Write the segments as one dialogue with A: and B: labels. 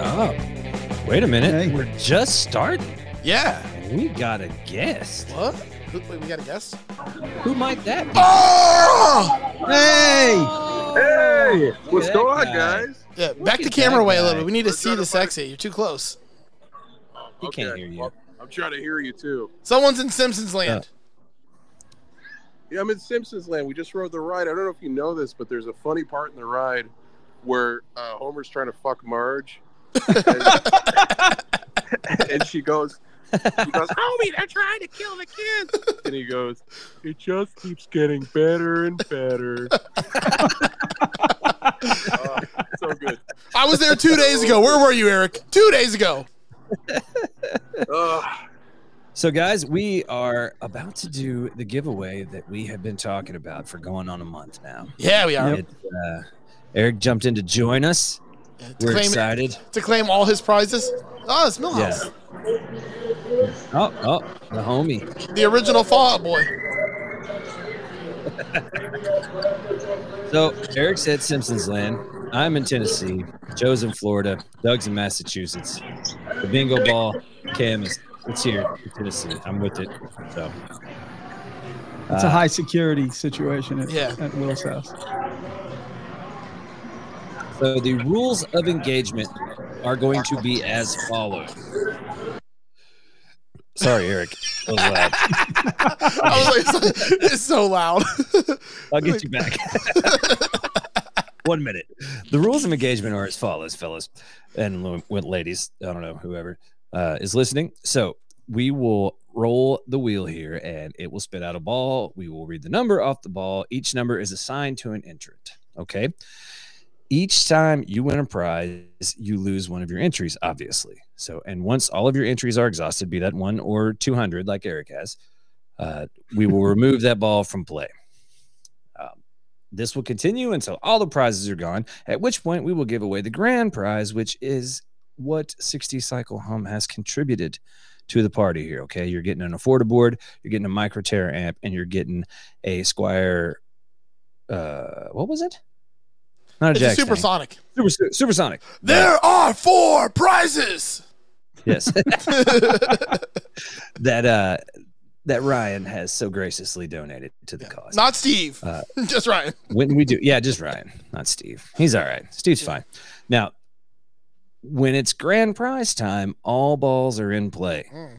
A: up.
B: Wait a minute.
A: Hey.
B: We're just starting.
C: Yeah.
B: and We got a guest.
C: What? Who, wait, we got a guess?
B: Who might that be?
C: Oh!
D: Ah!
A: Hey!
D: Hey, what's
B: Oh, that
D: going on,
B: guy.
D: guys?
C: Yeah,
B: Look
C: back the
B: at
C: camera
B: that
C: away a little
B: guy.
C: bit. We need to
D: We're
C: see
D: trying to
C: the
D: find-
C: sexy. You're too close.
B: He can't hear you.
D: well, I'm trying to hear you too.
C: Someone's in Simpsons land.
D: Yeah, I'm in Simpsons Land. We just rode the ride. I don't know if you know this, but there's a funny part in the ride where uh, Homer's trying to fuck Marge, and, and she goes, she goes, "Homie, they're trying to kill the kids," and he goes, "It just keeps getting better and better." Uh, so good.
C: I was there two days ago. Where were you, Eric? Two days ago.
D: Uh,
B: So, guys, we are about to do the giveaway that we have been talking about for going on a month now.
C: Yeah, we are.
B: It, uh, Eric jumped in to join us.
C: To,
B: We're
C: claim,
B: excited.
C: to claim all his prizes. Oh, it's Millhouse.
B: Oh, oh, the homie.
C: The original Fallout Boy.
B: So, Eric's at Simpsons Land. I'm in Tennessee. Joe's in Florida. Doug's in Massachusetts. The bingo ball, Cam is it's here in Tennessee. I'm with it. So,
A: It's a
B: uh,
A: high security situation at,
C: Yeah.
A: at Will's house.
B: So the rules of engagement are going to be as follows. Sorry, Eric. That was loud.
C: I was like, it's, it's so loud.
B: I'll get you back. One minute. The rules of engagement are as follows, fellas and lo- with ladies. I don't know whoever uh, is listening. So we will roll the wheel here, and it will spit out a ball. We will read the number off the ball. Each number is assigned to an entrant. Okay. Each time you win a prize, you lose one of your entries, obviously. So, and once all of your entries are exhausted, be that one or 200, like Eric has, uh, we will remove that ball from play. Um, This will continue until all the prizes are gone, at which point we will give away the grand prize, which is what 60 Cycle Hum has contributed to the party here. Okay. You're getting an Afforda board, you're getting a Micro Terra amp, and you're getting a Squire. Uh, what was it? Not a
C: it's a
B: Jack. Super,
C: supersonic.
B: super, supersonic.
C: There are four prizes.
B: Yes.
C: Not
B: that, uh, that Ryan has so graciously donated to the cause.
C: Steve.
B: Uh,
C: Just Ryan.
B: when we do yeah just ryan not steve he's all right steve's fine now when it's grand prize time all balls are in play
C: Mm.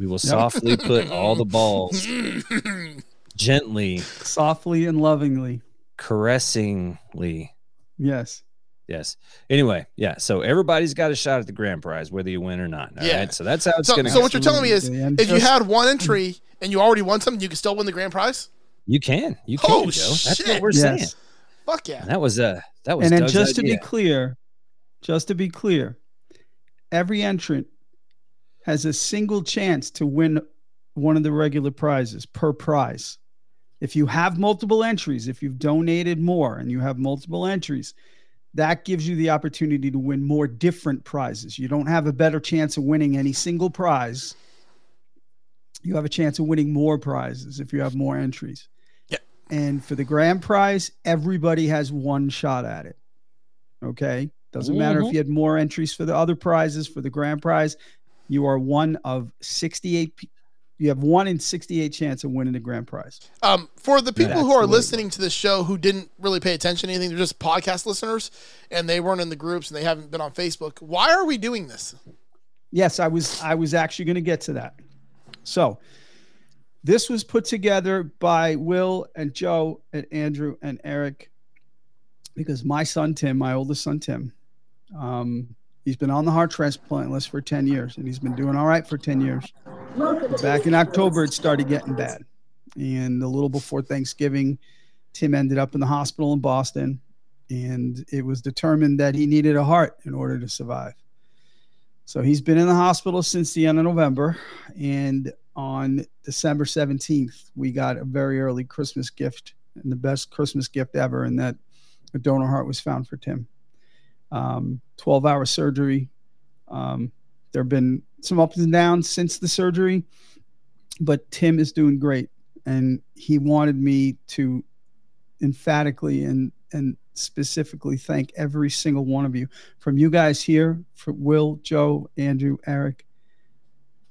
B: we will softly put all the balls
C: Mm.
B: gently
A: Softly and lovingly.
B: caressingly
A: Yes.
B: yes anyway yeah so everybody's got a shot at the grand prize whether you win or not All right.
C: Yeah.
B: so that's how it's
C: So-
B: gonna
C: so
B: go
C: what you're telling me is,
A: Absolutely, Dan.
C: if you
A: Just-
C: had one entry and you already won something, you could still win the grand prize.
B: you can you can
C: Oh,
B: joe that's what
C: shit.
B: we're saying
A: yes.
C: Fuck yeah.
B: and that was uh that was
A: and then
B: Doug's
A: just to
B: idea.
A: be clear, just to be clear, every entrant has a single chance to win one of the regular prizes per prize. If you have multiple entries, if you've donated more and you have multiple entries, that gives you the opportunity to win more different prizes. You don't have a better chance of winning any single prize. You have a chance of winning more prizes if you have more entries. And for the grand prize, everybody has one shot at it. Okay. Doesn't matter if you had more entries for the other prizes. For the grand prize, you are one of 68. pe- You have one in 68 chance of winning the grand prize.
C: Um, for the people who are
A: Absolutely.
C: listening to this show who didn't really pay attention to anything, they're just podcast listeners and they weren't in the groups and they haven't been on Facebook. Why are we doing this?
A: Yes, I was I was actually going to get to that. So, this was put together by Will and Joe and Andrew and Eric because my son Tim, my oldest son Tim, um, he's been on the heart transplant list for 10 years and he's been doing all right for 10 years. But back in October it started getting bad. And a little before Thanksgiving, Tim ended up in the hospital in Boston and it was determined that he needed a heart in order to survive. So he's been in the hospital since the end of November. And on December 17th, we got a very early Christmas gift and the best Christmas gift ever. And that a donor heart was found for Tim. Um, 12 hour surgery. Um, there have been some ups and downs since the surgery, but Tim is doing great. And he wanted me to emphatically and, and specifically thank every single one of you, from you guys here, from Will, Joe, Andrew, Eric,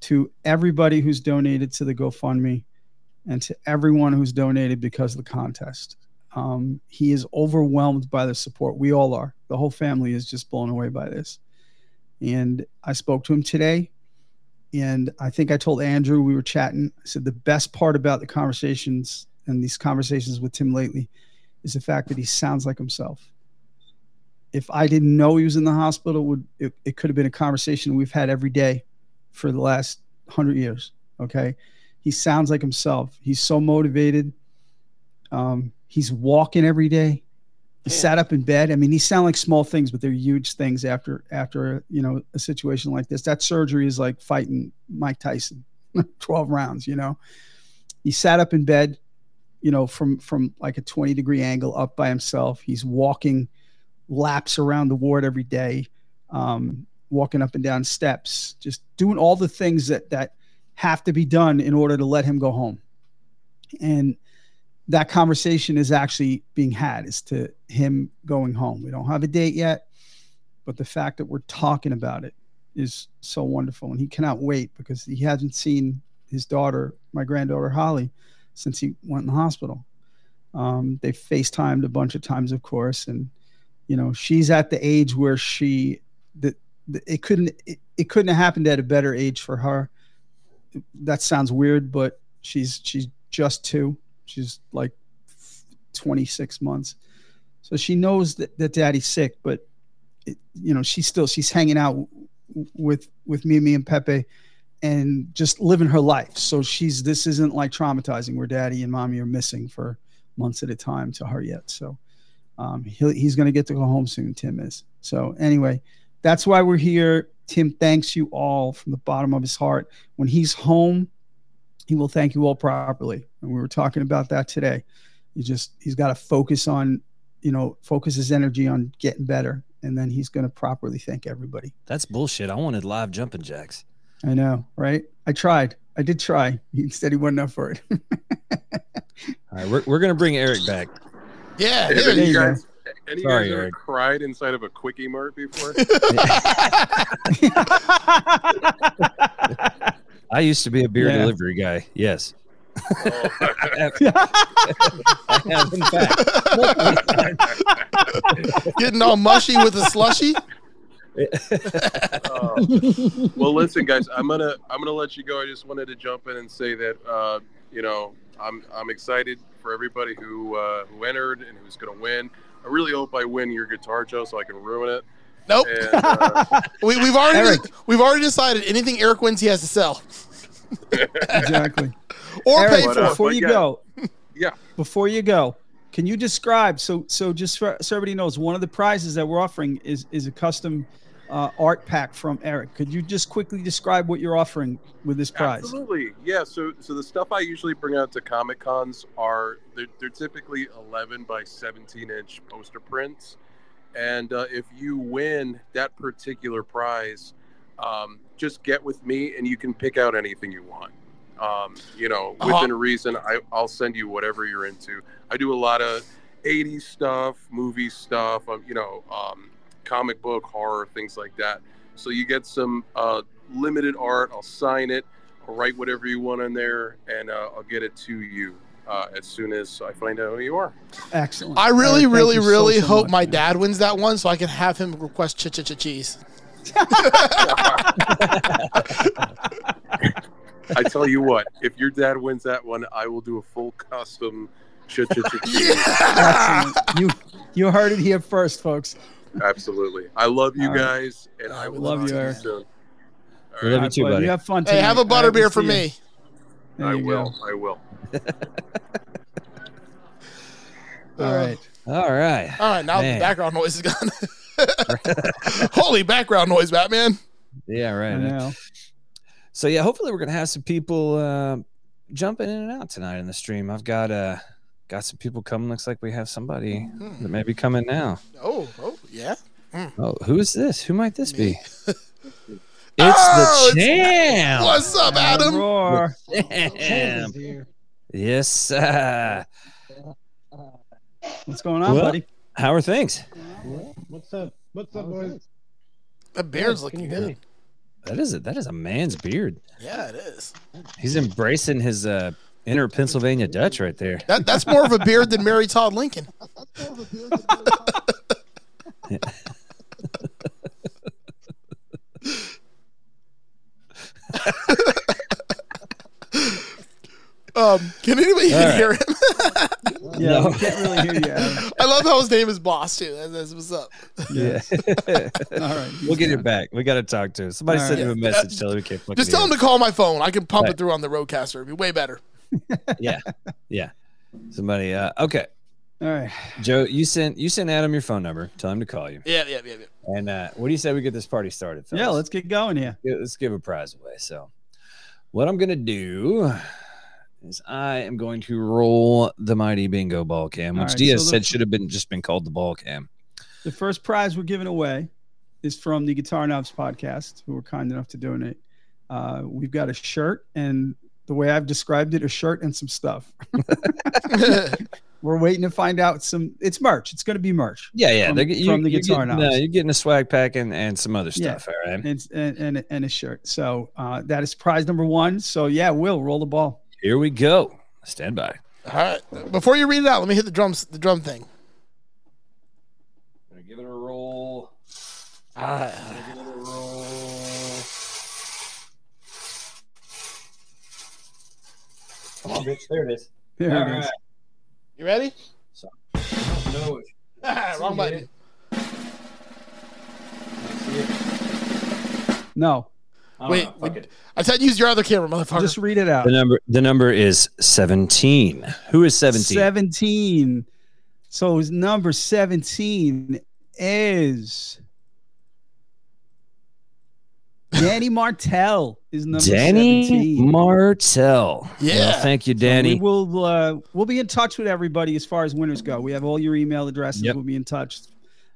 A: to everybody who's donated to the GoFundMe, and to everyone who's donated because of the contest. Um, he is overwhelmed by the support. We all are. The whole family is just blown away by this. And I spoke to him today. And I think I told Andrew we were chatting. I said the best part about the conversations and these conversations with Tim lately is the fact that he sounds like himself. If I didn't know he was in the hospital, would it, it could have been a conversation we've had every day for the last hundred years. Okay. He sounds like himself. He's so motivated. Um, he's walking every day. He
C: Yeah.
A: sat up in bed. I mean, these sound like small things, but they're huge things after after you know a situation like this. That surgery is like fighting Mike Tyson, twelve rounds. You know, he sat up in bed, you know, from from like a twenty degree angle up by himself. He's walking laps around the ward every day, um, walking up and down steps, just doing all the things that that have to be done in order to let him go home. And that conversation is actually being had is to him going home. We don't have a date yet, but the fact that we're talking about it is so wonderful. And he cannot wait because he hasn't seen his daughter, my granddaughter Holly, since he went in the hospital. Um, they FaceTimed a bunch of times, of course. And, you know, she's at the age where she, that that it couldn't, it, it couldn't have happened at a better age for her. That sounds weird, but she's, she's just two. She's like 26 months. So she knows that, that daddy's sick, but it, you know, she's still, she's hanging out w- with, with Mimi and Pepe and just living her life. So she's, this isn't like traumatizing where daddy and mommy are missing for months at a time to her yet. So, um, he'll, he's going to get to go home soon. Tim is. So anyway, that's why we're here. Tim thanks you all from the bottom of his heart. When he's home, he will thank you all properly. And we were talking about that today. He just he's got to focus on, you know, focus his energy on getting better, and then he's going to properly thank everybody.
B: That's bullshit. I wanted live jumping jacks.
A: I know, right? I tried. I did try. Instead, he wasn't up for it.
B: All right, we're, we're gonna bring Eric back.
C: Yeah.
D: Have
C: yeah.
A: There
D: any
A: you
D: you
A: go.
D: guys, any
B: Sorry,
D: guys ever
B: Eric.
D: cried inside of a quickie mart before?
B: I used to be a beer
A: Yeah.
B: delivery guy. Yes,
D: oh,
B: I have, I have in fact.
C: Getting all mushy with a slushy.
D: oh. well, listen, guys, I'm gonna I'm gonna let you go. I just wanted to jump in and say that uh, you know I'm I'm excited for everybody who uh, who entered and who's gonna win. I really hope I win your guitar, Joe, so I can ruin it.
C: Nope.
D: And, uh,
C: We, we've already
A: Eric.
C: we've already decided anything Eric wins he has to sell
A: exactly.
C: or
A: Eric,
C: pay
D: But,
C: for.
D: uh,
A: before
D: but
A: you
D: yeah.
A: go,
D: Yeah.
A: Before you go, can you describe? So, so just for, so everybody knows, one of the prizes that we're offering is is a custom uh, art pack from Eric. Could you just quickly describe what you're offering with this prize?
D: Absolutely, yeah. So, so the stuff I usually bring out to comic cons are they're, they're typically 11 by 17 inch poster prints, and uh, if you win that particular prize, um, just get with me and you can pick out anything you want. Um, you know,
C: Uh-huh.
D: within reason, I, I'll send you whatever you're into. I do a lot of 80s stuff, movie stuff, um, you know, um, comic book, horror, things like that. So you get some uh, limited art. I'll sign it. I'll write whatever you want on there, and uh, I'll get it to you uh, as soon as I find out who you are.
A: Excellent.
C: I
A: Eric,
C: really,
A: thank
C: really,
A: you so,
C: really
A: so
C: hope
A: much,
C: my
A: man.
C: dad wins that one so I can have him request ch ch ch cheese.
D: I tell you what, if your dad wins that one, I will do a full custom. ch- ch- ch-
C: Yeah.
A: Excellent. you you heard it here first, folks.
D: Absolutely, I love you
A: All right.
D: guys, and I
C: I
D: will
A: love
D: talk
A: you,
D: to you
A: Eric.
D: soon. All
B: We love
D: right,
B: you too,
A: Well,
B: buddy.
A: You have fun.
C: Hey, have a
A: tonight. All right,
C: butterbeer
A: we'll
C: for
A: see you.
C: me.
A: There
D: I
A: you
D: will. I will.
A: go. All right.
B: All right.
C: All right, now
B: Man.
C: the background noise is gone. Holy background noise, Batman.
B: Yeah,
A: I
B: right.
A: know.
B: So yeah, hopefully we're gonna have some people uh, jumping in and out tonight in the stream. I've got uh got some people coming. Looks like we have somebody
C: Hmm.
B: that may be coming now.
C: Oh, oh, yeah.
B: Oh, who is this? Who might this be?
C: Me.
B: It's
C: Oh,
B: the
C: it's-
B: champ.
C: What's up, Adam?
A: Roar.
B: Champ. Yes. Uh,
A: What's going on,
B: Well,
A: buddy?
B: How are things?
E: What's up? What's up, boys?
C: The beard's
E: Can
C: looking
E: you hear
C: good.
E: me?
B: That is a that is a man's beard.
C: Yeah, it is.
B: He's embracing his uh, inner Pennsylvania Dutch right there.
C: That that's more of a beard than Mary Todd Lincoln. Um, can anybody even
B: All right.
C: hear him?
A: Yeah,
B: No.
A: we can't really hear you. Adam.
C: I love how his name is Boss too. That's, that's what's up.
B: Yeah.
A: All right,
B: we'll get
A: you
B: it back. We got to talk to him. Somebody
A: All
B: send
A: right.
B: him a message. Tell him we can't fucking
C: Just tell him
B: hear
C: to call my phone. I can pump
B: Right.
C: it through on the Rodecaster. It'd be way better.
B: Yeah. Somebody. Uh, okay.
A: All right.
B: Joe, you sent you sent Adam your phone number. Tell him to call you.
C: Yeah, yeah, yeah, yeah.
B: And uh, what do you say we get this party started? Fellas?
A: Yeah, let's get going here.
B: Yeah, let's give a prize away. So, what I'm gonna do is I am going to roll the mighty bingo ball cam,
A: All
B: which
A: right,
B: Diaz
A: so the-
B: said should have been just been called the ball cam.
A: The first prize we're giving away is from the Guitar Knobs podcast, who were kind enough to donate. Uh, we've got a shirt, and the way I've described it, a shirt and some stuff. We're waiting to find out some. It's merch. It's going to be merch,
B: Yeah, yeah.
A: From-
B: they're get- you,
A: from the
B: you're
A: guitar
B: getting, uh,
A: knobs.
B: you're getting a swag pack and, and some other
A: Yeah.
B: stuff. All right.
A: and and and, and a shirt. So uh, that is prize number one. So yeah, Will roll the ball.
B: Here we go. Stand by.
C: All right. Before you read it out, let me hit the drums. The drum thing.
B: Gonna give it a roll. Ah. Come on, bitch. There it is.
A: There it is.
C: You ready?
B: No,
C: Wrong button.
A: No,
C: Wait, wait. I said use your other camera, motherfucker.
A: just read it out.
B: The number the number is 17. Who is 17?
A: 17. So his number 17 is Danny Martell is number
B: Danny
A: 17.
B: Martell.
C: Yeah.
B: Well, thank you,
A: So
B: Danny.
A: we will uh, we'll be in touch with everybody as far as winners go. We have all your email addresses.
B: Yep.
A: We'll be in touch as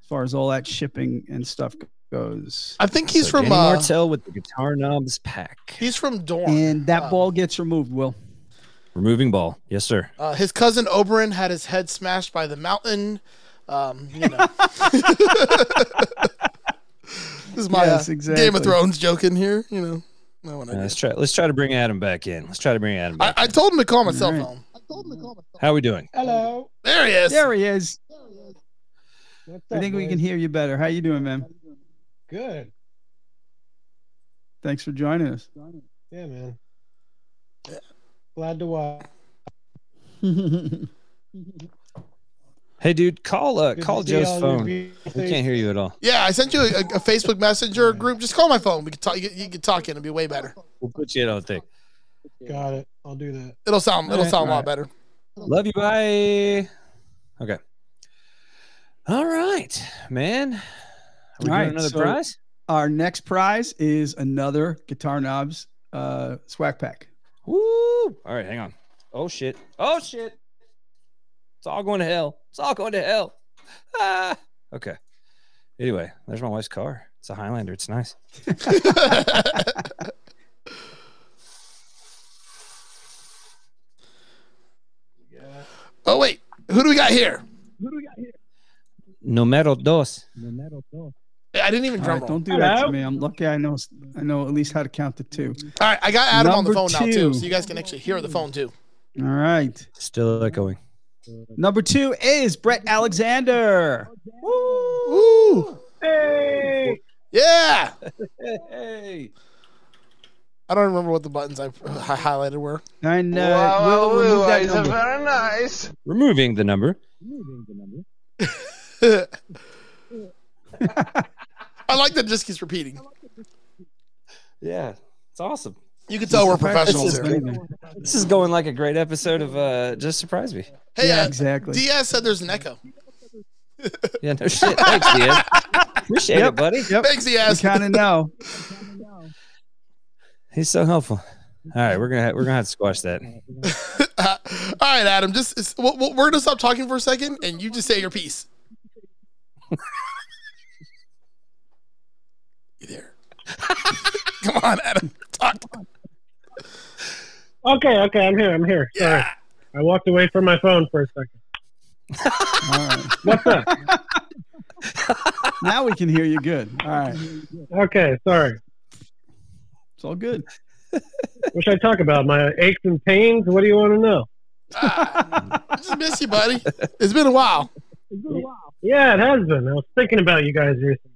A: far as all that shipping and stuff goes.
C: I think he's
B: So
C: from
B: Danny
C: uh,
B: Martell with the guitar knobs pack.
C: he's from Dorn.
A: And that
C: Um,
A: ball gets removed, Will.
B: Removing ball. Yes, sir.
C: Uh, his cousin Oberon had his head smashed by the mountain. Um, you know. this is my uh,
A: Yes, exactly.
C: Game of Thrones joke in here. You know. No one
B: Uh, let's try let's try to bring Adam back in. Let's try to bring Adam
C: I,
B: back.
C: I told him to call my cell
A: Alright.
C: phone.
B: How are we doing?
E: Hello.
C: There he is.
A: There he is.
E: What's
A: I
E: up,
A: think we
E: boys?
A: can hear you better. How you doing, man?
E: Good.
A: Thanks for joining us.
E: Yeah, man. Glad to
B: Uh,
E: watch.
B: Hey dude, call uh,
E: Good to
B: call
E: see all
B: Joe's
E: your
B: phone. We
E: beautiful
B: can't hear you at all.
C: Yeah, I sent you a, a Facebook Messenger group. Just call my phone. We could talk. You, could- you could talk in. It'd be way better.
B: We'll put you in on thing.
E: faces. Got it. I'll do that.
C: It'll sound. It'll
A: Alright,
C: sound a lot better.
B: Love you. Bye. Okay. All right, man. Are we
A: All
B: doing
A: right,
B: another
A: so-
B: prize?
A: Our next prize is another Guitar Knobs uh, swag pack.
B: Woo! All right, hang on. Oh shit. Oh shit. It's all going to hell. It's all going to hell. Ah. Okay. Anyway, there's my wife's car. It's a Highlander. It's nice.
C: oh wait, who do we got here?
B: Numero dos.
C: I didn't even
A: All right,
C: drum roll.
A: don't do that to me. I'm lucky. I know. I know at least how to count to two.
C: All right, I got Adam on the phone
A: Number
C: now too,
A: two.
C: so you guys can actually hear the phone too.
A: All right.
B: Still echoing.
A: Number two is Brett Alexander.
C: Woo!
B: Hey.
C: Yeah.
B: Hey.
C: I don't remember what the buttons I, I highlighted were.
A: And uh, we'll remove that number.
F: very nice.
B: Removing the number.
C: I like that it just keeps repeating.
B: Yeah. It's awesome.
C: You can tell we're professionals
B: This
C: here.
B: is, this is going like a great episode of uh, Just Surprise Me.
C: Hey,
A: yeah,
C: uh,
A: exactly.
C: Diaz said there's an echo.
B: Yeah, no shit. Thanks, Diaz. Appreciate it, buddy.
A: Yep.
C: Thanks,
A: We
C: Diaz.
A: kind of know.
B: He's so helpful. All right, we're gonna ha- we're gonna have to squash that.
C: Uh, All right, Adam. Just it's- we'll- we'll- we're gonna stop talking for a second, and you just say your piece. you there? Come on, Adam. Talk.
E: Okay, okay, I'm here. I'm here. Sorry.
C: Yeah.
E: I walked away from my phone for a second.
A: All right.
F: What's up?
A: Now we can hear you good. All right.
F: Okay, sorry.
A: It's all good.
F: What should I talk about? My aches and pains? What do you want to know?
C: I just miss you, buddy. It's been a while.
F: Yeah, it has been. I was thinking about you guys recently.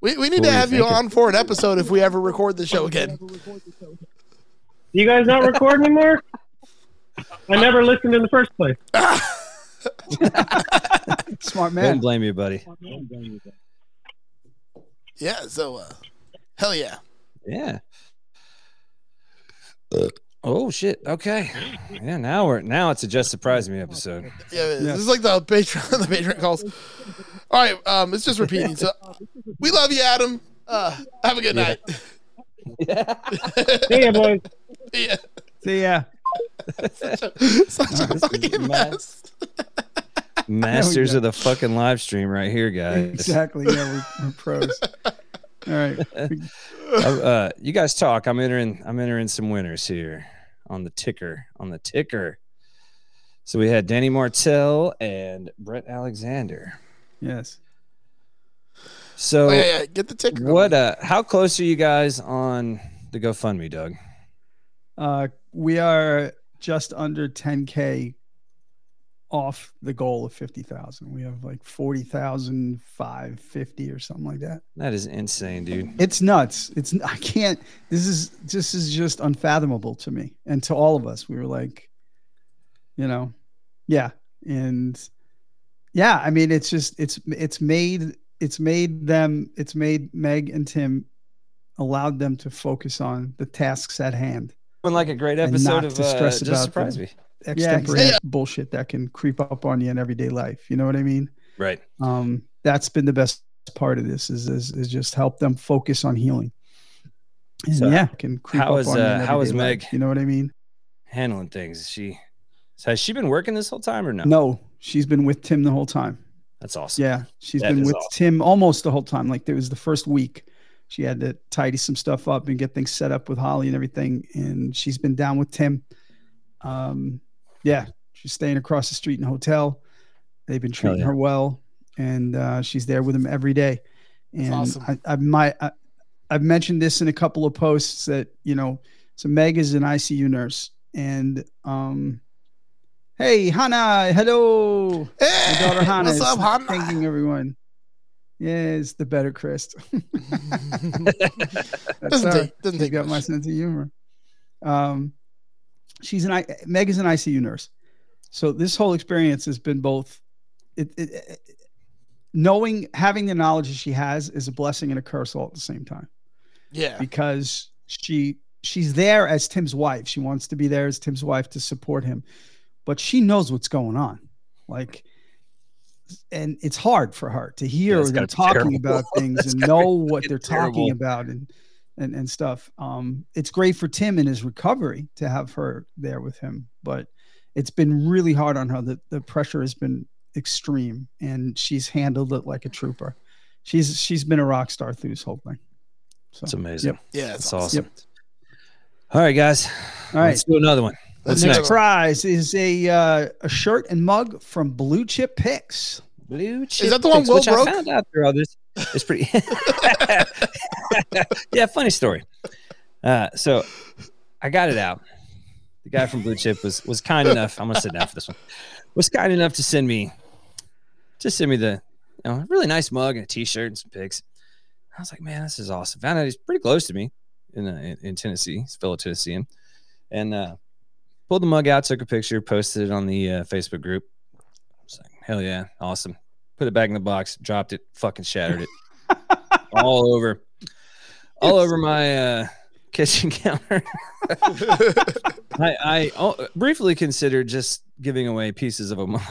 C: We, we
B: What
C: need to
B: were you
C: have you
B: thinking?
C: on for an episode if we ever record the show again.
F: Do you guys not record anymore? I never listened in the first place.
A: Smart
B: Don't
A: man.
B: blame you, buddy.
C: Yeah, so uh, hell yeah.
B: Yeah. Oh shit. Okay. Yeah. Now we're now it's a just surprise me episode.
C: Yeah, it is.
A: Yeah.
C: this is like the Patreon, the Patreon calls. All right, um, it's just repeating. So, we love you, Adam. Uh, have a good
B: Yeah.
C: night.
F: See ya, boys.
C: yeah,
A: See ya.
C: such a
B: this is
C: fucking
B: mad.
C: mess.
B: Masters
A: go.
B: of the fucking live stream right here, guys.
A: Exactly. Yeah, we're, we're pros. All right.
B: Uh, uh, you guys talk. I'm entering. I'm entering some winners here on the ticker. On the ticker. So we had Danny Martell and Brett Alexander.
A: Yes.
B: So
C: Oh, yeah, yeah, get the ticker.
B: what? Uh, how close are you guys on the GoFundMe, Doug?
A: Uh, we are just under 10k off the goal of 50,000. We have like 40,550 or something like that.
B: That is insane, dude.
A: It's nuts. It's I can't. This is this is just unfathomable to me and to all of us. We were like, you know, yeah, and yeah. I mean, it's just it's it's made it's made them it's made Meg and Tim allowed them to focus on the tasks at hand.
B: Been like a great
A: And
B: episode
A: not
B: of
A: to
B: uh,
A: stress
B: Just
A: about
B: Surprise
A: them.
B: Me.
A: Extemporaneous
C: Yeah.
A: bullshit that can creep up on you in everyday life. You know what I mean?
B: Right.
A: um, that's been the best part of this is is, is just help them focus on healing. And
B: So,
A: yeah, can creep
B: how
A: up
B: is,
A: on you in
B: uh, how is
A: everyday life,
B: Meg?
A: you know what I mean?
B: Handling things. Is she so has she been working this whole time or no?
A: No. she's been with Tim the whole time.
B: That's awesome.
A: Yeah, she's
B: That
A: been
B: is
A: with
B: awesome.
A: Tim almost the whole time. Like there was the first week, she had to tidy some stuff up and get things set up with Holly and everything, and she's been down with Tim. Um, yeah, she's staying across the street in a hotel. They've been
B: Hell
A: treating
B: yeah.
A: her well, and uh, she's there with him every day. And
C: awesome.
A: I, I might, I, I've mentioned this in a couple of posts that you know, so Meg is an ICU nurse, and um, hey Hannah, hello, my
C: Hey,
A: daughter Hannah.
C: what's
A: is
C: up, Hannah?
A: Thanking everyone. Yeah, it's the better Chris.
C: doesn't take, doesn't
A: She's
C: take
A: got my
C: much.
A: sense of humor. Um, she's an I, Meg is an ICU nurse, so this whole experience has been both. It, it, it- knowing having the knowledge that she has is a blessing and a curse all at the same time
C: Yeah,
A: because she she's there as Tim's wife. She wants to be there as Tim's wife to support him, but she knows what's going on, like, and it's hard for her to hear
B: Yeah, it's
A: them
B: gotta be
A: talking
B: terrible.
A: about things and
B: gotta be
A: know what they're
B: terrible.
A: talking about and and and stuff. Um, it's great for Tim in his recovery to have her there with him, but it's been really hard on her. The the pressure has been extreme, and she's handled it like a trooper. She's she's been a rock star through this whole thing. So
B: It's amazing.
C: yeah, it's
B: That's
C: awesome.
B: awesome. All right, guys.
A: all right.
B: Let's do another one. What's
A: The next
B: next?
A: prize is a uh, a shirt and mug from Blue Chip Picks.
B: Blue chip
C: Is that the one
B: picks,
C: Will
B: which
C: broke?
B: I found out through others. It's pretty. yeah, funny story. Uh, so I got it out. The guy from Blue Chip was was kind enough. I'm gonna sit down for this one. Was kind enough to send me, just send me the, you know, a really nice mug and a T-shirt and some pics. I was like, man, this is awesome. Found out he's pretty close to me in uh, in, in Tennessee. He's a fellow Tennessean, and uh, pulled the mug out, took a picture, posted it on the uh, Facebook group. I was like, hell yeah, awesome. Put it back in the box, dropped it, fucking shattered it, all over, all over my uh, kitchen counter. I, I oh, briefly considered just giving away pieces of a mug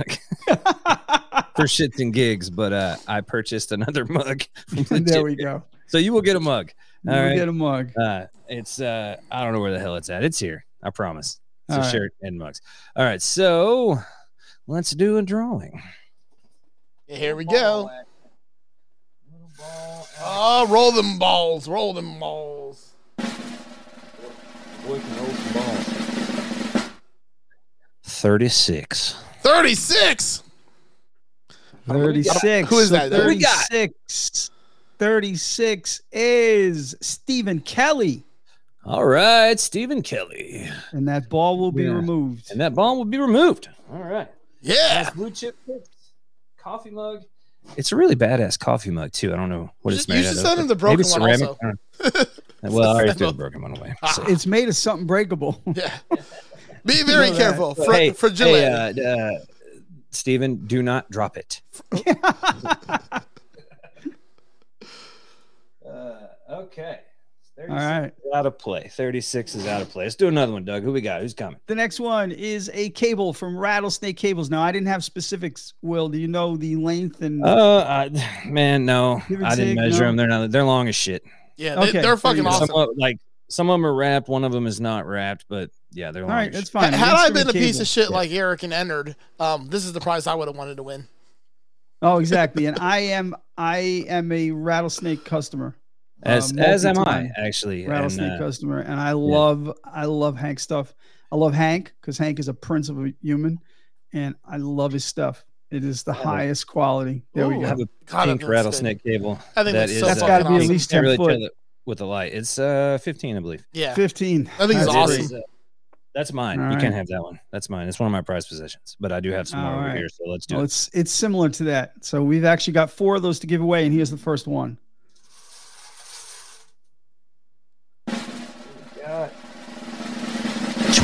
B: for shits and gigs, but uh, I purchased another mug.
A: there we go.
B: so you will get a mug.
A: You
B: All right.
A: get a mug.
B: Uh, it's uh, I don't know where the hell it's at. It's here. I promise. It's
A: All
B: a
A: right.
B: shirt and mugs. All right, so let's do a drawing.
C: Here we go. Oh, roll them balls, roll them balls.
B: Thirty-six.
C: 36.
A: 36.
C: Who is that?
B: Who we got?
A: 36. 36 is Stephen Kelly.
B: All right, Stephen Kelly.
A: And that ball will be
B: Yeah.
A: removed.
B: And that bomb will be removed. All right.
C: Yeah.
B: That's blue chip tips. Coffee mug. It's a really badass coffee mug too. I don't know what
C: Just-
B: it's made
C: you should
B: out of,
C: send
B: but
C: him the broken
B: maybe
C: one
B: ceramic.
C: also.
B: I don't know. well, I already threw the
C: Send
B: broken one away.
C: Ah.
B: so.
A: It's made of something breakable.
C: Yeah. Be very
A: know that.
C: careful.
B: But
C: Fra-
B: hey,
C: fragile.
B: hey, uh, uh, Stephen, do not drop it. Uh, okay.
A: All right.
B: Out of play. 36 is out of play. Let's do another one, Doug. Who we got? Who's coming?
A: The next one is a cable from Rattlesnake Cables. Now, I didn't have specifics. Will, do you know the length and
C: Oh,
B: Uh, I, man, no,
A: Give and
B: I didn't
A: take,
B: measure
A: no.
B: them. They're not. They're long as shit.
C: yeah, they,
A: okay,
C: they're fucking
A: there you go.
C: awesome.
B: Some of, like some of them are wrapped. One of them is not wrapped. But yeah, they're
A: All
B: long.
A: right,
B: as
A: that's
B: shit.
A: fine.
C: Had I been a
A: Instrument
C: piece of
A: cable.
C: shit like Eric and Ennard, um, this is the prize I would have wanted to win.
A: Oh, exactly. And I am I am a rattlesnake customer.
B: As
A: Uh,
B: as am I
A: multi-time
B: actually. And,
A: Rattlesnake
B: uh,
A: customer. And I love I love Hank stuff. I love Hank because Hank is a prince of a human and I love his stuff. It is
B: Oh.
A: the highest quality. There we
C: Ooh.
B: I
A: go.
B: have a
C: God,
B: pink
C: that looks good.
B: rattlesnake cable.
C: I
B: That
C: think that's
B: is,
C: so
B: uh,
A: That's
C: fucking
A: gotta be at
C: awesome.
A: least
B: Can't
A: 10
B: really
A: foot.
B: tell it with the light. It's uh 15, I believe.
C: Yeah.
A: 15.
C: I think it's
A: That's
C: awesome.
A: great.
B: It is, uh, That's mine.
A: All
B: You
A: right.
B: can't have that one. That's mine. It's one of my prized possessions, but I do have some more
A: All
B: over
A: right.
B: here. So let's do
A: Well,
B: it.
A: it's it's similar to that. So we've actually got four of those to give away, and here's the first one.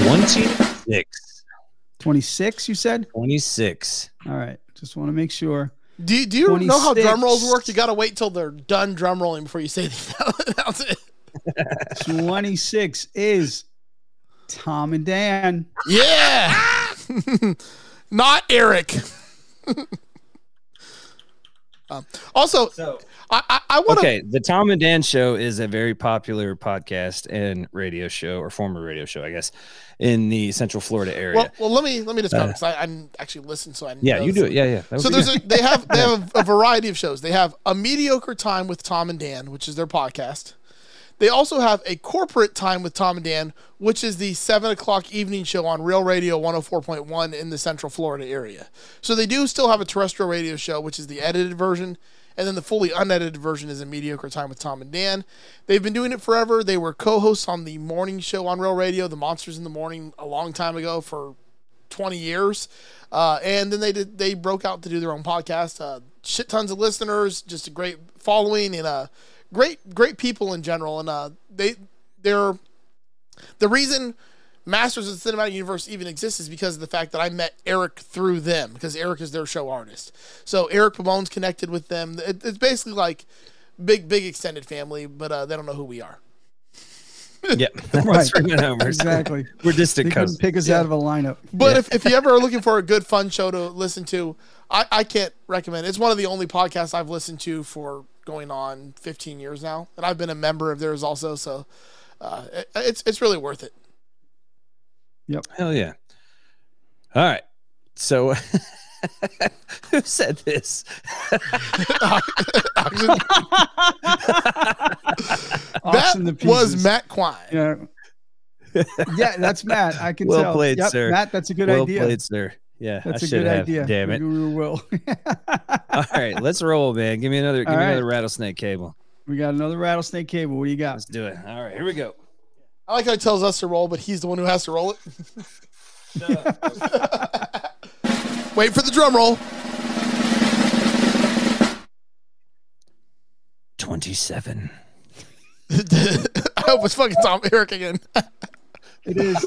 B: Twenty-six.
A: 26, you said?
B: Twenty-six.
A: All right. Just want to make sure.
C: Do you, do you know how
A: 26.
C: drum rolls work? You got to wait till they're done drum rolling before you say the announce it.
A: 26 is Tom and Dan.
C: Yeah. Not Eric. um, also,
B: So
C: I, I, I want to.
B: okay, the Tom and Dan show is a very popular podcast and radio show, or former radio show, I guess, in the Central Florida area.
C: Well, well, let me let me just because I I'm actually listening, so I
B: Uh. yeah,
C: know
B: you
C: this.
B: do it. Yeah, yeah. That would
C: So
B: be
C: there's
B: good.
C: a, they have they have a variety of shows. They have a mediocre time with Tom and Dan, which is their podcast. They also have a corporate time with Tom and Dan, which is the seven o'clock evening show on Real Radio 104.1 in the Central Florida area. So they do still have a terrestrial radio show, which is the edited version, and then the fully unedited version is a mediocre time with Tom and Dan. They've been doing it forever. They were co-hosts on the morning show on Real Radio, The Monsters in the Morning, a long time ago for 20 years. Uh, and then they did, they broke out to do their own podcast. Uh, shit tons of listeners, just a great following and uh, great great people in general. And uh, they they're the reason Masters of the Cinematic Universe even exists is because of the fact that I met Eric through them because Eric is their show artist. So Eric Pomone's connected with them. It, it's basically like big big extended family, but uh, they don't know who we are.
B: yeah. Let's bring it over.
A: Exactly.
B: We're
A: They
B: distant
A: couldn't
B: cousins.
A: pick us out of a lineup.
C: But if, if you ever are looking for a good fun show to listen to, I, I can't recommend. It's one of the only podcasts I've listened to for going on 15 years now, and I've been a member of theirs also. So uh, it, it's it's really worth it.
B: Hell yeah. All right. So who said this?
A: Austin the
C: that was
A: Pieces.
C: Matt Quine.
A: Yeah. yeah, that's Matt. I can
B: Well
A: tell.
B: played,
A: Yep,
B: sir.
A: Matt, that's a good
B: well
A: idea.
B: played, sir. Yeah,
A: That's
B: I
A: a
B: should
A: good
B: have.
A: idea.
B: Damn it.
A: We will.
B: All right, let's roll, man. Give me another. Give
A: All
B: me
A: right.
B: another rattlesnake cable.
A: we got another rattlesnake cable. What do you got?
B: Let's do it. All right, here we go.
C: I like how he tells us to roll, but he's the one who has to roll it. Wait for the drum roll.
B: Twenty-seven.
C: I hope it's fucking Tom Eric again.
A: It is.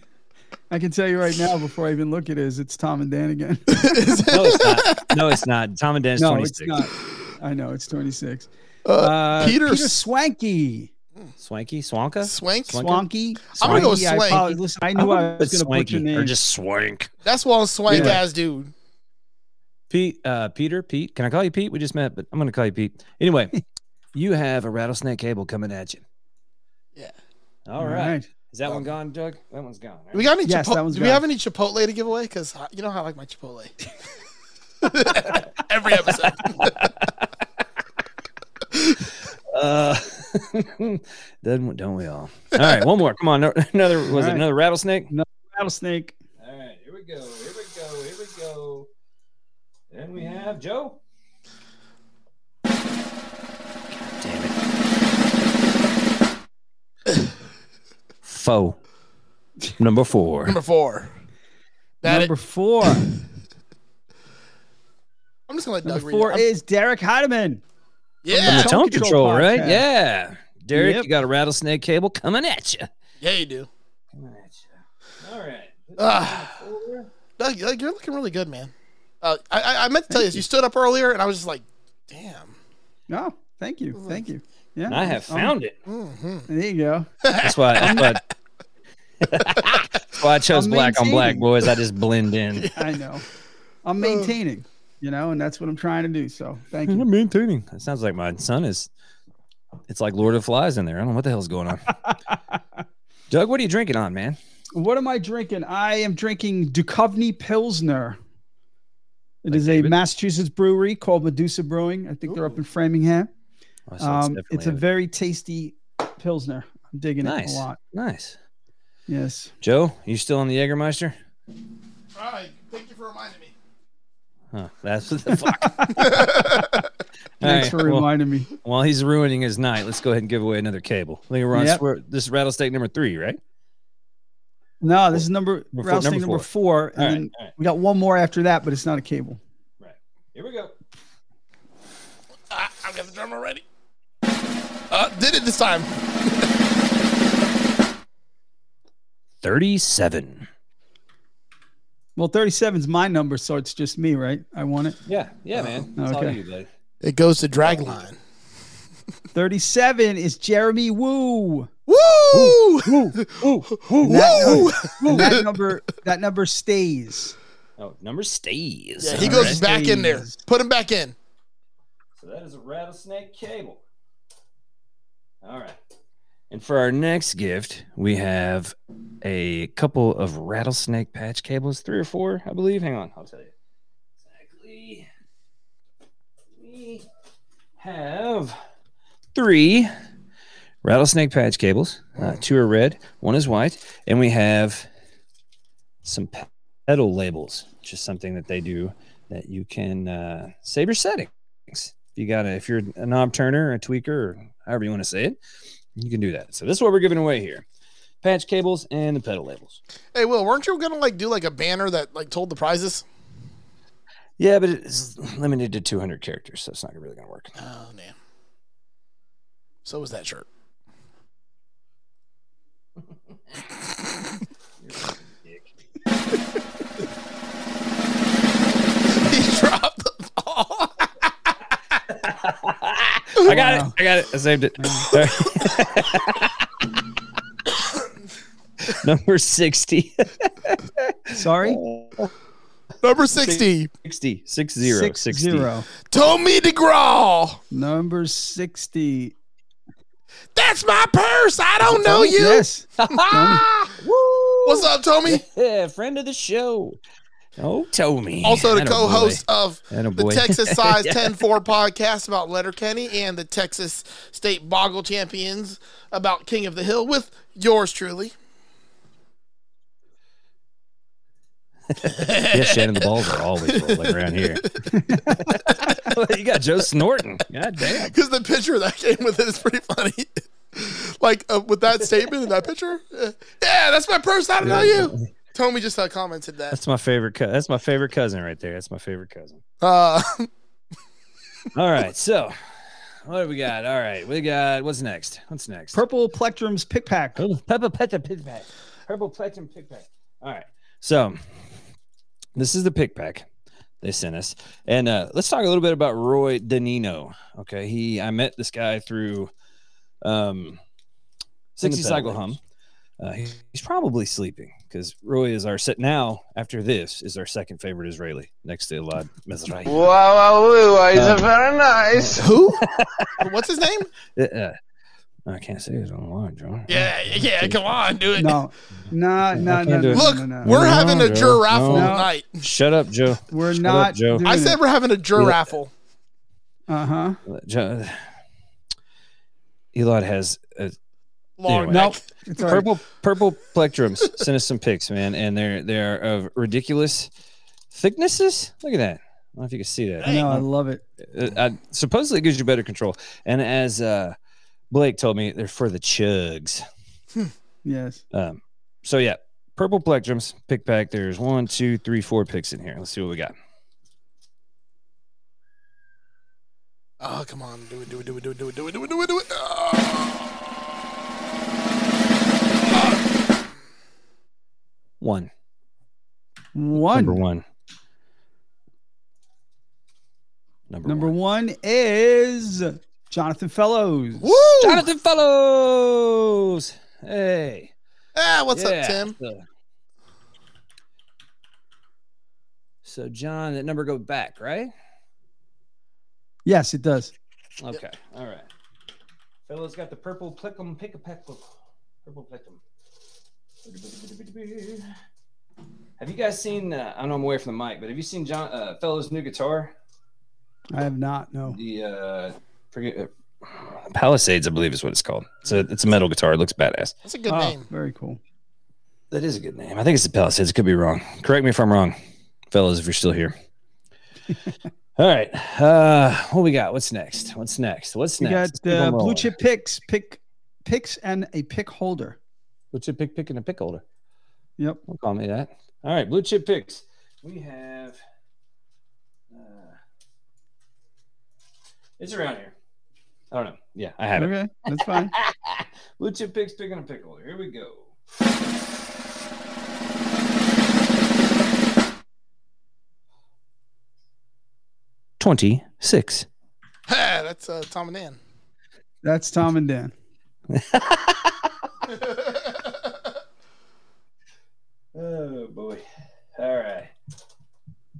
A: I can tell you right now before I even look it is it's Tom and Dan again.
B: No, it's not. No, it's not. Tom and Dan's
A: no, it's
B: twenty-six.
A: not. I know it's 26.
C: Uh,
A: Uh,
C: Peter
A: Peter,
C: S-
A: Swanky.
B: Swanky, Swanka.
C: Swank.
B: Swank?
A: Swanky.
C: I'm gonna go
A: Swanky, I
C: Swank.
A: apologize. Listen, I knew I,
B: But
A: was going to put your
B: Swanky, or
A: name.
B: just Swank.
C: That's one swank
A: Yeah.
C: ass dude.
B: Pete, uh, Peter, Pete. Can I call you Pete? We just met, but I'm going to call you Pete. Anyway, you have a rattlesnake cable coming at you.
C: Yeah.
B: All right. Is that one gone, Doug? That one's gone.
C: Do We got any
A: Yes, that
C: Chipotle?
A: one's
C: Do we
A: gone.
C: have any Chipotle to give away? Because you know how I like my Chipotle. Every episode.
B: Uh, doesn't don't we all? All right, one more. Come on, another was
A: All
B: it
A: right.
B: another rattlesnake?
A: Rattlesnake.
B: All right, here we go. Here we go. Here So then we have Joe. God damn it. Foe. Number four.
C: Number four. That
A: Number four.
C: I'm just gonna let Doug
A: Number
C: read.
A: four
C: it. I'm-
A: is Derek Heideman.
B: From the
C: yeah,
A: Tone
B: tone
A: Control
B: control, right?
A: podcast.
B: Yeah. Derek,
A: Yep.
B: you got a rattlesnake cable coming at you.
C: yeah, you do.
B: Coming at you. All right.
C: Ah. Doug, Doug, you're looking really good, man. Uh, I- I, I meant to tell you, this. you stood up earlier, and I was just like, "Damn."
A: No, thank you, thank you. Yeah,
B: I have
A: um,
B: found it.
C: hmm
A: There you go.
B: That's why. That's why, that's why I chose
A: I'm
B: black on black,
A: maintaining.
B: boys. I just blend in.
A: I know. I'm maintaining, you know, and that's what I'm trying to do. So thank you.
B: maintaining. That sounds like my son is. It's like Lord of the Flies in there. I don't know what the hell's going on. Doug, what are you drinking on, man?
A: What am I drinking? I am drinking Duchovny Pilsner. It
B: Like
A: is a
B: David?
A: Massachusetts brewery called Medusa Brewing. I think they're up in Framingham.
B: Oh, so
A: Um, it's
B: definitely
A: a very tasty Pilsner. I'm digging
B: Nice.
A: it a lot.
B: nice.
A: Yes.
B: Joe, you still on the Jägermeister?
C: All right, thank you for reminding me.
B: Huh, that's what the fuck. All
A: Thanks
B: right,
A: for
B: well-
A: reminding me.
B: While he's ruining his night, let's go ahead and give away another cable. I think we're on
A: Yep.
B: we're- this is rattlesnake number three, right?
A: No, this is number
B: Number four-
A: rousting
B: number
A: number four,
B: All
A: and
B: right,
A: then
B: all right.
A: we got one more after that, but it's not a cable.
B: Here we go.
C: Ah, I've got the drum already. Uh, did it this time.
B: 37.
A: Oh, Well, 37 is my number, so it's just me, right? I want it.
B: Yeah, yeah, man. That's all
A: okay.
B: you, buddy.
C: It goes to Dragline.
A: 37 is Jeremy Woo.
C: Woo!
A: And
C: Woo!
A: That, and that number that number stays.
B: Oh, number stays.
C: Yeah, he
B: All
C: goes
B: right.
C: back in there. Put him back in.
B: So that is a rattlesnake cable. All right. And for our next gift, we have a couple of rattlesnake patch cables, three or four, I believe. Hang on, I'll tell you. Exactly. We have three rattlesnake patch cables. Uh, two are red, one is white, and we have some pe- pedal labels, which is something that they do that you can uh, save your setting things. If you got a, if you're a knob turner, a tweaker, or however you want to say it, you can do that. So this is what we're giving away here: patch cables and the pedal labels.
C: Hey, Will, weren't you gonna like do like a banner that like told the prizes?
B: Yeah, but it's limited to 200 characters, so it's not really going to work.
C: Oh man. So was that shirt. he dropped the ball.
B: I got it. I got it. I saved it. Number 60.
A: Sorry?
C: Number sixty,
B: 60. Six zero.
A: Six
B: 60.
A: zero.
C: Tommy DeGraw.
A: Number 60.
C: That's my purse. I don't know
A: Oh,
C: you. Ah!
A: Yes.
C: What's up, Tommy?
B: Yeah, friend of the show. Oh, Tommy.
C: Also, the
B: Attaboy.
C: co-host of the
B: Attaboy.
C: Texas Size 10-4 podcast about Letterkenny and the Texas State Boggle Champions about King of the Hill with yours truly.
B: Yeah, Shannon, the balls are always rolling around here. you got Joe snorting. God damn.
C: Because the picture that came with it is pretty funny. like uh, with that statement and that picture. uh, yeah, that's my purse. I don't know you. Tommy just uh, commented that.
B: That's my favorite. Co- that's my favorite cousin right there. That's my favorite cousin.
C: Uh,
B: All right. So, what do we got? All right, we got what's next? What's next?
A: Purple Plectrum's pick pack.
B: Purple Purple Platinum Pick Pack. Purple Platinum Pick Pack. All right. So this is the pick pack they sent us. And uh, let's talk a little bit about Roy Danino. Okay. He I met this guy through um 60 Cycle Hum. Uh, he- he's probably sleeping because Roy is our set now. After this, is our second favorite Israeli next to Elad Mizrahi.
C: Who? What's his name?
B: Uh, uh, I can't say it online, John.
C: Yeah, yeah, come on, do it.
A: No. No, no,
B: I can't do
A: no, no,
B: it.
C: Look,
A: no, no, no.
C: we're
B: No,
C: having a
B: no,
C: juror raffle
B: no.
C: tonight.
B: Shut up, Joe.
A: We're
B: Shut up,
A: not.
B: Joe.
A: doing
C: I said we're having a juror
B: Yeah.
C: raffle.
A: Uh-huh.
B: Joe. Elon has uh, a
C: Long
B: Anyway.
C: neck.
A: It's all right.
B: purple purple plectrums. Sent us some pics, man, and they're they're of ridiculous thicknesses. Look at that. I don't know if you can see that.
A: I know. I love it.
B: Uh, uh, supposedly it gives you better control. And as uh, Blake told me, they're for the chugs.
A: Yes.
B: Um, so yeah, purple plectrums pick pack. There's one, two, three, four picks in here. Let's see what we got.
C: Oh, come on. Do it, do it, do it, do it, do it, do it, do it, do it, do it. Ah.
B: One.
A: One.
B: Number one. Number,
A: Number
B: one.
A: one is Jonathan Fellows.
C: Woo!
B: Jonathan Fellows. Hey.
C: Ah, what's
B: Yeah,
C: up, Tim?
B: So, so, John, that number go back, right?
A: Yes, it does.
B: Okay. All right. Fella's got the purple plickum pick a peck book. Purple plickum. Have you guys seen? Uh, I know I'm away from the mic, but have you seen John uh, Fella's new guitar?
A: I have not. No.
B: The uh, forget, uh, Palisades, I believe, is what it's called. It's a it's a metal guitar. It looks badass.
C: That's a good
A: Oh,
C: name.
A: Very cool.
B: That is a good name. I think it's the Palisades. Could be wrong. Correct me if I'm wrong, fellas, if you're still here. All right. Uh, what we got? What's next? What's next? What's
A: We got
B: next? Let's keep
A: uh,
B: on
A: blue
B: rolling.
A: chip picks, pick picks, and a pick holder.
B: Blue chip pick, pick, and a pick holder.
A: Yep.
B: Don't call me that. All right, blue chip picks. We have. Uh, it's around here. I don't know. Yeah, I have it.
A: Okay, that's fine.
B: blue chip picks, picking a pick holder. Here we go. Twenty-six.
C: Ah, that's uh, Tom and Dan.
A: That's Tom and Dan.
B: Oh boy. All right.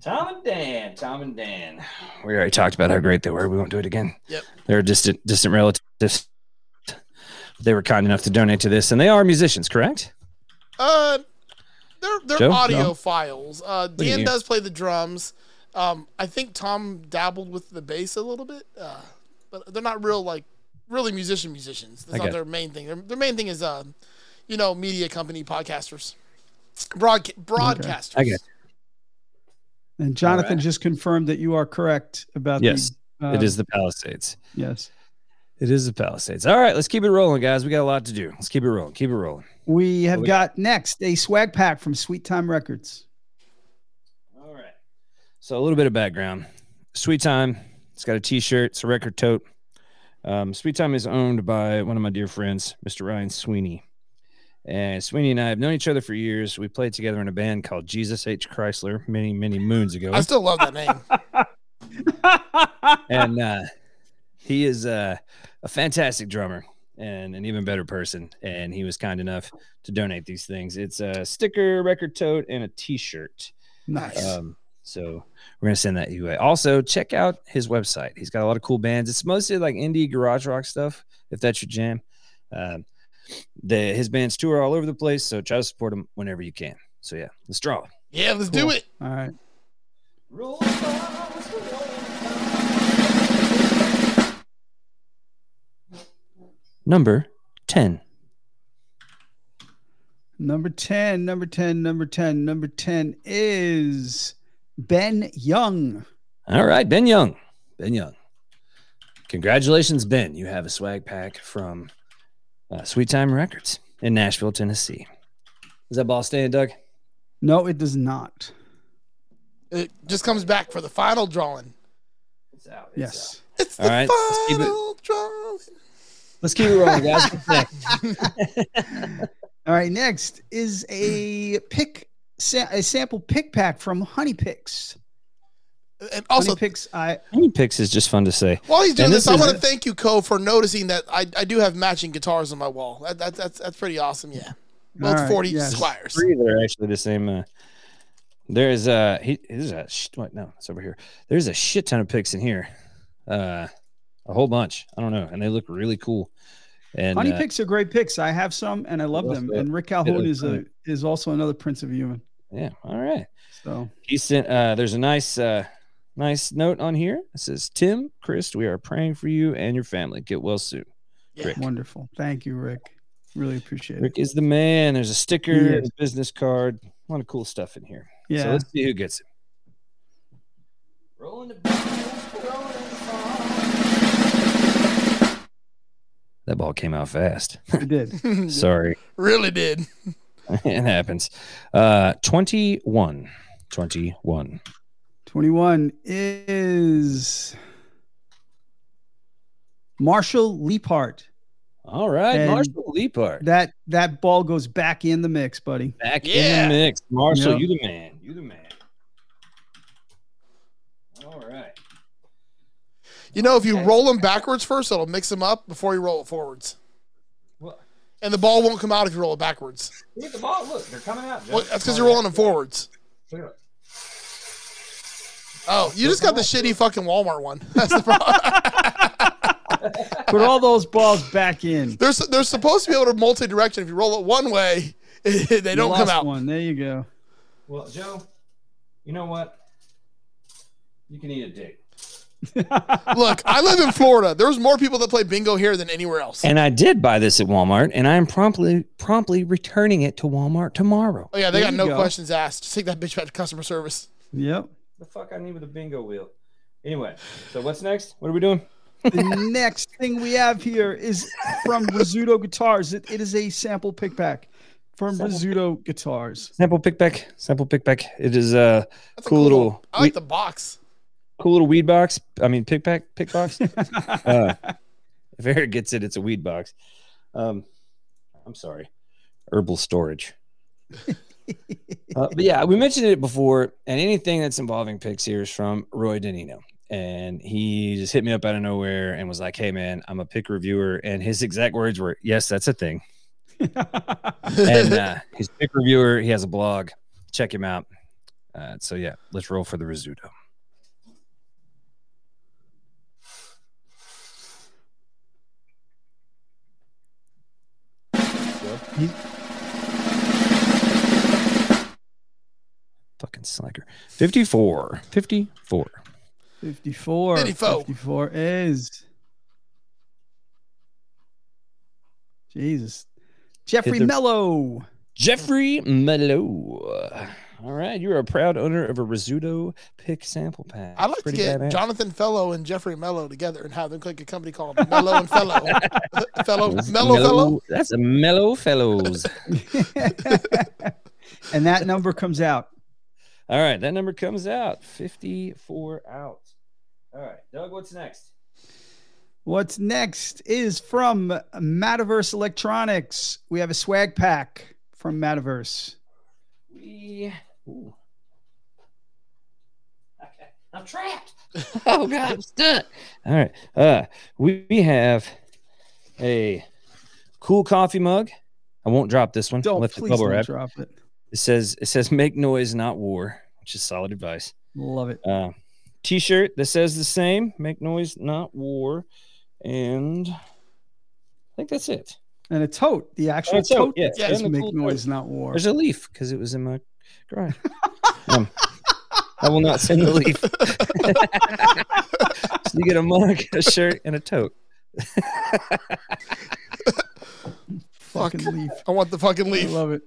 B: Tom and Dan. Tom and Dan. We already talked about how great they were. We won't do it again.
C: Yep.
B: They're distant distant relatives. They were kind enough to donate to this, and they are musicians, correct?
C: uh, they're they're
B: Joe?
C: audio
B: No.
C: files. Uh,
B: at
C: Dan
B: you.
C: does play the drums. Um, I think Tom dabbled with the bass a little bit, uh, but they're not real like really musician musicians. That's
B: I
C: not
B: get
C: their main thing. Their, their main thing is uh, you know, media company podcasters, broadca- broadcasters.
B: I get
A: And Jonathan
B: right.
A: just confirmed that you are correct about
B: Yes,
A: the, uh,
B: it is the Palisades.
A: Yes.
B: It is the Palisades. All right, let's keep it rolling, guys. We got a lot to do. Let's keep it rolling. Keep it rolling.
A: We have
B: we-
A: got next a swag pack from Sweet Time Records.
B: All right. So a little bit of background. Sweet Time. It's got a T-shirt. It's a record tote. Um, Sweet Time is owned by one of my dear friends, Mr. Ryan Sweeney. And Sweeney and I have known each other for years. We played together in a band called Jesus H. Chrysler many, many moons ago.
C: I still love that name.
B: and uh, he is uh, a fantastic drummer and an even better person. And he was kind enough to donate these things. It's a sticker, record tote, and a T-shirt.
A: Nice.
B: Um, so we're gonna send that you. Also, check out his website. He's got a lot of cool bands. It's mostly like indie garage rock stuff. If that's your jam, um, the his bands tour all over the place. So try to support him whenever you can. So yeah, let's draw.
C: Yeah, let's do
A: Cool.
C: it.
A: All right.
B: Number ten.
A: Number 10, number 10, number 10, number 10 is Ben Young.
B: All right, Ben Young. Ben Young. Congratulations, Ben. You have a swag pack from uh, Sweet Time Records in Nashville, Tennessee. Is that ball staying, Doug?
A: No, it does not.
C: It just comes back for the final drawing.
B: It's out.
A: Yes.
C: It's the
B: All right, let's keep it-
C: final drawing.
B: Let's keep it rolling, guys. What's next?
A: All right. Next is a pick, sa- a sample pick pack from Honey Picks.
C: And also,
A: Honey Picks, I,
B: Honey picks is just fun to say.
C: While he's doing
B: And
C: this,
B: this
C: I
B: is-
C: want to thank you, Co, for noticing that I, I do have matching guitars on my wall. That, that, that's that's pretty awesome. Yeah, both
A: All right,
C: forty
A: yes.
C: squires.
B: Three that are actually the same. Uh, there is uh, he there's a sh- what? No, it's over here. There's a shit ton of picks in here, uh, a whole bunch. I don't know, and they look really cool. And
A: Honey
B: uh,
A: Picks are great picks. I have some and I love
B: Love
A: them.
B: that.
A: And Rick Calhoun
B: Yeah,
A: is a, is also another Prince of Human.
B: yeah, all right.
A: So
B: He sent. Uh, there's a nice, uh, nice note on here. It says, "Tim, Chris, we are praying for you and your family. Get well soon."
C: Yeah.
A: wonderful. Thank you, Rick. Really appreciate it.
B: Rick is the man. There's a sticker,
A: He
B: and a business card, a lot of cool stuff in here. So
A: Yeah.
B: let's see who gets it. That ball came out fast.
A: It did.
B: Sorry.
C: really did.
B: it happens. Uh, 21. 21.
A: 21 is Marshall Leapart.
B: All right.
A: And-
B: Marshall Leapart.
A: That that ball goes back in the mix, buddy.
B: Back
C: Yeah.
B: in the mix. Marshall,
A: Yep.
B: you the man. You the man. All right.
C: You know, if you roll them backwards first, it'll mix them up before you roll it forwards. And the ball won't come out if you roll it backwards.
B: Look, the ball, Oh, look, they're coming out.
C: Well, that's because you're rolling them forwards. Oh, you just got the shitty fucking Walmart one. That's the problem.
A: Put all those balls back in.
C: They're, su- they're supposed to be able to multi direction. If you roll it one way, they
A: You
C: don't come
A: lost
C: out.
A: One. There you go.
B: Well, Joe, you know what? You can eat a dick.
C: Look, I live in Florida. There's more people that play bingo here than anywhere else.
B: And I did buy this at Walmart, and I am promptly promptly returning it to Walmart tomorrow.
C: Oh, yeah, they
A: There
C: got
A: you
C: no
A: go.
C: questions asked. Just take that bitch back to customer service.
A: Yep.
B: The fuck I need with a bingo wheel. Anyway, so what's next? What are we doing?
A: The next thing we have here is from Rizzuto Guitars. It, it is a sample pick pack from Rizzuto Guitars.
B: Sample pickback. Sample pickback. It is a
C: That's a
B: Cool little-
C: I like the box.
B: cool little weed box. I mean, pickback, pick box. uh, if Eric gets it, it's a weed box. Um, I'm sorry, herbal storage. Uh, but yeah, we mentioned it before, and anything that's involving picks here is from Roy Danino. And he just hit me up out of nowhere and was like, Hey, man, I'm a pick reviewer. And his exact words were, Yes, that's a thing. And uh, he's a pick reviewer. He has a blog. Check him out. Uh, so, yeah, let's roll for the Rizzuto. Fucking slacker. 54. 54.
A: 54.
C: 54.
A: 54 is. Jesus. Jeffrey
B: the-
A: Mello.
B: Jeffrey Malo. All right, you're a proud owner of a Rizzuto pick sample pack.
C: I'd like to
B: Pretty
C: get
B: badass.
C: Jonathan Fellow and Jeffrey Mello together and have them click a company called Mello and Fellow.
A: Oh,
C: fellow, Mello Fellow?
B: That's a mellow fellows.
A: and that number comes out.
B: All right, that number comes out 54 out. All right, Doug, what's next?
A: What's next is from Mataverse Electronics. We have a swag pack from Mataverse.
B: We. Ooh. Okay, I'm trapped. oh god, I'm stuck. All right, uh, we, we have a cool coffee mug. I won't drop this one. I
A: Don't
B: left it
A: please
B: bubble
A: don't
B: wrap.
A: drop it.
B: It says it says make noise, not war, which is solid advice.
A: Love it.
B: Uh, T-shirt that says the same, make noise, not war, and I think that's it.
A: And a tote. The
B: Oh,
A: actual
B: a tote,
A: tote.
B: yeah.
A: that
C: Yeah,
A: says
B: and a
A: make
B: cool tote.
A: noise, not war.
B: There's a leaf because it was in my garage. Um, I will not send the leaf. so you get a mug, a shirt, and a tote.
A: Fucking leaf.
C: I want the fucking
A: I
C: leaf.
A: love it.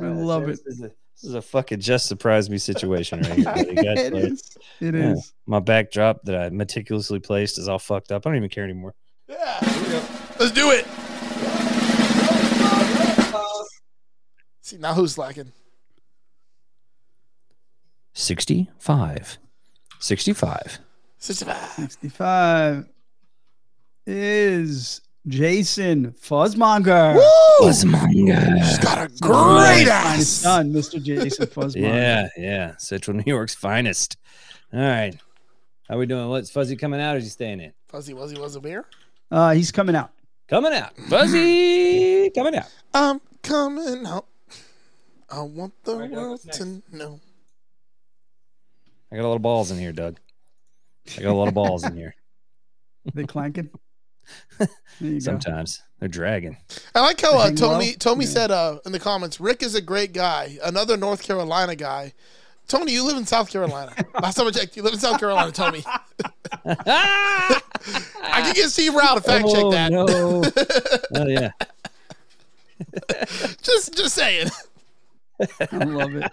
A: I love it.
B: This is a, this is a fucking just surprise me situation right here. buddy. God
A: it
B: damn it.
A: is. It
B: Yeah.
A: is.
B: My backdrop that I meticulously placed is all fucked up. I don't even care anymore.
C: Yeah. Let's do it. See, now who's lacking?
B: 65. 65.
C: 65.
A: 65 is Jason Fuzzmonger.
C: Woo!
A: Oh,
B: Was manga.
C: Got a great
A: Fine
C: ass.
A: son, Mr. Jason Fuzzmonger.
B: Yeah, yeah. Central New York's finest. All right. How we doing? What's Fuzzy coming out or is he staying in?
C: Fuzzy Wuzzy was a beer.
A: Uh, he's coming out.
B: Coming out. Fuzzy coming out.
C: I'm coming home. I want the
B: Alright, Doug,
C: world
B: what's
C: to know.
B: I got a lot of balls in here, Doug. I got a lot of balls in here.
A: They clanking. There you go.
B: Sometimes they're dragging.
C: I like how uh,
A: Hang low?
C: Tony Tony
A: Yeah.
C: said uh, in the comments, Rick is a great guy, another North Carolina guy. Tony, you live in South Carolina. Last time I checked, you live in South Carolina, Tony.
B: I
C: I can get Steve Rao to fact check that.
B: Oh, No. oh yeah.
C: Just just saying.
A: I love it.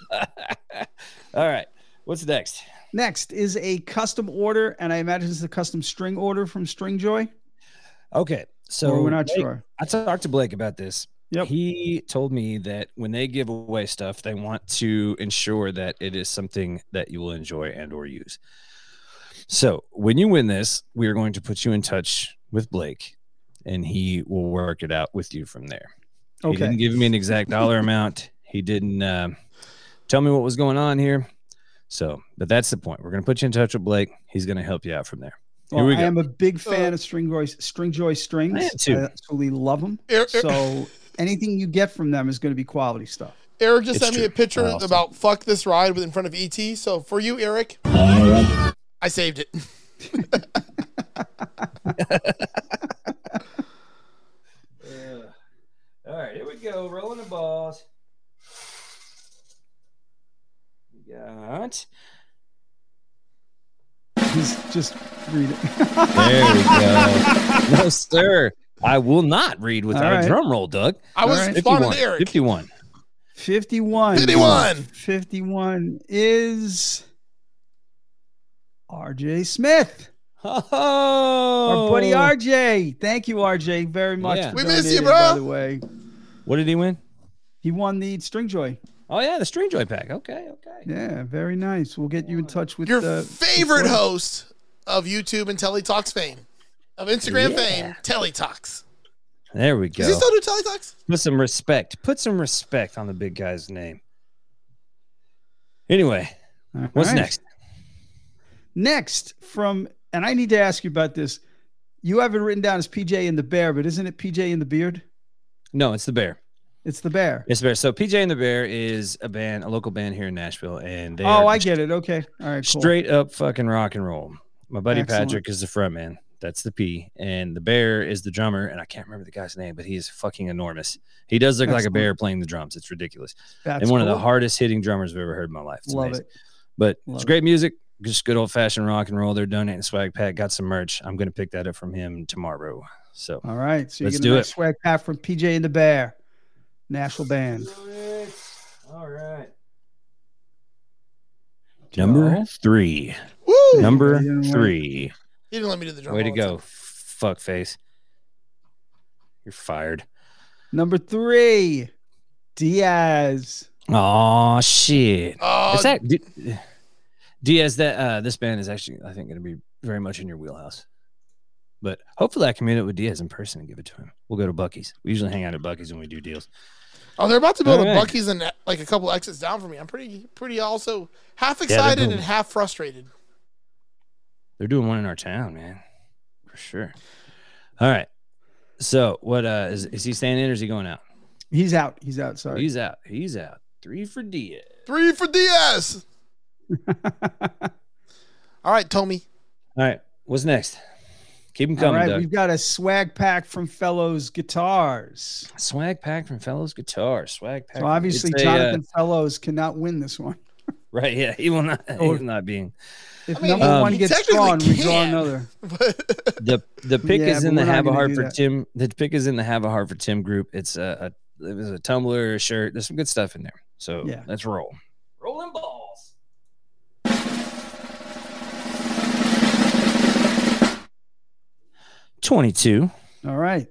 B: All right. What's next?
A: Next is a custom order, and I imagine it's a custom string order from Stringjoy.
B: Okay. So
A: or we're not
B: Blake-
A: sure.
B: I talked to Blake about this.
A: Yep.
B: He told me that when they give away stuff, they want to ensure that it is something that you will enjoy and or use. So when you win this, we are going to put you in touch with Blake and he will work it out with you from there. He
A: Okay.
B: didn't give me an exact dollar amount. He didn't uh, tell me what was going on here. So, but that's the point. We're going to put you in touch with Blake. He's going to help you out from there. Here
A: Well,
B: we
A: I
B: go.
A: am a big
C: Uh,
A: fan of Stringjoy Stringjoy strings.
B: I am too.
A: absolutely love them.
C: Er- er-
A: So anything you get from them is going to be quality stuff.
C: Eric just
B: It's
C: sent me
B: true.
C: a picture
B: Awesome.
C: about fuck this ride with in front of ET. So for you, Eric, I saved it.
B: all right, here we go. Rolling the balls. We got.
A: Just just read it.
B: There we go. no, sir. I will not read without
A: All right.
B: a drum roll, Doug.
C: I was
A: All right.
C: responding to Eric.
B: 51.
A: 51.
C: 51.
A: 51 is RJ Smith.
B: Oh,
A: Our buddy RJ. Thank you, RJ, very much.
B: Yeah.
A: for
C: We miss you,
A: donating,
C: bro.
A: By the way,
B: What did he win?
A: he won the Stringjoy.
B: Oh, yeah, the String Joy pack. Okay, okay.
A: Yeah, very nice. We'll get you in touch with
C: Your
B: uh,
A: the,
C: favorite
A: the-
C: host of YouTube and Teletalks fame, of Instagram
B: Yeah.
C: fame, Teletalks.
B: There we go.
C: Does he still do Teletalks?
B: Put some respect. Put some respect on the big guy's name. Anyway,
A: All
B: what's
A: right.
B: next?
A: Next from, and I need to ask you about this. You have it written down as PJ in the bear, but isn't it PJ in the beard?
B: No, it's the bear.
A: It's the bear.
B: It's the bear. So PJ and the Bear is a band, a local band here in Nashville, and they
A: Oh,
B: are
A: I get it. Okay. All right. Cool.
B: straight up fucking rock and roll. My buddy
A: Excellent.
B: Patrick is the front man. That's the P, and the bear is the drummer, and I can't remember the guy's name, but he is fucking enormous. He does look like a
A: Excellent.
B: bear playing the drums. It's ridiculous,
A: That's
B: and one of the
A: cool.
B: hardest hitting drummers I've ever heard in my life. It's
A: Love
B: amazing.
A: it.
B: But
A: Love
B: it's
A: it.
B: great music, just good old fashioned rock and roll. They're donating swag pack. Got some merch. I'm gonna pick that up from him tomorrow. So
A: All right. So you're
B: Let's
A: gonna
B: do
A: do
B: it.
A: swag pack from PJ in the bear, Nashville band.
B: All right. Number three.
C: Woo!
B: Number
A: Yeah, right.
B: three.
C: He didn't let me do the drum.
B: Way to go,
C: roll.
B: fuck face. You're fired.
A: Number three, Diaz.
B: Oh shit.
C: Oh,
B: Is that D- Diaz? That uh, this band is actually, I think, going to be very much in your wheelhouse. But hopefully, I can meet up with Diaz in person and give it to him. We'll go to Bucky's. We usually hang out at Bucky's when we do deals.
C: oh, they're about to build a
B: Alright.
C: Bucky's and like a couple exits down from me. I'm pretty, pretty also half
B: they're
C: excited
B: booming.
C: and half frustrated.
B: They're doing one in our town, man, for sure. All right. So, what uh, is is he staying in or is he going out?
A: He's out. He's out. Sorry.
B: He's out. He's out. Three for Diaz.
C: Three for Diaz. All right, Tommy.
B: All right. What's next? Keep him
A: All
B: coming,
A: right.
B: Doug.
A: We've got a swag pack from Fellows Guitars.
B: Swag pack from Fellows Guitar. Swag pack.
A: So
B: from-
A: obviously,
B: it's a, uh,
A: Jonathan Fellows cannot win this one.
B: right? Yeah, he will not. He
A: Or-
B: will not being
A: If
C: I mean,
A: number
B: Um,
A: one
C: he
A: gets
C: technically
A: drawn, we draw
C: can.
A: another.
C: But
B: the the pick
A: Yeah,
B: is
A: but
B: in the
A: we're not
B: Have a
A: gonna
B: Heart
A: do
B: for
A: that.
B: Tim. The pick is in the Have a Heart for Tim group. It's a, a it was a tumbler, a shirt. There's some good stuff in there. So
A: Yeah.
B: let's roll. Rolling balls. Twenty-two.
A: All right.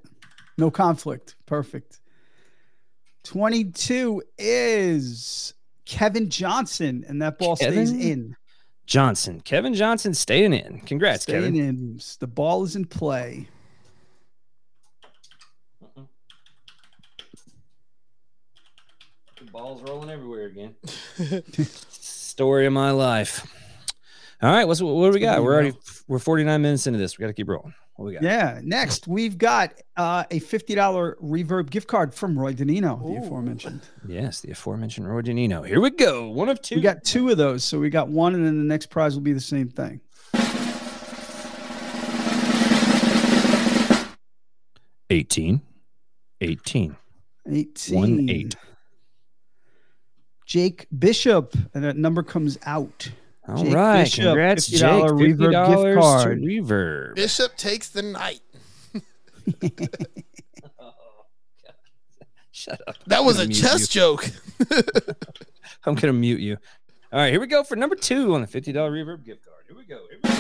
A: No conflict. Perfect. 22 is Kevin Johnson, and that ball stays
B: Kevin?
A: in.
B: Johnson, Kevin Johnson, staying in. Congrats,
A: Staying
B: Kevin.
A: in. The ball is in play.
B: The ball's rolling everywhere again. Story of my life. All right, what's what do we got? We're already we're 49 minutes into this. We got to keep rolling. What we got?
A: Yeah. Next, we've got uh, a $50 reverb gift card from Roy Danino,
C: Ooh.
A: the aforementioned.
B: Yes, the aforementioned Roy Danino. Here we go. One of two.
A: We got two of those. So we got one, and then the next prize will be the same thing.
B: eighteen, eighteen,
A: 18.
B: one eight.
A: Jake Bishop, and that number comes out.
B: All right.
A: Jake Bishop,
B: Congrats, Jake. $50
A: $50 Reverb gift
B: to
A: card.
B: Reverb.
C: Bishop takes the night.
B: Shut up.
C: That was a
B: Mute
C: chess
B: you.
C: joke.
B: I'm gonna mute you. All right, here we go for number two on the $50 reverb gift card. Here we go. Here we go.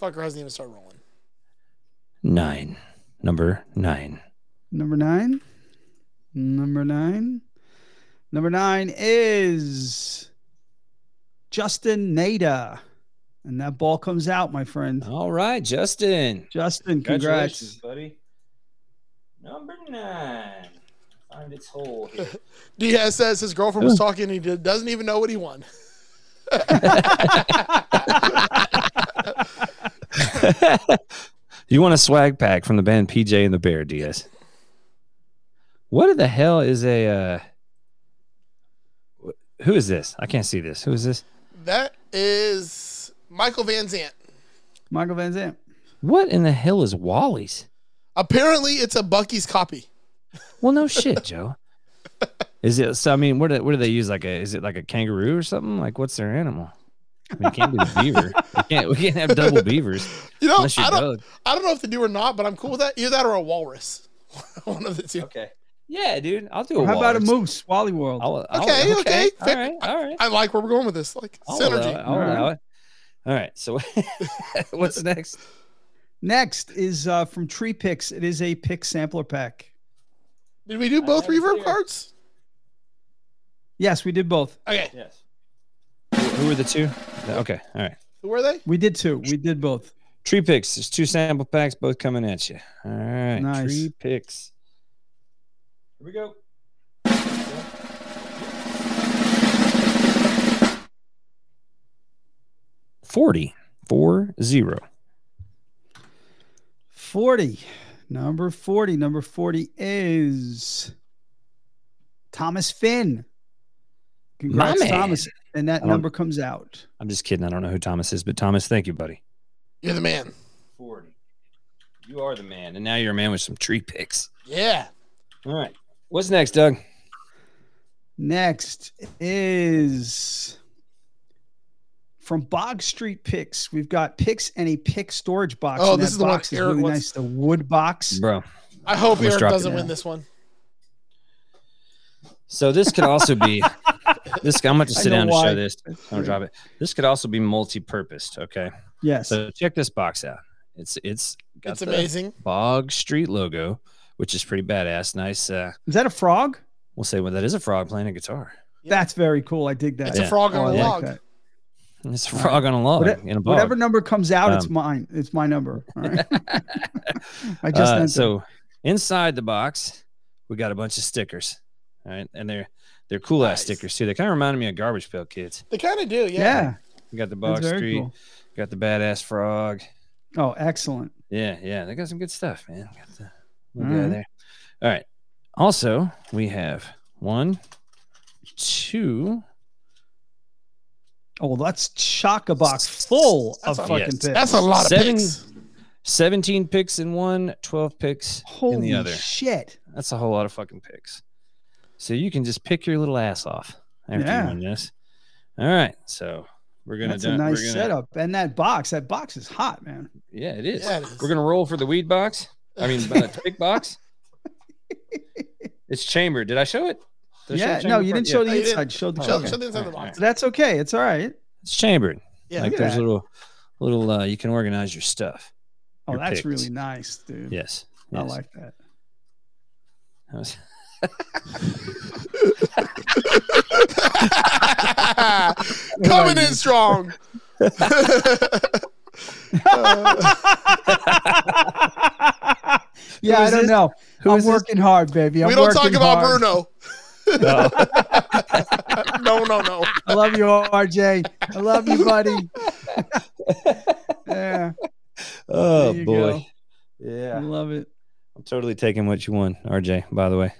C: Fucker hasn't even started rolling.
B: Nine. Number nine.
A: Number nine. Number nine. Number nine is Justin Nada. And that ball comes out, my friend.
B: All right, Justin.
A: Justin,
B: Congratulations,
A: congrats.
B: buddy. Number nine. Find its hole here.
C: Diaz says his girlfriend was talking and he did- doesn't even know what he won.
B: you want a swag pack from the band PJ and the Bear, DS? What the hell is a? Uh, wh- who is this? I can't see this. Who is this?
C: That is Michael Van Zant.
A: Michael Van Zandt.
B: What in the hell is Wally's?
C: Apparently, it's a Bucky's copy.
B: Well, no shit, Joe. Is it? So I mean, what do, what do they use? Like a? Is it like a kangaroo or something? Like what's their animal? I mean, it can't be a beaver. We can't. We can't have double beavers
C: You know,
B: unless you're
C: I don't,
B: Doug.
C: I don't know if they do or not, but I'm cool with that. Either that or a walrus. One of the two.
B: Okay. Yeah, dude. I'll do a.
A: How about a
B: walrus.
A: moose? Wally World.
B: I'll- I'll-
C: Okay, okay.
B: All right. All right.
C: I like where we're going with this. Like
B: I'll
C: synergy.
B: allow it, I'll
A: All right.
B: allow it. All right. So what's next?
A: Next is uh, from Tree Picks. It is a pick sampler pack.
C: Did we do
B: I
C: both
B: have it
C: reverb
B: here.
C: cards?
A: Yes, we did both.
C: Okay.
B: Yes. Who are the two? Okay. All right.
C: Who are they?
A: We did two. We did both.
B: Tree picks. There's two sample packs both coming at you. All right.
A: Nice.
B: Tree picks. Here we go. Forty. Four zero.
A: 40. Number 40. Number 40 is Thomas Finn. Congrats,
B: man.
A: Thomas. And that
B: I don't-
A: number comes out.
B: I'm just kidding. I don't know who Thomas is, but Thomas, thank you, buddy.
C: You're the man.
B: Forty. You are the man, and now you're a man with some tree picks.
C: Yeah.
B: All right. What's next, Doug?
A: Next is from Bog Street Picks. We've got picks and a pick storage box.
C: Oh,
A: and
C: this
A: that
C: is the one
A: box is
C: Eric
A: really
C: wants.
A: nice. The wood box.
B: Bro.
C: I hope
B: Almost
C: Eric
B: dropped it
C: doesn't win
A: now.
C: this one.
B: So this could also be this. I'm going to
A: I
B: sit
A: know
B: down and
A: why.
B: show this. I'm going to drop it. This could also be multi-purposed. Okay,
A: Yes.
C: Uh,
B: so check this box out. It's it's got
C: It's
B: the
C: amazing.
B: Bog Street logo, which is pretty badass. Nice. Uh,
A: Is that a frog?
B: we'll say well, that is a frog playing a guitar.
C: Yeah.
A: That's very cool. I dig that.
C: It's
B: Yeah.
C: a frog
A: Oh, I
C: on a
A: like
C: log.
A: that.
B: And It's a
A: All
B: frog on a log
A: Whate-
B: in a bog.
A: Whatever number comes out, it's
B: Um,
A: mine. It's my number. All right. I just
B: Uh,
A: entered.
B: so inside the box, we got a bunch of stickers. All right, and they're they're cool ass
C: Nice.
B: stickers too. They kind of reminded me of Garbage Pail Kids.
C: They kind of do. Yeah.
A: yeah,
B: We got the Bog
A: that's very
B: Street.
A: cool.
B: Got the badass frog.
A: Oh, excellent.
B: Yeah, yeah, they got some good stuff, man. Got the
A: All
B: little guy
A: right.
B: there. All right. Also, we have one, two.
A: Oh, that's chock a box full
C: That's
A: of
C: a-
A: fucking
B: yes.
A: picks.
C: That's a lot of
B: Seven-
C: picks.
B: 17 picks in one, 12 picks in
A: Holy
B: the other.
A: shit.
B: That's a whole lot of fucking picks. So you can just pick your little ass off after
A: Yeah.
B: you win this. All right. So we're gonna
A: That's
B: done-
A: a nice
B: we're gonna-
A: setup. And that box, that box is hot, man.
B: Yeah, it is.
C: Yeah, it is.
B: We're gonna roll for the weed box. I mean uh, tick box. It's chamber. Did I show it? Did I show
A: yeah.
B: chamber
A: No, you
B: part?
A: didn't
B: Yeah.
A: show
C: Oh,
A: the
C: you didn't.
A: inside. Show the
C: Show-
A: box.
C: show the inside of the
B: All right,
C: box.
A: So that's okay. It's all right.
B: It's chambered.
C: Yeah.
B: like
A: look at
B: there's
A: that.
B: a little, little. Uh, you can organize your stuff.
A: Oh,
B: Your
A: that's
B: picks.
A: really nice, dude.
B: Yes.
A: I
B: yes.
A: like that.
B: That was-
C: Coming in strong.
A: yeah,
B: Who
A: I
B: is
A: don't
B: this?
A: know.
B: Who
A: I'm
B: is this?
A: working hard, baby. I'm
C: we don't talk
A: working
C: about
A: hard.
C: Bruno.
B: Oh,
C: No, no, no.
A: I love you, RJ. I love you, buddy. yeah,
B: oh,
A: you
B: boy.
A: go. I
B: Yeah.
A: love it.
B: I'm totally taking what you won, RJ. By the way.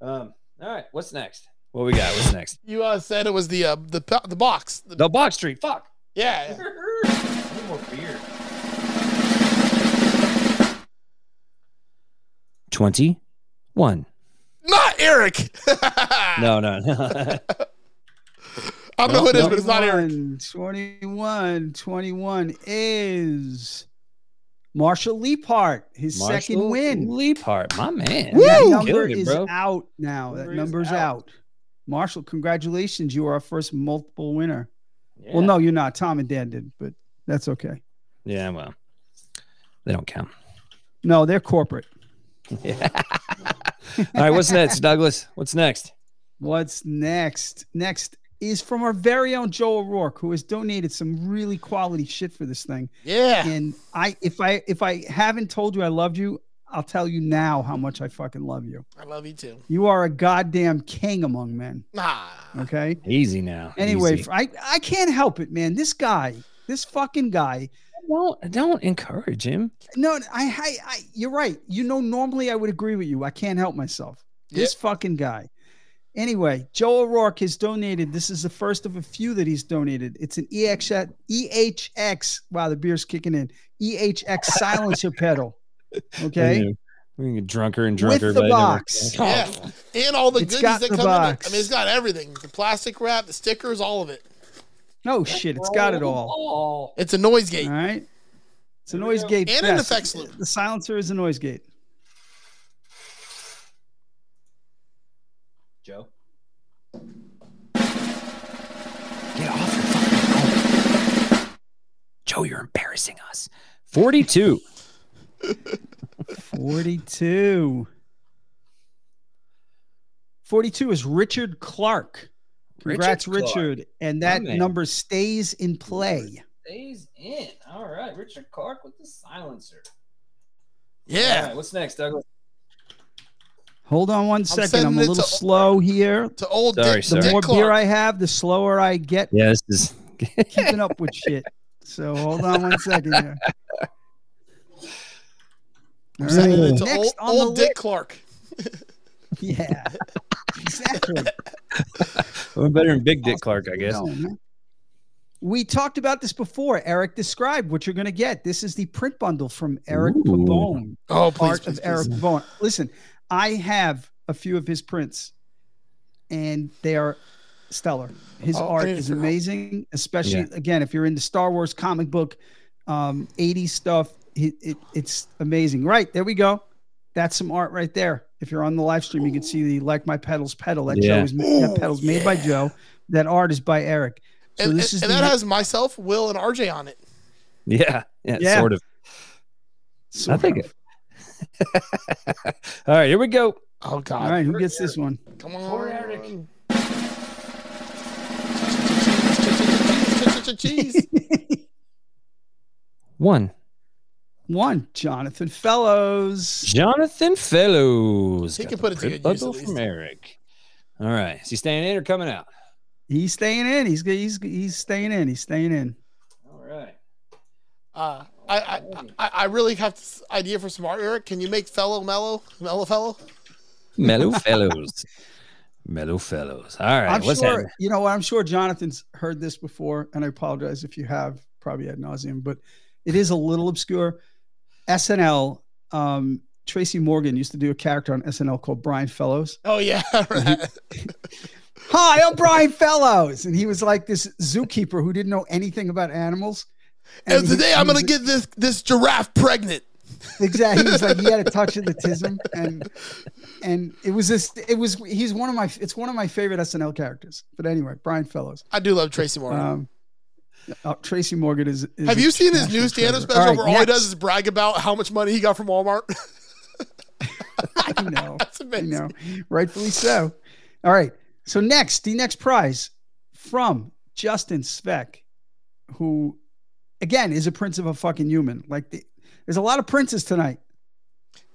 B: Um. All right. What's next? What we got? What's next?
C: You uh, said it was the uh, the po- the box. The-
B: the box tree. Fuck.
C: yeah. yeah.
B: I need more beer. Twenty one.
C: Not Eric.
A: Ah.
B: No, no, no.
C: I don't know who it is, but it's not Eric.
A: 21, 21, 21 is Marshall Leapart, his second
B: Marshall
A: win.
B: Leaphart, my man.
A: And That
B: You're
A: number
B: killing it,
A: is
B: bro.
A: out now.
E: Number
A: that
E: is
A: number's out.
E: out.
A: Marshall, congratulations. You are our first multiple winner.
B: Yeah.
A: Well, no, you're not. Tom and Dan did, but that's okay.
B: Yeah, well, they don't count.
A: No, they're corporate.
B: Yeah. All right, what's next, Douglas? What's next?
A: What's next? Next is from our very own Joe O'Rourke, who has donated some really quality shit for this thing.
C: Yeah.
A: And I if I if I haven't told you I loved you, I'll tell you now how much I fucking love you.
C: I love you too.
A: You are a goddamn king among men.
C: Nah.
A: Okay.
B: Easy now.
A: Anyway,
B: Easy.
A: fr- I, I can't help it, man. This guy, this fucking guy.
B: don't don't encourage him.
A: No, I, I, I you're right. You know, normally I would agree with you. I can't help myself. This fucking guy. Anyway, Joe O'Rourke has donated. This is the first of a few that he's donated. It's an E EXX, EHX. Wow, the beer's kicking in. EHX silencer pedal. Okay.
B: Being a drunker and
A: With
B: drunker. Oh,
A: the
B: everybody never-
A: box.
C: Yeah. And all the
A: It's
C: goodies
A: got
C: that
A: the
C: come in. it.
A: box.
C: I mean, it's got everything the plastic wrap, the stickers, all of it.
A: No shit. It's got it all.
C: Oh, It's a noise gate.
A: All right. It's a noise gate.
C: And an
A: fest.
C: effects loop.
A: The silencer is a noise gate.
B: Joe. Get off your fucking phone. Joe, you're embarrassing us. 42.
A: 42. 42 is Richard Clark. Congrats,
B: Richard
A: Richard.
B: Clark.
A: And that
B: man.
A: number stays in play.
B: Stays in. All right. Richard Clark with the silencer. All
C: Yeah.
B: right, what's next, Douglas?
A: Hold on one second. I'm
C: sending
A: a
C: it
A: little
C: to-
A: slow here.
C: To old
B: Sorry,
C: Dick,
B: sorry.
A: The
C: Dick
A: more
C: Clark.
A: beer I have, the slower I get
B: Yeah, this is
A: keeping up with shit. So hold on one second here. All
C: Sending
A: right,
C: it to
A: next
C: old,
A: on the
C: old Dick
A: list-
C: Clark.
A: Yeah, exactly.
B: we're better than Big Dick Clark, I guess.
A: No, no. We talked about this before. Eric described what you're going to get. This is the print bundle from Eric
B: Ooh.
A: Pabone,
C: Oh, please,
A: part
C: please,
A: of
C: please.
A: Eric Pabone. Listen, I have a few of his prints, and they are stellar. His
C: Oh, I
A: art
C: need to
A: is
C: figure out-
A: amazing, especially again if you're into Star Wars comic book, um, 80s stuff. It, it, it's amazing. Right there we go. That's some art right there. If you're on the live stream, you can see the like my pedals pedal that
B: Yeah.
A: Joe is that
C: Ooh,
A: pedals made by
C: yeah.
A: Joe. That art is by Eric. So
C: and
A: this
C: and-
A: is
C: and
A: the-
C: that has myself, Will, and RJ on it.
B: Yeah, yeah,
A: Yeah.
B: sort of.
A: sort
B: I think
A: of.
B: it- All right, here we go.
C: Oh, God.
A: All right, who gets this one?
C: Come
F: For
C: on.
F: Eric.
C: Cheese.
B: One,
A: One, Jonathan Fellows.
B: Jonathan Fellows.
C: He
B: got
C: can
B: the
C: put it to
B: print
C: good use, at
B: bundle
C: least.
B: from Eric. All right, is he staying in or coming out?
A: He's staying in. He's he's he's staying in. He's staying in.
B: All right.
C: Uh, I, I, I, I really have this idea for some art, Eric. Can you make fellow mellow, mellow fellow?
B: Mellow Fellows. Mellow Fellows. All right,
A: I'm
B: what's
A: sure
B: happening?
A: you know. what, I'm sure Jonathan's heard this before, and I apologize if you have. Probably ad nauseum, but it is a little obscure. SNL. Um, Tracy Morgan used to do a character on SNL called Brian Fellows.
C: Oh yeah, right.
A: Hi, I'm Brian Fellows, and he was like this zookeeper who didn't know anything about animals.
C: and
A: he-
C: today I'm
A: he
C: gonna
A: was-
C: get this this giraffe pregnant.
A: Exactly. He was like he had a touch of the tism, and and it was this. It was he's one of my. It's one of my favorite SNL characters. But anyway, Brian Fellows.
C: I do love Tracy Morgan.
A: Um, uh, Tracy Morgan is. is
C: have
A: a
C: you seen his
A: national
C: new stand-up
A: treasure.
C: special
A: All right,
C: where all he
A: next.
C: does is brag about how much money he got from Walmart?
A: I know.
C: That's
A: I
C: amazing.
A: know. Rightfully so. All right. So next, the next prize from Justin Speck, who again is a prince of a fucking human. Like the, there's a lot of princes tonight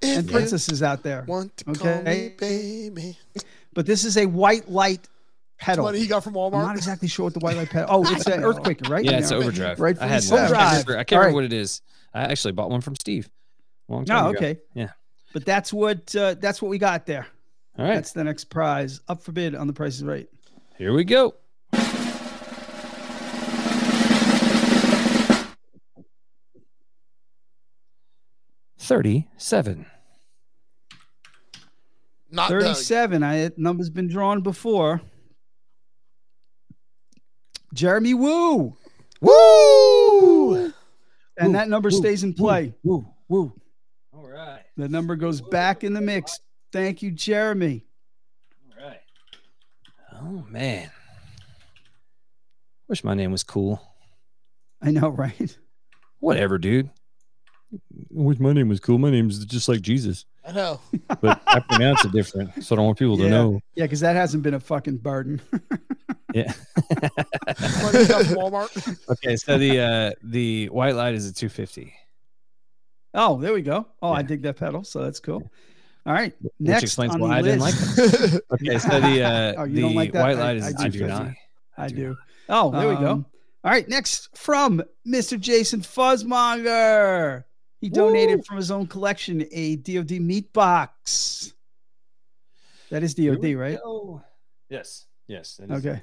C: If
A: and
C: you
A: princesses out there.
C: want to call me
A: Okay.
C: baby,
A: But this is a white light
C: how much
A: pedal.
C: money he got from
A: I'm not
C: Walmart?
A: exactly sure what the white light pedal. Oh, it's an earthquake, right?
B: Yeah, it's
A: No.
B: Overdrive.
A: Right
B: I
A: from
B: had
A: the
B: one. I can't
A: Overdrive.
B: remember, I can't
A: All
B: remember what
A: right.
B: it is. I actually bought one from Steve. a Long time
A: No,
B: ago.
A: okay.
B: Yeah.
A: But that's what uh, that's what we got there.
B: All right,
A: That's the next prize up for bid on the Price is Right.
B: here we go. Thirty-seven. Uh,
C: Not Doug.
A: Thirty-seven. I that number's been drawn before. Jeremy Woo.
B: Woo!
A: and that number stays in play.
B: Woo, woo. All right.
A: The number goes back in the mix. Thank you, Jeremy.
B: All right. Oh, man. Wish my name was cool.
A: I know, right?
B: Whatever, dude. Wish my name was cool. My name's just like Jesus,
C: I know.
B: but I pronounce it different. So I don't want people
A: Yeah.
B: to know.
A: Yeah, because that hasn't been a fucking burden.
B: Yeah.
C: Money comes from Walmart.
B: okay. So the uh, the white light is at 250.
A: oh, there we go. Oh, I
B: Yeah.
A: dig that pedal, so that's cool. All right.
B: Which
A: Next
B: explains
A: on the
B: why I didn't like
A: list-
B: it. Okay. So the uh,
A: Oh, you
B: the
A: don't like that?
B: white
A: I-
B: light is
A: I
B: at
A: do
B: 259.
A: I
B: do.
A: do. Oh, there we go.
B: Um,
A: All right, next from Mr. Jason Fuzzmonger. He donated
B: Woo!
A: from his own collection a DoD meat box. That is DoD, right?
B: Oh. Yes. Yes. that is-
A: Okay.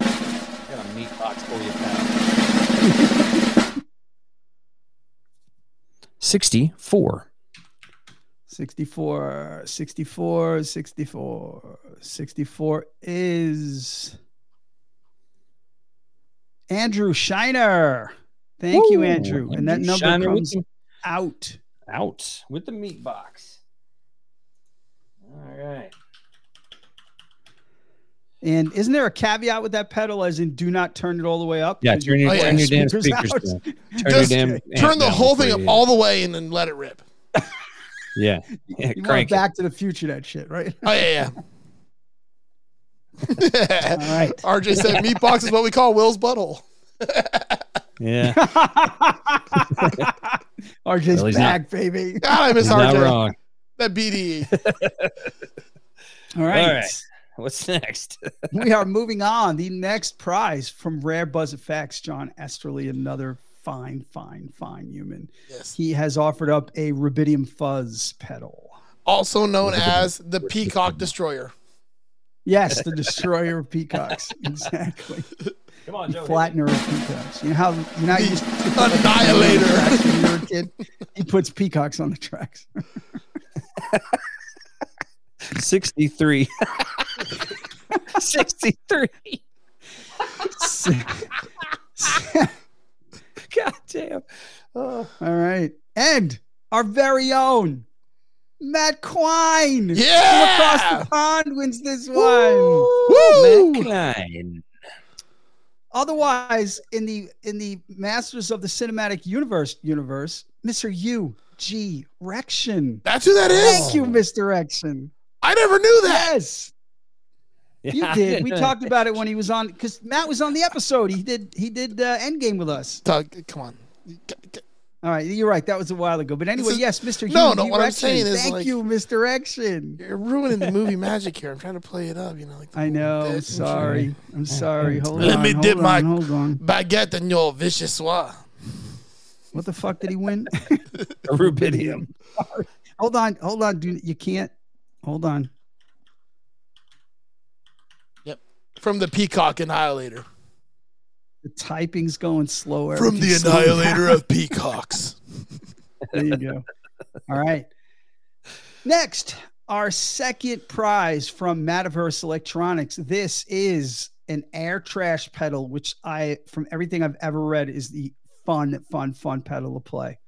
B: Got a meat box for you, pal. 64.
A: 64, 64, 64. 64 is Andrew Shiner. Thank you, Andrew. And that number
B: Shiner with
A: comes
B: the-
A: out.
B: out with the meat box. All right.
A: And isn't there a caveat with that pedal, as in do not turn it all the way up?
B: Yeah,
A: 'Cause
B: turn your,
C: Oh, yeah,
B: turn your damn
A: speakers
B: speakers
A: out.
B: down. Turn your
C: Just
B: damn amp
C: Turn the
B: down
C: whole thing
B: before
C: up
B: you-
C: all the way and then let it rip.
B: Yeah. yeah
A: You want
B: crank. it.
A: Back to the Future that shit, right?
C: Oh yeah, yeah.
A: All right.
C: RJ said meat box is what we call Will's butthole.
B: Yeah.
A: RJ's
B: Well, he's
A: back, baby.
C: God, I miss
B: He's not
C: RJ.
B: wrong.
C: That E. BDE.
A: All right.
B: All right. What's next?
A: we are moving on. The next prize from Rare Buzz Effects, John Esterly, another fine, fine, fine human.
C: Yes.
A: He has offered up a rubidium fuzz pedal.
C: Also known as the Peacock Destroyer.
A: Yes, the destroyer of peacocks. Exactly.
B: Come on,
A: The flattener of peacocks. You know how you're not used to
C: Annihilator.
A: tracks when you were a kid? He puts peacocks on the tracks.
B: 63. 63. God damn. Oh.
A: All right. And our very own Matt Quine from across
C: Yeah.
A: the pond wins this one.
B: Woo! Matt Klein.
A: Otherwise, in the in the Masters of the Cinematic Universe universe, Mr. U G Rection.
C: That's who that is.
A: Thank you, Mr. Rection.
C: I never knew Oh. that.
A: Yes.
B: Yeah, I
A: You did. We
B: know.
A: talked about it when he was on because Matt was on the episode. He did he did uh, Endgame with us.
C: Doug, come on. G- g-
A: All right, you're right. That was a while ago. But anyway,
C: is-
A: yes, Mr.
C: No,
A: Hugh
C: no, what I'm
A: Direction.
C: saying is,
A: thank
C: like-
A: you, Mr. Action.
C: You're ruining the movie magic here. I'm trying to play it up, you know. Like the
A: I
C: whole
A: know.
C: bit
A: I'm
C: and shit.
A: sorry. I'm sorry. Hold
C: Let
A: on.
C: me
A: hold
C: dip
A: on,
C: my-
A: Hold on.
C: Baguette and your vicious wa.
A: What the fuck did he win?
B: Rubidium.
A: hold on. Hold on. Dude, you can't. Hold on.
C: From the Peacock Annihilator.
A: The typing's going slower.
C: From
A: If
C: the
A: you slow down-
C: Annihilator of Peacocks.
A: There you go. All right. Next, our second prize from Mataverse Electronics. This is an air trash pedal, which I, from everything I've ever read, is the fun, fun, fun pedal to play.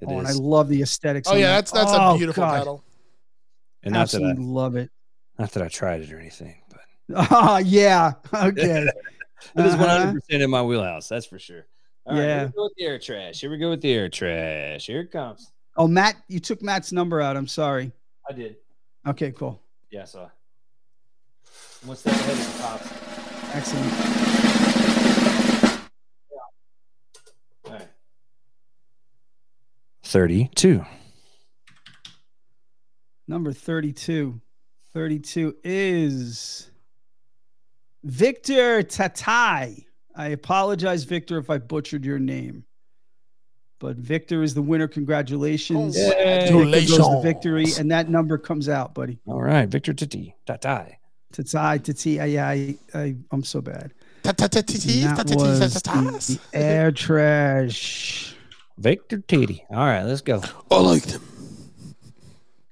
B: It
A: oh, and I
B: is.
A: love the aesthetics.
C: Oh
A: on
C: yeah,
A: that.
C: that's that's
A: Oh,
C: a beautiful
A: God.
C: battle.
B: And not that, I,
A: Absolutely love it.
B: not that I tried it or anything, but
A: Oh, yeah. Okay.
B: It is one
A: Uh-huh.
B: hundred percent in my wheelhouse. That's for sure. All right,
A: Yeah.
B: here we go with the air trash. Here we go with the air trash. Here it comes.
A: Oh, Matt, you took Matt's number out. I'm sorry.
B: I did.
A: Okay, cool.
B: Yeah, I saw. One step ahead of the cops.
A: Excellent.
B: All right. Thirty-two.
A: Number 32. 32 is Victor Tatai. I apologize, Victor, if I butchered your name. But Victor is the winner. Congratulations.
C: Oh,
A: Victor goes the
C: Congratulations.
A: victory, and that number comes out, buddy.
B: All right, Victor Titi. Tatai.
A: Tatai, Tati, I, I, I, I'm so bad.
C: Ta-ta-ta-ti-ti,
A: And that was
C: ta-ta-ti-ta-ta-tas.
A: the air trash.
B: Victor Titi. All right, let's go.
C: I like them.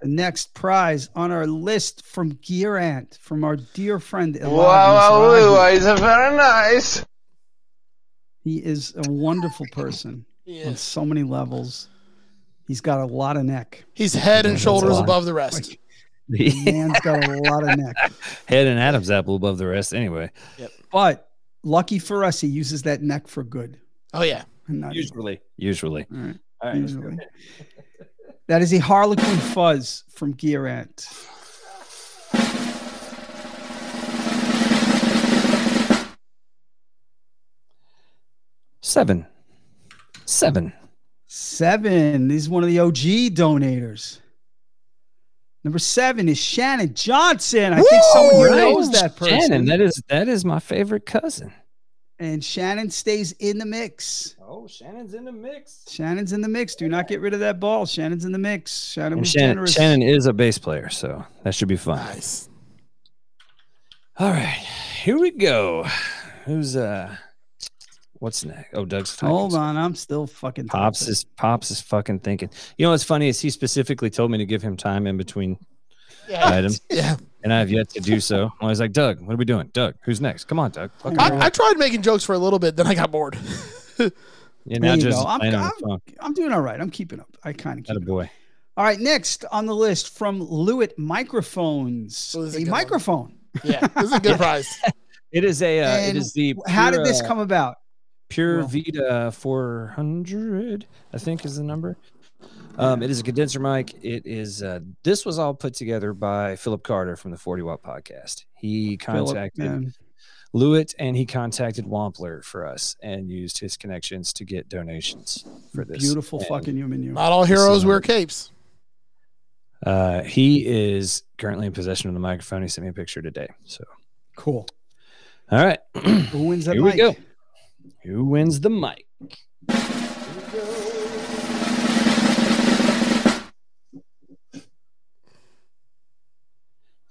A: The next prize on our list from Gear Ant, from our dear friend Elad Mizrahi.
G: wow, wow, wow, it's very nice.
A: He is a wonderful person. on
C: Yeah.
A: so many levels. He's got a lot of neck.
C: He's head and
B: That's
C: shoulders
B: a lot.
C: above the rest.
A: The man's got a lot of neck.
B: Head and Adam's apple above the rest, anyway.
A: But lucky for us, he uses that neck for good.
C: Oh yeah.
A: And not evil.
B: Usually, usually.
A: All right.
B: All
A: Usually. That is a Harlequin fuzz from Gear Ant.
B: Seven, seven.
A: Seven. This is one of the OG donators. Number seven is Shannon Johnson. I think someone here knows that person.
B: Shannon, that is that is my favorite cousin.
A: and Shannon stays in the mix.
B: Oh, Shannon's in the mix.
A: Shannon's in the mix. Do not get rid of that ball. Shannon's in the mix. Shannon
B: And
A: was
B: Shannon,
A: generous.
B: Shannon is a bass player, so that should be fun.
C: Nice.
B: All right, here we go. Who's uh, what's next? Oh, Doug's. typing
A: Hold on, I'm still fucking
B: Pops
A: typing.
B: is pops is fucking thinking. You know what's funny is he specifically told me to give him time in between
C: Yeah.
B: items,
C: Yeah.
B: and I have yet to do so. I was like, Doug, what are we doing? Doug, who's next? Come on, Doug. Fucking-
C: I, I tried making jokes for a little bit, then I got bored.
B: Yeah,
A: There
B: now
A: you
B: just
A: go. I'm-
B: playing on the
A: I'm-
B: phone.
A: I'm doing all right. I'm keeping up. I kind of keep
B: Atta
A: up.
B: boy.
A: All right, next on the list from Lewitt Microphones.
C: Oh, this is a
A: a
C: good one.
A: microphone.
C: yeah. This is a good prize.
B: It is a. Uh, it
A: And
B: is the.
A: How did
B: pure,
A: this
B: uh,
A: come about?
B: Pure
A: Well-
B: Vita 400, I think is the number. Um, it is a condenser mic. It is. Uh, this was all put together by Philip Carter from the 40 Watt Podcast. He
A: Philip,
B: contacted
A: man?
B: Lewitt and he contacted Wampler for us and used his connections to get donations for this.
A: Beautiful
B: And,
A: fucking human you.
C: Not all heroes wear capes.
B: Uh, he is currently in possession of the microphone. He sent me a picture today. So,
A: Cool.
B: all right.
A: Who wins that
B: Here we
A: mic?
B: go. Who wins the mic?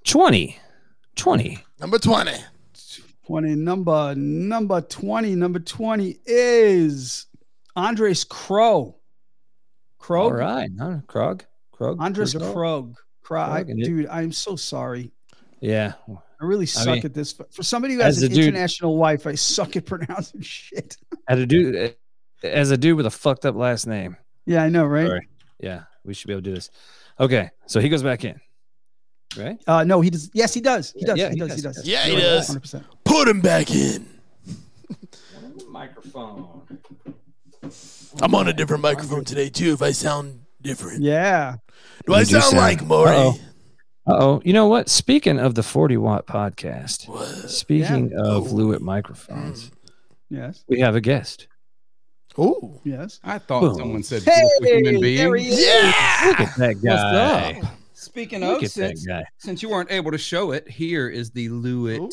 B: Twenty. Twenty.
C: Number twenty.
A: 20 number number 20 number 20 is Andres Krog. Krog?
B: All right. Huh? Krog. Krog.
A: Andres
B: Krog.
A: Krog. Krog. I-
B: Krog, and it-
A: dude, I'm so sorry.
B: Yeah.
A: I really suck
B: mean,
A: at this. For somebody who has
B: as
A: an
B: a dude-
A: international wife, I suck at pronouncing shit.
B: As a dude, as a dude with a fucked up last name.
A: Yeah, I know, right?
B: Sorry. Yeah, we should be able to do this. Okay, so he goes back in. Right?
A: Uh, no, he does. Yes, he does. He
B: Yeah,
A: does.
B: yeah,
A: he, does. He does.
C: Yeah, he
A: You're right,
C: does.
A: 100%.
C: Put him back in.
B: Microphone.
C: I'm on a different microphone today too. If I sound different,
A: Yeah.
C: do I
B: You do
C: sound
B: sound-
C: like Maury?
B: Uh-oh. Uh oh. You know what? Speaking of the 40 watt podcast,
C: What?
B: speaking of
C: uh, Oh.
B: Lewitt microphones,
A: Yes.
B: we have a guest.
C: Ooh.
A: Yes.
G: I thought
B: Boom.
G: someone said
A: Hey,
G: beautiful human
A: there
G: being.
A: he is.
C: Yeah.
B: That guy.
G: up?
H: Speaking
B: Look
H: of,
B: at that
H: since,
B: guy.
H: since you weren't able to show it, here is the Lewitt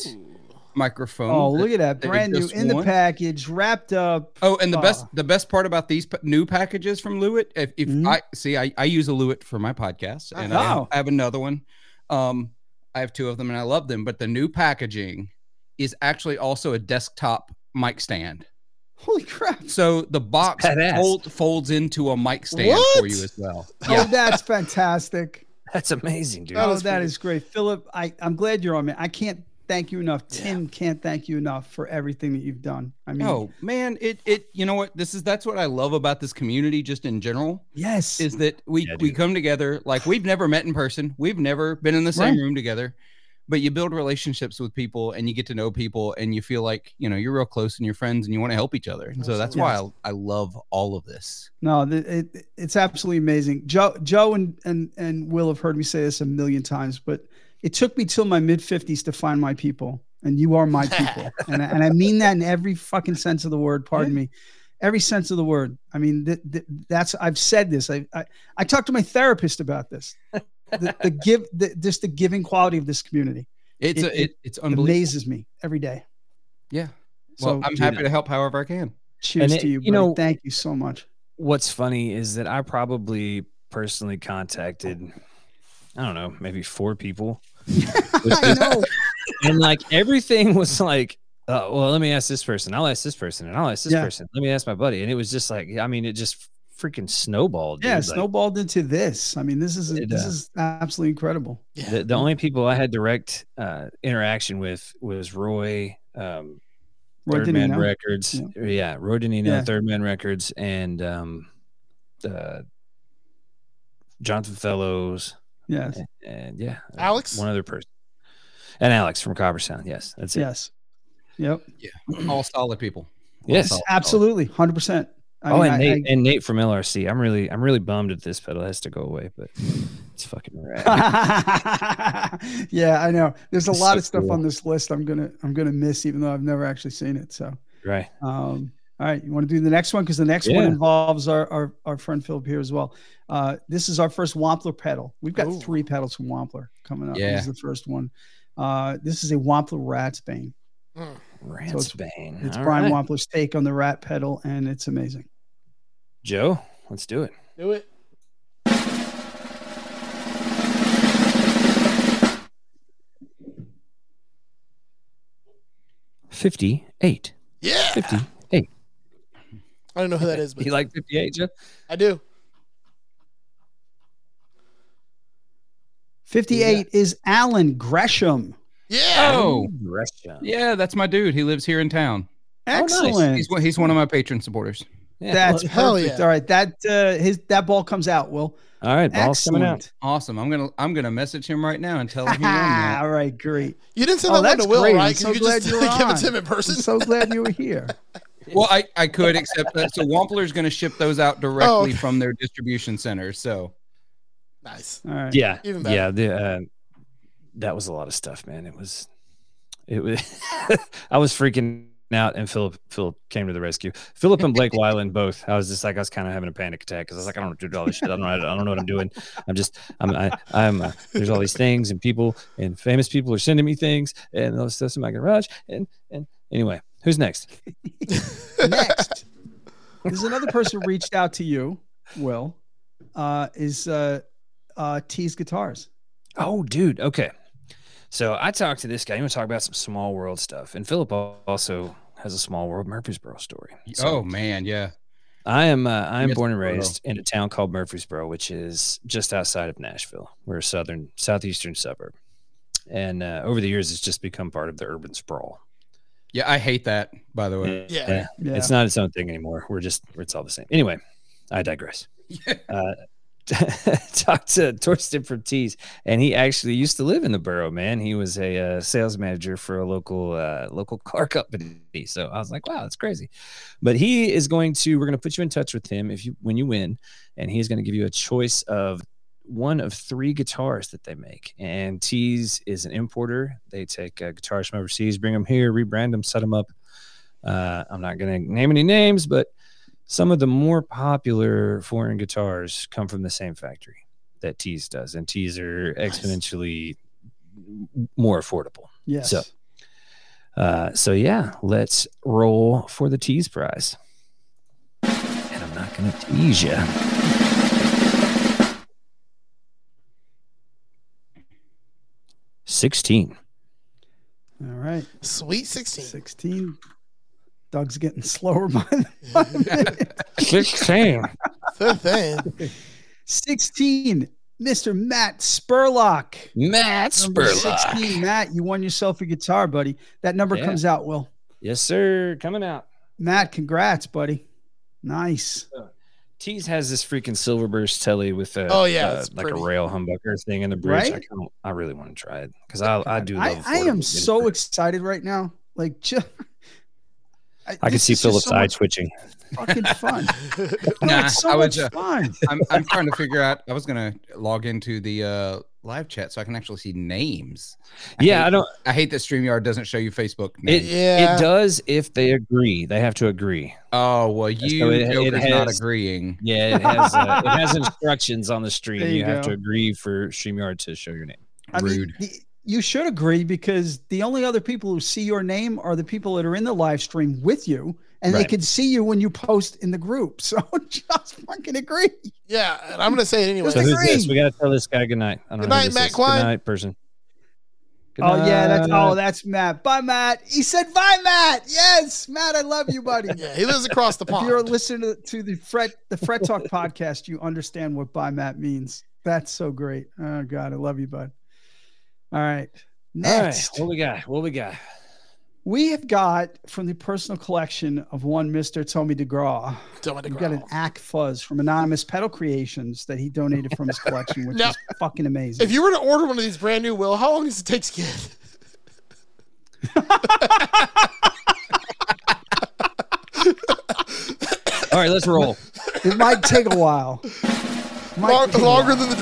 H: microphone.
A: Oh, look at that.
H: They
A: Brand new
H: just
A: in the
H: won.
A: package, wrapped up.
H: Oh, and the
A: Ah.
H: best the best part about these p- new packages from Lewitt, if, if
A: Mhm.
H: I see, I, I use a Lewitt for my podcast, and I,
A: Oh.
H: have, I have another one. Um, I have two of them, and I love them. But the new packaging is actually also a desktop mic stand.
A: Holy crap.
H: So the box
B: badass.
H: fold, folds into a mic stand for
C: What?
H: you as well.
A: Oh, that's fantastic.
B: That's amazing, dude.
C: That
A: oh,
C: was
A: that
C: pretty-
A: is great. Philip, I, I'm glad you're on, man. I can't thank you enough. Tim can't thank you enough for everything that you've done. I mean,
H: Oh man, it it you know what this is that's what I love about this community just in general
A: yes.
H: is that we
B: Yeah,
H: we
B: dude.
H: come together like we've never met in person, we've never been in the same room together, but you build relationships with people and you get to know people and you feel like you know you're real close and you're friends and you want to help each other, and so that's why I, I love all of this.
A: no, th- it, it's absolutely amazing. Joe, Joe and, and, and Will have heard me say this a million times, but it took me till my mid 50s to find my people. And you are my people. and, I, and I mean that in every fucking sense of the word. Pardon me. Every sense of the word. I mean, th- th- that's, I've said this. I, I, I talked to my therapist about this. The, the give, the, just the giving quality of this community.
H: It's
A: It-
H: a, it, it's unbelievable.
A: amazes me every day.
H: Yeah.
A: So
H: Well, I'm happy to help however I can.
A: cheers
B: And it-
A: to you,
B: you
A: buddy.
B: know-
A: Thank you so much.
B: What's funny is that I probably personally contacted, I don't know, maybe four people
A: I know.
B: and like everything was like uh, well let me ask this person i'll ask this person and i'll ask this
A: Yeah.
B: person let me ask my buddy and it was just like i mean it just freaking snowballed dude.
A: Yeah,
B: Like,
A: snowballed into this. I mean, this is
B: It,
A: this
B: uh,
A: is absolutely incredible.
B: the, the only people i had direct uh, interaction with was roy um,
A: Roy
B: Third Man
A: Dinino.
B: Records. Yeah, Roy Dinino,
A: Yeah.
B: Third Man Records, and um, uh, Jonathan Fellows,
A: Yes.
B: and yeah, uh,
C: Alex?
B: one other person, and Alex from Copper Sound. Yes, that's it.
A: Yes. Yep.
H: All solid people.
B: Yes.
H: All solid.
A: Absolutely. Hundred percent. I
B: oh, and
A: mean, I-
B: Nate and Nate from LRC. I'm really, I'm really bummed that this pedal has to go away, but it's fucking rad.
A: I- yeah, I know. There's a
B: It's
A: lot
B: so
A: of stuff
B: cool.
A: on this list I'm gonna I'm gonna miss, even though I've never actually seen it. So,
B: right?
A: um, all right, you want to do the next one because the next one
B: Yeah.
A: involves our, our our friend Philip here as well. Uh, this is our first Wampler pedal. We've got
C: Ooh.
A: three pedals from Wampler coming up.
H: Yeah.
A: This is the first one. Uh, this is a Wampler Ratsbane. it's-
B: Ransbane.
A: It's
B: All
A: Brian
B: right.
A: Wampler's take on the rat pedal, and it's amazing.
B: Joe, let's do it.
C: Do it.
B: Fifty-eight.
C: Yeah.
B: Fifty-eight.
C: I don't know who that is, but
B: You like fifty-eight, Joe?
C: I do.
A: 58 is Alan Gresham.
C: Yeah.
H: Oh,
B: Restaurant.
H: yeah, that's my dude. He lives here in town.
B: Oh, nice.
A: Excellent.
H: He's one, he's one of my patron supporters.
B: Yeah.
A: That's
C: Hell
A: perfect.
C: yeah.
A: All right, that uh, his that ball comes out. Will
B: All right, ball's coming out.
A: excellent.
H: Awesome. I'm gonna I'm gonna message him right now and tell him he won that.
A: All right, great.
C: You didn't send
A: Oh,
C: that one to
A: that's
C: Will,
A: great. I'm
C: right? 'Cause
A: so
C: you could just
A: glad you're
C: give it
A: on.
C: to him in
A: I'm
C: person.
A: so glad you were here.
H: Well, I, I could except that. So Wampler's gonna ship those out directly
C: Oh, okay.
H: from their distribution center. So
C: nice.
A: All right.
B: Yeah,
C: Even better.
B: yeah. The, uh, that was a lot of stuff, man. It was, it was. I was freaking out, and Philip Philip came to the rescue. Philip and Blake Wyland both. I was just like, I was kind of having a panic attack because I was like, I don't do all this shit. I don't know. I don't know what I'm doing. I'm just, I'm, I, I'm. Uh, there's all these things, and people, and famous people are sending me things, and all this stuff's in my garage, and and anyway, who's next?
A: Next, there's another person who reached out to you. Will uh, is uh, uh, T's Guitars.
B: Oh, dude. Okay. So I talked to this guy. You want to talk about some small world stuff? And Philip al- also has a small world Murfreesboro story. So-
H: oh man, yeah.
B: I am uh, I am
H: Yes,
B: born and
H: Murfreesboro.
B: raised in a town called Murfreesboro, which is just outside of Nashville. We're a southern southeastern suburb, and uh, over the years, it's just become part of the urban sprawl.
H: Yeah, I hate that, by the way.
C: Yeah.
A: Yeah.
B: It's not its own thing anymore. We're just it's all the same. Anyway, I digress.
H: Yeah.
B: Uh, talked to Torsten from Tees, and he actually used to live in the borough. Man, he was a uh, sales manager for a local uh, local car company. So I was like, wow, that's crazy. But he is going to. We're going to put you in touch with him if you when you win, and he's going to give you a choice of one of three guitars that they make. And Tees is an importer. They take uh, guitars from overseas, bring them here, rebrand them, set them up. Uh, I'm not going to name any names, but some of the more popular foreign guitars come from the same factory that Tees does, and Tees are
C: Nice.
B: exponentially more affordable.
A: Yes.
B: So- Uh, so yeah, let's roll for the Tees prize. And I'm not going to tease you. Sixteen.
A: All right.
C: Sweet 16.
A: 16. Doug's getting slower by the
B: Sixteen.
C: the thing.
A: 16. Mr. Matt Spurlock.
B: Matt
A: Number
B: Spurlock.
A: 16. Matt, you won yourself a guitar, buddy. That number
B: Yeah.
A: comes out, Will.
B: Yes, sir. Coming out.
A: Matt, congrats, buddy. Nice.
B: Tees has this freaking Silverburst telly with a
C: Oh, yeah,
B: uh,
C: it's
B: like
C: pretty.
B: a rail humbucker thing in the bridge. I,
A: Right?
B: kinda, I really want to try it because I I do.
A: I,
B: love
A: I
B: affordable
A: am
B: mini
A: so
B: bridge.
A: excited right now. Like, just, I,
B: I can
A: this
B: see
A: is just
B: Philip's
A: so
B: eye
A: much
B: twitching.
A: Fucking fun. No,
H: Nah,
A: it's so
H: I
A: much
H: was, uh,
A: fun.
H: I'm I'm trying to figure out I was gonna log into the uh live chat so I can actually see names. I
B: yeah,
H: hate-
B: I don't.
H: I hate that StreamYard doesn't show you Facebook
B: It,
H: names.
C: Yeah.
B: it does if they agree. They have to agree.
H: oh well you
B: it- it
H: Joker's not
B: has-
H: agreeing.
B: Yeah, it has uh, it has instructions on the stream.
A: There
B: You,
A: you
B: have
A: go.
B: to agree for Streamyard to show your name.
A: I mean,
H: Rude.
A: the- you should agree because the only other people who see your name are the people that are in the live stream with you, and they
B: Right.
A: can see you when you post in the group. So just fucking agree.
C: yeah. And I'm going to say it anyway.
B: So who's this?
A: Agree.
B: We got to tell this guy good night. I don't
C: Good
B: know who
C: night,
B: this
C: Matt
B: is.
C: Klein.
B: Good night, person. Good
A: Oh yeah, that's
B: night.
A: oh that's Matt. Bye, Matt. He said bye, Matt. Yes, Matt, I love you, buddy.
C: yeah. He lives across the
A: If
C: pond.
A: you're listening to, to the Fret the Fret Talk podcast, you understand what bye Matt means. That's so great. Oh God, I love you, bud. All right.
B: All right,
A: Next.
B: what we got? What we got?
A: We have got from the personal collection of one Mr. Tommy DeGraw.
C: Tommy
A: We've got an
C: DeGraw.
A: ack fuzz from Anonymous Pedal Creations that he donated from his collection, which
C: Now-
A: is fucking amazing.
C: If you were to order one of these brand new, Will, how long does it take to get?
B: All right, let's roll.
A: it might take a while. Might
C: Long,
A: take a
C: longer
A: while.
C: than the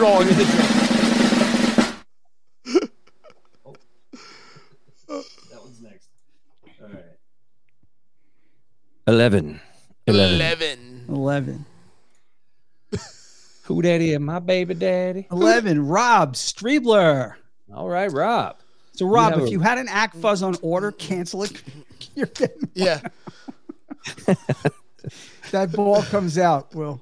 C: drawing.
B: that one's next. All right. 11. 11.
C: Eleven.
A: 11.
B: Who daddy and my baby daddy?
A: 11. Rob Striebler.
B: All right, Rob.
A: So, Rob,
B: Yeah.
A: if you had an ack fuzz on order, cancel it. You're getting,
C: Yeah.
A: that ball comes out, Will.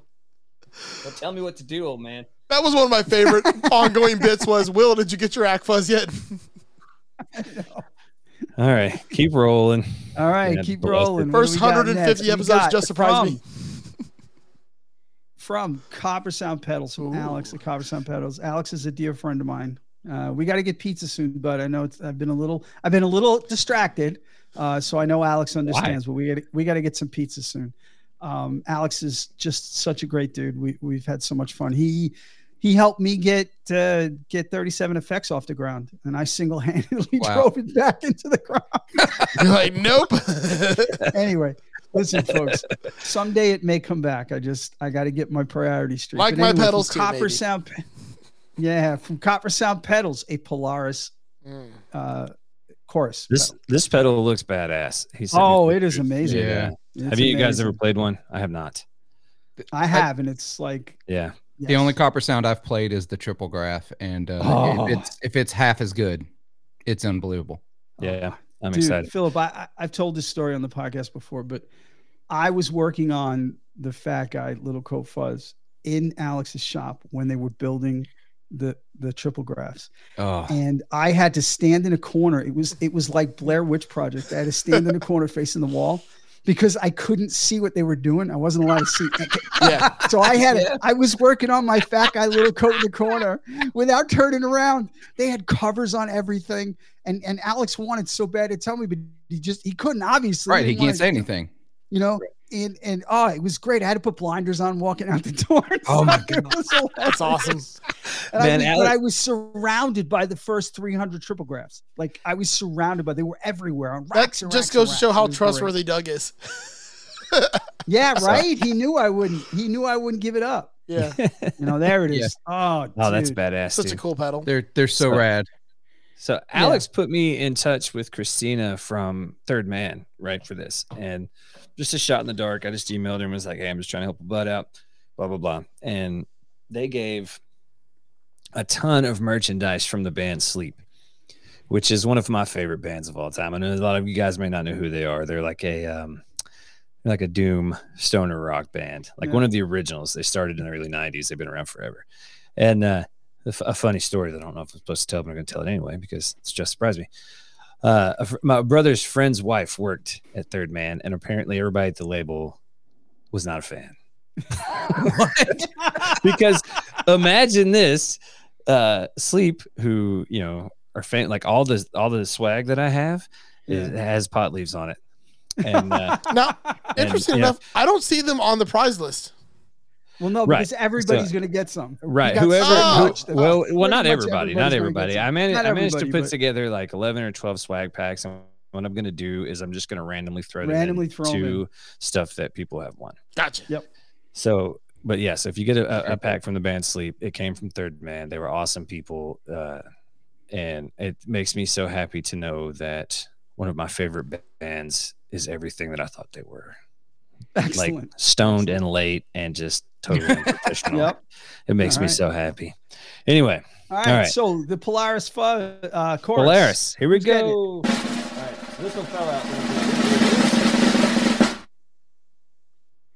B: Well, tell me what to do, old man.
C: That was one of my favorite ongoing bits was Will, did you get your act fuzz yet?
B: All right, keep rolling.
A: All right,
B: Yeah,
A: keep
B: blessed.
A: rolling. What do
C: First
A: we got
C: 150
A: next? We
C: episodes
A: got
C: just surprised me.
A: From Copper Sound Pedals, from Alex at Copper Sound Pedals. Alex is a dear friend of mine. Uh, we got to get pizza soon, but I know it's, I've been a little I've been a little distracted, uh, so I know Alex understands. But we gotta, we got to get some pizza soon. Um, Alex is just such a great dude. We we've had so much fun. He he helped me get uh, get 37 effects off the ground, and I single handedly
H: Wow.
A: drove it back into the ground
C: You're like, nope.
A: anyway, listen, folks. Someday it may come back. I just I got to get my priority straight.
C: Like
A: But
C: my
A: anyway, from
C: pedals too,
A: Copper
C: maybe.
A: Sound. Pe- Yeah, from Copper Sound Pedals, a Polaris
C: Mm.
A: uh, chorus.
B: This this pedal looks badass. He sent me
A: oh, it is
B: pictures.
A: amazing.
H: Yeah.
A: It's
B: Have you guys
A: amazing.
B: ever played one? I have not.
A: I have, and it's like
B: Yeah.
H: The
A: yes.
H: only copper sound I've played is the triple graph, and uh,
A: Oh.
H: if it's if it's half as good, it's unbelievable.
B: Yeah. I'm
A: Oh, Dude,
B: excited.
A: Philip, I, I- I've told this story on the podcast before, but I was working on the Fat Guy Little Coat Fuzz in Alex's shop when they were building the the triple graphs.
H: Oh,
A: and I had to stand in a corner. It was it was like Blair Witch Project. I had to stand in a corner facing the wall because I couldn't see what they were doing. I wasn't allowed to see.
C: Yeah.
A: So I had I was working on my fat guy little coat in the corner without turning around. They had covers on everything, and and Alex wanted so bad to tell me, but he just he couldn't obviously.
H: right. He
A: didn't wanna-
H: can't say anything.
A: You know. And, and oh, it was great. I had to put blinders on walking out the door. Oh my god,
C: That's awesome.
A: and I
B: Man,
A: was,
B: Alex-
A: but I was surrounded by the first 300 triple graphs. Like I was surrounded by, they were everywhere on
C: That
A: racks. and racks
C: just
A: and
C: goes to
A: racks.
C: show
A: It
C: how
A: was
C: trustworthy Doug is.
A: great. Yeah, right. He knew I wouldn't. He knew I wouldn't give it up.
C: Yeah.
A: You know, there it
H: Yeah.
A: is. Oh,
B: Oh, that's
A: dude.
B: badass.
C: Such a
B: dude.
C: cool pedal.
H: They're they're so,
B: So-
H: rad.
B: So Alex put me in touch with Christina from Third Man, right, for this. And just a shot in the dark. I just emailed her and was like, hey, I'm just trying to help a bud out, blah, blah, blah. And they gave a ton of merchandise from the band Sleep, which is one of my favorite bands of all time. I know a lot of you guys may not know who they are. They're like a um they're like a doom stoner rock band, like
A: Yeah.
B: one of the originals. They started in the early 90s. They've been around forever. And uh a f- a funny story that I don't know if I'm supposed to tell, but I'm going to tell it anyway because it's just surprised me. Uh, a fr- my brother's friend's wife worked at Third Man, and apparently everybody at the label was not a fan. because imagine this: uh, Sleep, who you know are fan, like all the all the swag that I have is, has pot leaves on it, and uh,
C: Now, interesting
B: yeah.
C: enough, I don't see them on the prize list.
A: Well, no,
B: Right.
A: because everybody's going to get some.
B: Right.
A: got
B: Whoever.
C: so
B: who-
A: much that-
B: well, well,
A: pretty
B: not
A: much
B: everybody. Not everybody.
A: everybody's gonna
B: I managed.
A: Not
B: I managed to
A: everybody,
B: put
A: but-
B: together like eleven or twelve swag packs, and what I'm going to do is I'm just going to randomly throw them
A: Randomly
B: in
A: throw 'em
B: to stuff that people have won.
C: Gotcha.
B: So, but yes, if you get a, a- a pack from the band Sleep, it came from Third Man. They were awesome people, uh, and it makes me so happy to know that one of my favorite ba- bands is everything that I thought they were, like
A: Excellent.
B: stoned and late and just totally unprofessional.
A: yep.
B: It makes
A: All
B: me
A: right.
B: so happy. Anyway.
A: All right,
B: All right.
A: So the Polaris fu- uh, chorus.
B: Polaris. Here we
A: Who's getting it?
B: go.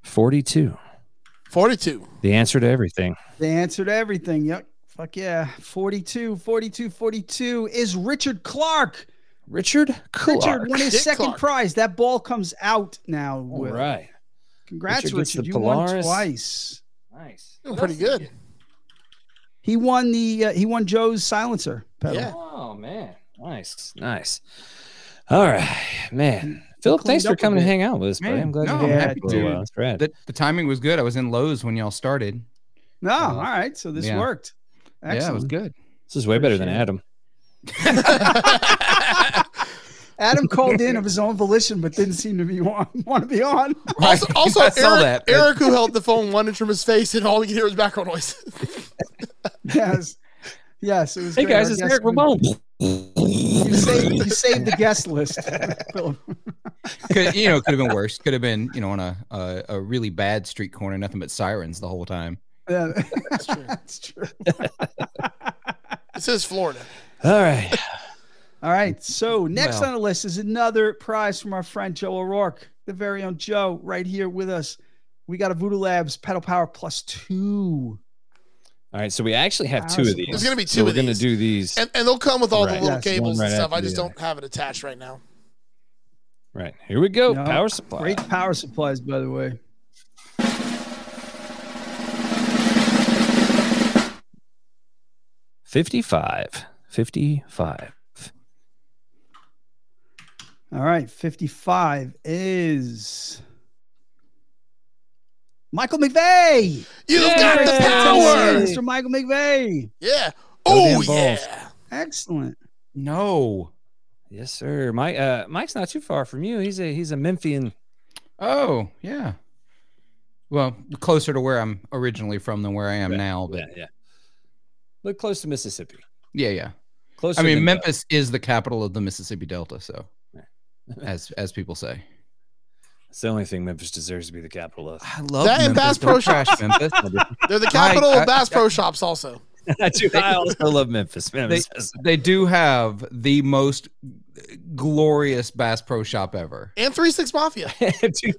B: Forty-two.
C: 42.
B: The answer to everything.
A: They answered everything. Yep. Fuck yeah. 42, 42, 42 is Richard Clark.
B: Richard Clark.
A: Richard won his
C: Dick
A: second
C: Clark.
A: prize. That ball comes out now.
B: All
A: Will.
B: right.
A: Congrats,
B: Richard
A: Richard.
B: gets the
A: you won
B: Polaris.
A: twice.
B: Nice.
C: Doing pretty good.
A: He won the uh, he won Joe's silencer pedal.
C: Yeah.
B: Oh man. Nice. Nice. All right, man. Philip,
A: Mm, cleaned
B: thanks for
A: up a
B: coming to
A: bit.
B: hang out with us, buddy.
H: Man,
B: I'm glad
H: no,
B: you
A: I'm
B: hung
A: happy
B: out for a uh,
H: to.
B: while. That's right.
H: The, the timing was good. I was in Lowe's when y'all started.
A: No, Oh, all right. So this
H: yeah.
A: worked.
H: Yeah, it was
A: Excellent.
H: good.
B: this is way better than Adam.
A: Adam called in of his own volition, but didn't seem to be want, want to be on.
C: Also, also
H: I
C: Eric,
H: saw that, but-
C: Eric, who held the phone, wanted from his face, and all we could hear was background noise.
A: Yes, yes. It was
B: Hey
A: great.
B: guys,
A: Our
B: it's
A: guest-
B: Eric Ramon.
A: You saved, you saved the guest list. Philip.
H: Could, you know, could have been worse. Could have been, you know, on a, a a really bad street corner, nothing but sirens the whole time.
A: Yeah, that's true. That's true.
C: This is Florida.
B: All right.
A: All right. So next
H: Well.
A: on the list is another prize from our friend Joe O'Rourke, the very own Joe, right here with us. We got a Voodoo Labs pedal power plus two.
B: All right. So we actually have two
A: Ours-
B: of these.
A: There's
C: gonna be
B: So
C: two
B: We're
C: of
B: gonna
C: these.
B: do these.
C: And, and they'll come with all the
B: Right.
C: little
A: Yes,
C: cables
B: one
C: and
B: right
C: stuff. I
B: after
C: just
B: the
C: don't have it attached right now.
B: right. Here we go.
A: No,
B: Power supply.
A: Great power supplies, by the way.
B: Fifty-five. Fifty-five.
A: All right, 55 is Michael McVeigh.
C: You've got the
A: Congratulations, Mr.
C: power.
A: Michael McVeigh.
C: Yeah.
B: Go
C: Oh
B: damn balls.
C: yeah.
A: Excellent.
H: No.
B: Yes, sir. Mike. Uh, Mike's not too far from you. He's a he's a Memphian.
H: Oh, yeah. Well, closer to where I'm originally from than where I am now, but
B: yeah. Look close to Mississippi.
H: yeah, yeah.
B: Close.
H: I mean, Memphis is the capital of the Mississippi Delta, so as as people say.
B: It's the only thing Memphis deserves to be the capital of.
H: I love
C: That and Bass
H: Memphis. Don't
C: Pro
H: trash Memphis.
C: They're the capital
H: Mike, I-
C: of Bass Pro Shops. Also,
B: I do. I also love Memphis. Man,
H: They-
B: it's just-
H: They do have the most glorious Bass Pro Shop ever.
C: and Three Six Mafia.
B: Dude.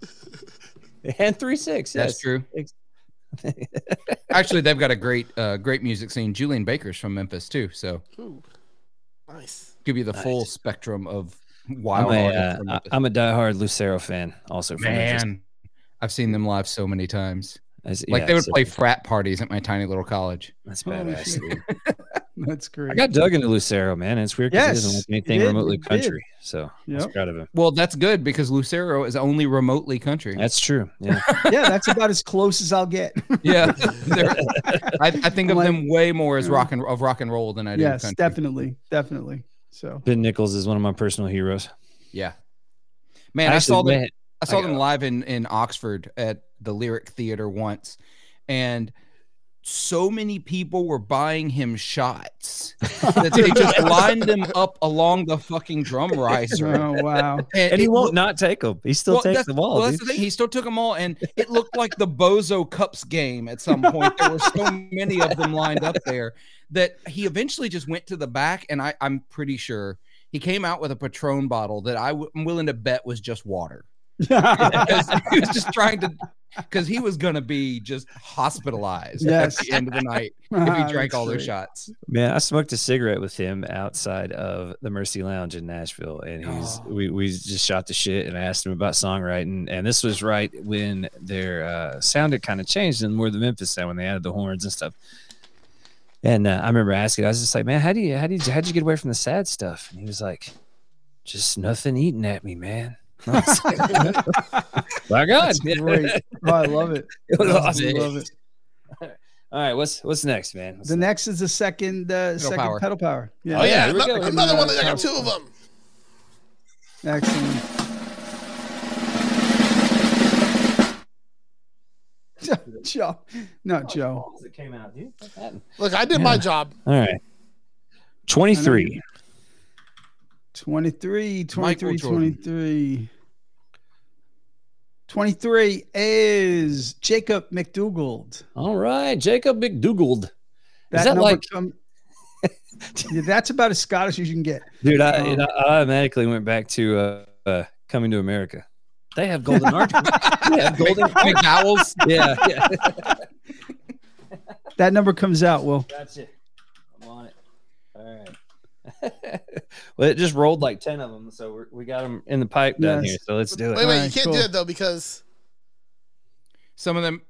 B: and three six.
H: That's
B: Yes.
H: true.
B: Ex-
H: Actually, they've got a great uh, great music scene. Julian Baker's from Memphis too, so
C: Ooh, nice.
H: give you the full
B: Nice.
H: spectrum of
B: I'm
H: wild
B: a,
H: artists
B: uh,
H: from
B: I-
H: Memphis.
B: I'm a diehard Lucero fan. Also, from Memphis.
H: man. I've seen them live so many times.
B: As-
H: Like
B: yeah,
H: they would
B: so
H: play frat parties at my tiny little college.
B: That's
A: Holy
B: badass.
A: shit. That's
B: I
A: great.
B: got dug into Lucero, man. and It's weird because he doesn't
A: Yes,
B: like
A: you
B: anything
A: did,
B: remotely
A: you did.
B: country. So I was
A: Yep.
B: proud of him.
H: Well, that's good because Lucero is only remotely country.
B: That's true. Yeah.
A: yeah, that's about as close as I'll get.
H: yeah, They're- I, I think of
A: Like-
H: them way more as rock and of rock and roll than I do.
A: yes,
H: country.
A: definitely. Definitely. So
B: ben Nichols is one of my personal heroes.
H: Yeah, man, I
B: Actually,
H: saw them.
B: man,
H: I saw
B: I
H: them
B: got-
H: live in in Oxford at the Lyric Theater once, and so many people were buying him shots that they just lined them up along the fucking drum riser.
A: oh wow.
B: And he
H: it
B: won't not take them. He still takes
H: that's-
B: them all.
H: well, that's
B: dude.
H: the thing. He still took them all, and it looked like the Bozo Cups game at some point. There were so many of them lined up there that he eventually just went to the back, and I, I'm pretty sure he came out with a Patron bottle that I w- I'm willing to bet was just water. Because he was just trying to, because he was going to be just hospitalized
A: Yes.
H: at the end of the night if he
A: Ah,
H: drank
A: that's
H: all those
A: great.
H: shots.
B: Man, I smoked a cigarette with him outside of the Mercy Lounge in Nashville, and he's
H: Oh.
B: we, we just shot the shit, and I asked him about songwriting, and this was right when their uh, sound had kind of changed and more the Memphis sound when they added the horns and stuff. And uh, I remember asking, I was just like, "Man, how do you how do you how'd you get away from the sad stuff?" And he was like, "Just nothing eating at me, man." I was like, My God,
A: That's great. Oh, I love it.
B: it was
A: I
B: awesome.
A: love it.
B: All right, what's what's next, man? What's
A: The next is the second uh, second
H: power.
A: pedal power. Yeah.
C: Oh yeah,
B: here we
C: another,
B: go.
C: another one. I got two of them.
A: Excellent. Joe. No, Joe.
B: next? That came out, dude.
C: Look, I did my job.
B: All right. 23.
A: 23, 23,
H: Michael Jordan.
A: 23. 23 is Jacob McDougald.
B: All right. Jacob McDougald. that
A: That, number
B: like-
A: come- Yeah, that's about as Scottish as you can get.
B: Dude, I, it automatically went back to uh, uh, Coming to America. They have golden arches. they have golden
H: McDowell's.
B: Yeah. yeah.
A: That number comes out, Will.
B: Gotcha. I'm on it. All right. well, it just rolled like 10 of them. So we're, we got them in the pipe down
A: Yes.
B: here. So let's do it.
C: Wait, wait, you
A: Alright,
C: can't
A: cool.
C: do that though because.
H: Some of them.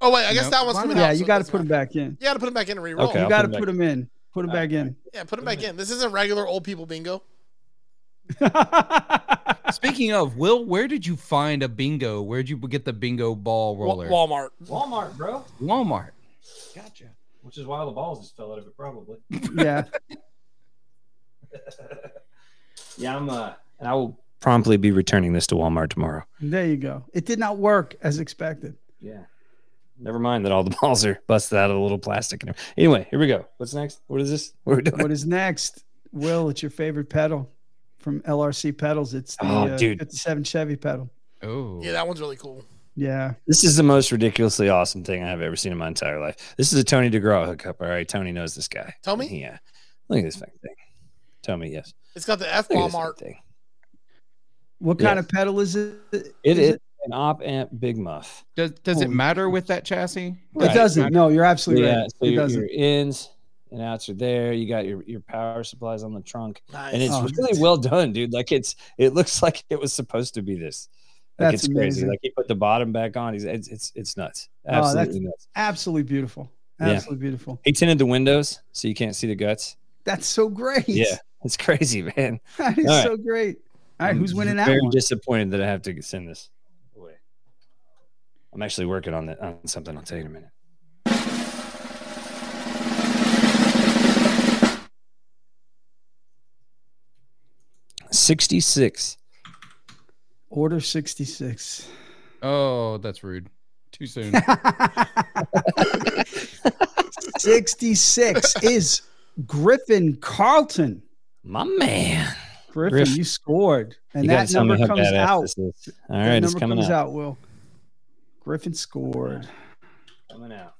C: Oh wait, I guess
H: No.
C: that one's coming out.
A: Yeah, you
C: so it
A: got to
C: doesn't
A: put him
C: matter.
A: back in.
C: You got to put them back in and re-roll.
B: Okay.
A: You
B: I'll
A: got to
B: put 'em
A: put him in. Put him back in.
C: Yeah, put them back in. This isn't regular old people bingo.
H: Speaking of, Will, where did you find a bingo? Where'd you get the bingo ball
C: Wa-
H: roller?
C: Walmart.
G: Walmart, bro.
H: Walmart.
G: Gotcha. Which is why all the balls just fell out of it, probably.
A: yeah.
G: yeah, I'm. Uh, and I will.
B: Promptly be returning this to Walmart tomorrow.
A: There you go. It did not work as expected.
G: Yeah.
B: Never mind that all the balls are busted out of the little plastic. And everything. anyway, here we go. What's next? What is this? What are we doing?
A: What is next? Will, it's your favorite pedal from LRC Pedals. It's the
B: Oh,
A: uh,
B: dude.
A: 57 Chevy pedal.
H: Oh,
C: Yeah, that one's really cool.
A: Yeah.
B: This is the most ridiculously awesome thing I have ever seen in my entire life. This is a Tony DeGraw hookup. All right, Tony knows this guy.
C: Tell me?
B: yeah. Look at this fucking thing. Tell me, yes.
C: It's got the F
B: Look at
C: bomb
B: this
C: art.
B: thing.
A: What kind of pedal is it?
B: It is an op amp big muff.
H: Does does it matter with that chassis?
A: It doesn't. No, you're absolutely
B: Yeah,
A: right.
B: so
A: it
B: your,
A: doesn't.
B: your ins and outs are there. You got your, your power supplies on the trunk,
C: Nice.
B: and it's
A: Oh,
B: really well done, dude. Like it's it looks like it was supposed to be this. Like
A: That's
B: it's crazy.
A: amazing. Oh,
B: Like he put the bottom back on. He's it's it's, it's nuts.
A: that's-
B: Absolutely nuts.
A: Absolutely beautiful.
B: Yeah.
A: Absolutely beautiful.
B: He tinted the windows so you can't see the guts.
A: That's so great.
B: Yeah, it's crazy, man.
A: That is
B: All right.
A: so great. All right,
B: I'm
A: who's winning that
B: Very
A: one?
B: disappointed that I have to send this away. I'm actually working on that on something. I'll tell you in a minute. Sixty-six.
A: Order 66.
H: Oh, that's rude. Too soon.
A: 66 is Griffin Carlton.
B: My man.
A: Griffin,
B: Griff.
A: you scored. And
B: You gotta
A: that
B: tell me
A: number
B: how
A: comes
B: badass
A: out.
B: this is. All
A: that
B: right, it's
A: number
B: coming
A: comes
B: out.
A: out, Will. Griffin scored.
B: Coming out.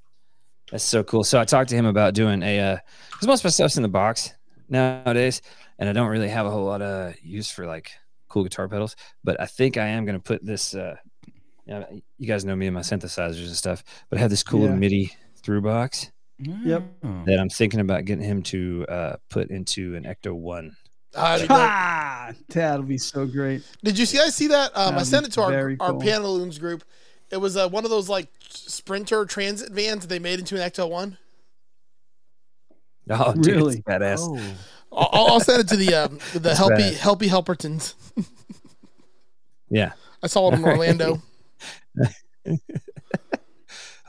B: That's so cool. So I talked to him about doing a uh, because most of my stuff's in the box nowadays, and I don't really have a whole lot of use for like cool guitar pedals. But I think I am gonna put this. Uh, you, know, you guys know me and my synthesizers and stuff, but I have this cool
A: Yeah.
B: MIDI through box
A: Yep.
H: Oh.
B: that I'm thinking about getting him to uh, put into an Ecto One.
C: Ah, that'd be great.
A: Ah, that'll be so great.
C: Did you see- guys see that? Um, I
A: That'd
C: sent
A: be
C: it to our,
A: very
C: our
A: cool.
C: Pantaloons group. It was uh, one of those like Sprinter transit vans that they made into an Ecto one.
B: Oh, dude,
A: Really?
B: it's badass!
H: Oh.
C: I'll, I'll I'll send it to the um, the helpy
B: bad.
C: helpy helpertons.
B: Yeah.
C: I saw them in
B: All right.
C: Orlando.
B: All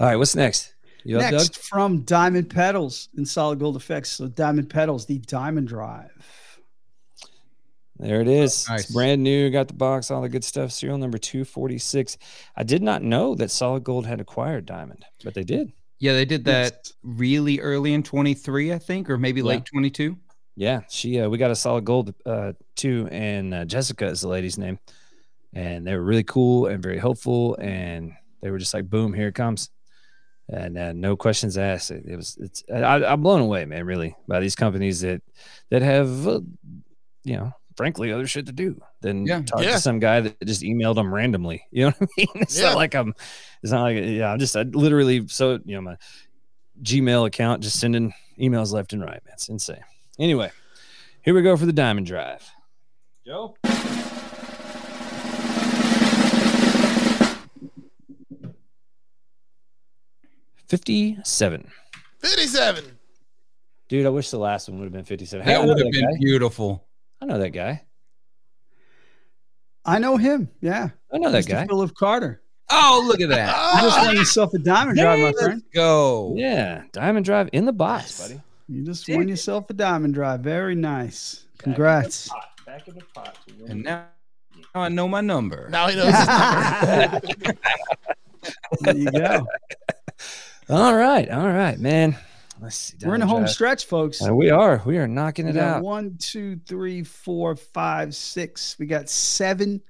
B: right, what's next? You up,
A: Next
B: Doug?
A: from Diamond Pedals and Solid Gold Effects. So Diamond Pedals, the Diamond Drive.
B: There it is.
H: Oh, Nice.
B: It's brand new. Got the box, all the good stuff. Serial number 246. I did not know that Solid Gold had acquired Diamond, but they did.
H: Yeah, they did that really early in 23, I think, or maybe
B: Yeah.
H: late 22.
B: Yeah, she. Uh, we got a Solid Gold uh, too, and uh, Jessica is the lady's name, and they were really cool and very helpful, and they were just like, "Boom, here it comes," and uh, no questions asked. It, it was. It's. I, I'm blown away, man. Really, by these companies that that have, uh, you know. Frankly, other shit to do than
H: Yeah.
B: talk
C: Yeah.
B: to some guy that just emailed them randomly. You know what I mean? It's
C: Yeah.
B: not like I'm. It's not like yeah. I'm just I literally so you know my Gmail account just sending emails left and right. Man, it's insane. Anyway, here we go for the diamond drive.
G: Joe.
B: Fifty-seven.
C: Fifty-seven.
B: Dude, I wish the last one would have been fifty-seven. Hey, I
H: That
B: know
H: would have been
B: guy.
H: beautiful.
B: I know that guy.
A: I know him. Yeah.
B: I know that
A: Mr.
B: guy.
A: Philip Carter.
H: Oh, look at that.
A: You just
C: Ah,
A: won yourself a Diamond Drive, my friend.
H: Go.
B: Yeah, diamond drive in the box, buddy.
A: You just won yourself a Diamond Drive. Very nice. Congrats.
G: Back in the pot.
H: And now, now I know my number.
C: now he knows. his number.
A: there you go.
B: All right, all right, man. Let's see.
A: We're
B: diamond
A: in the home
B: drive.
A: stretch, folks.
B: Uh, we are. We are knocking
A: We
B: it
A: got
B: out.
A: one, two, three, four, five, six. We got seven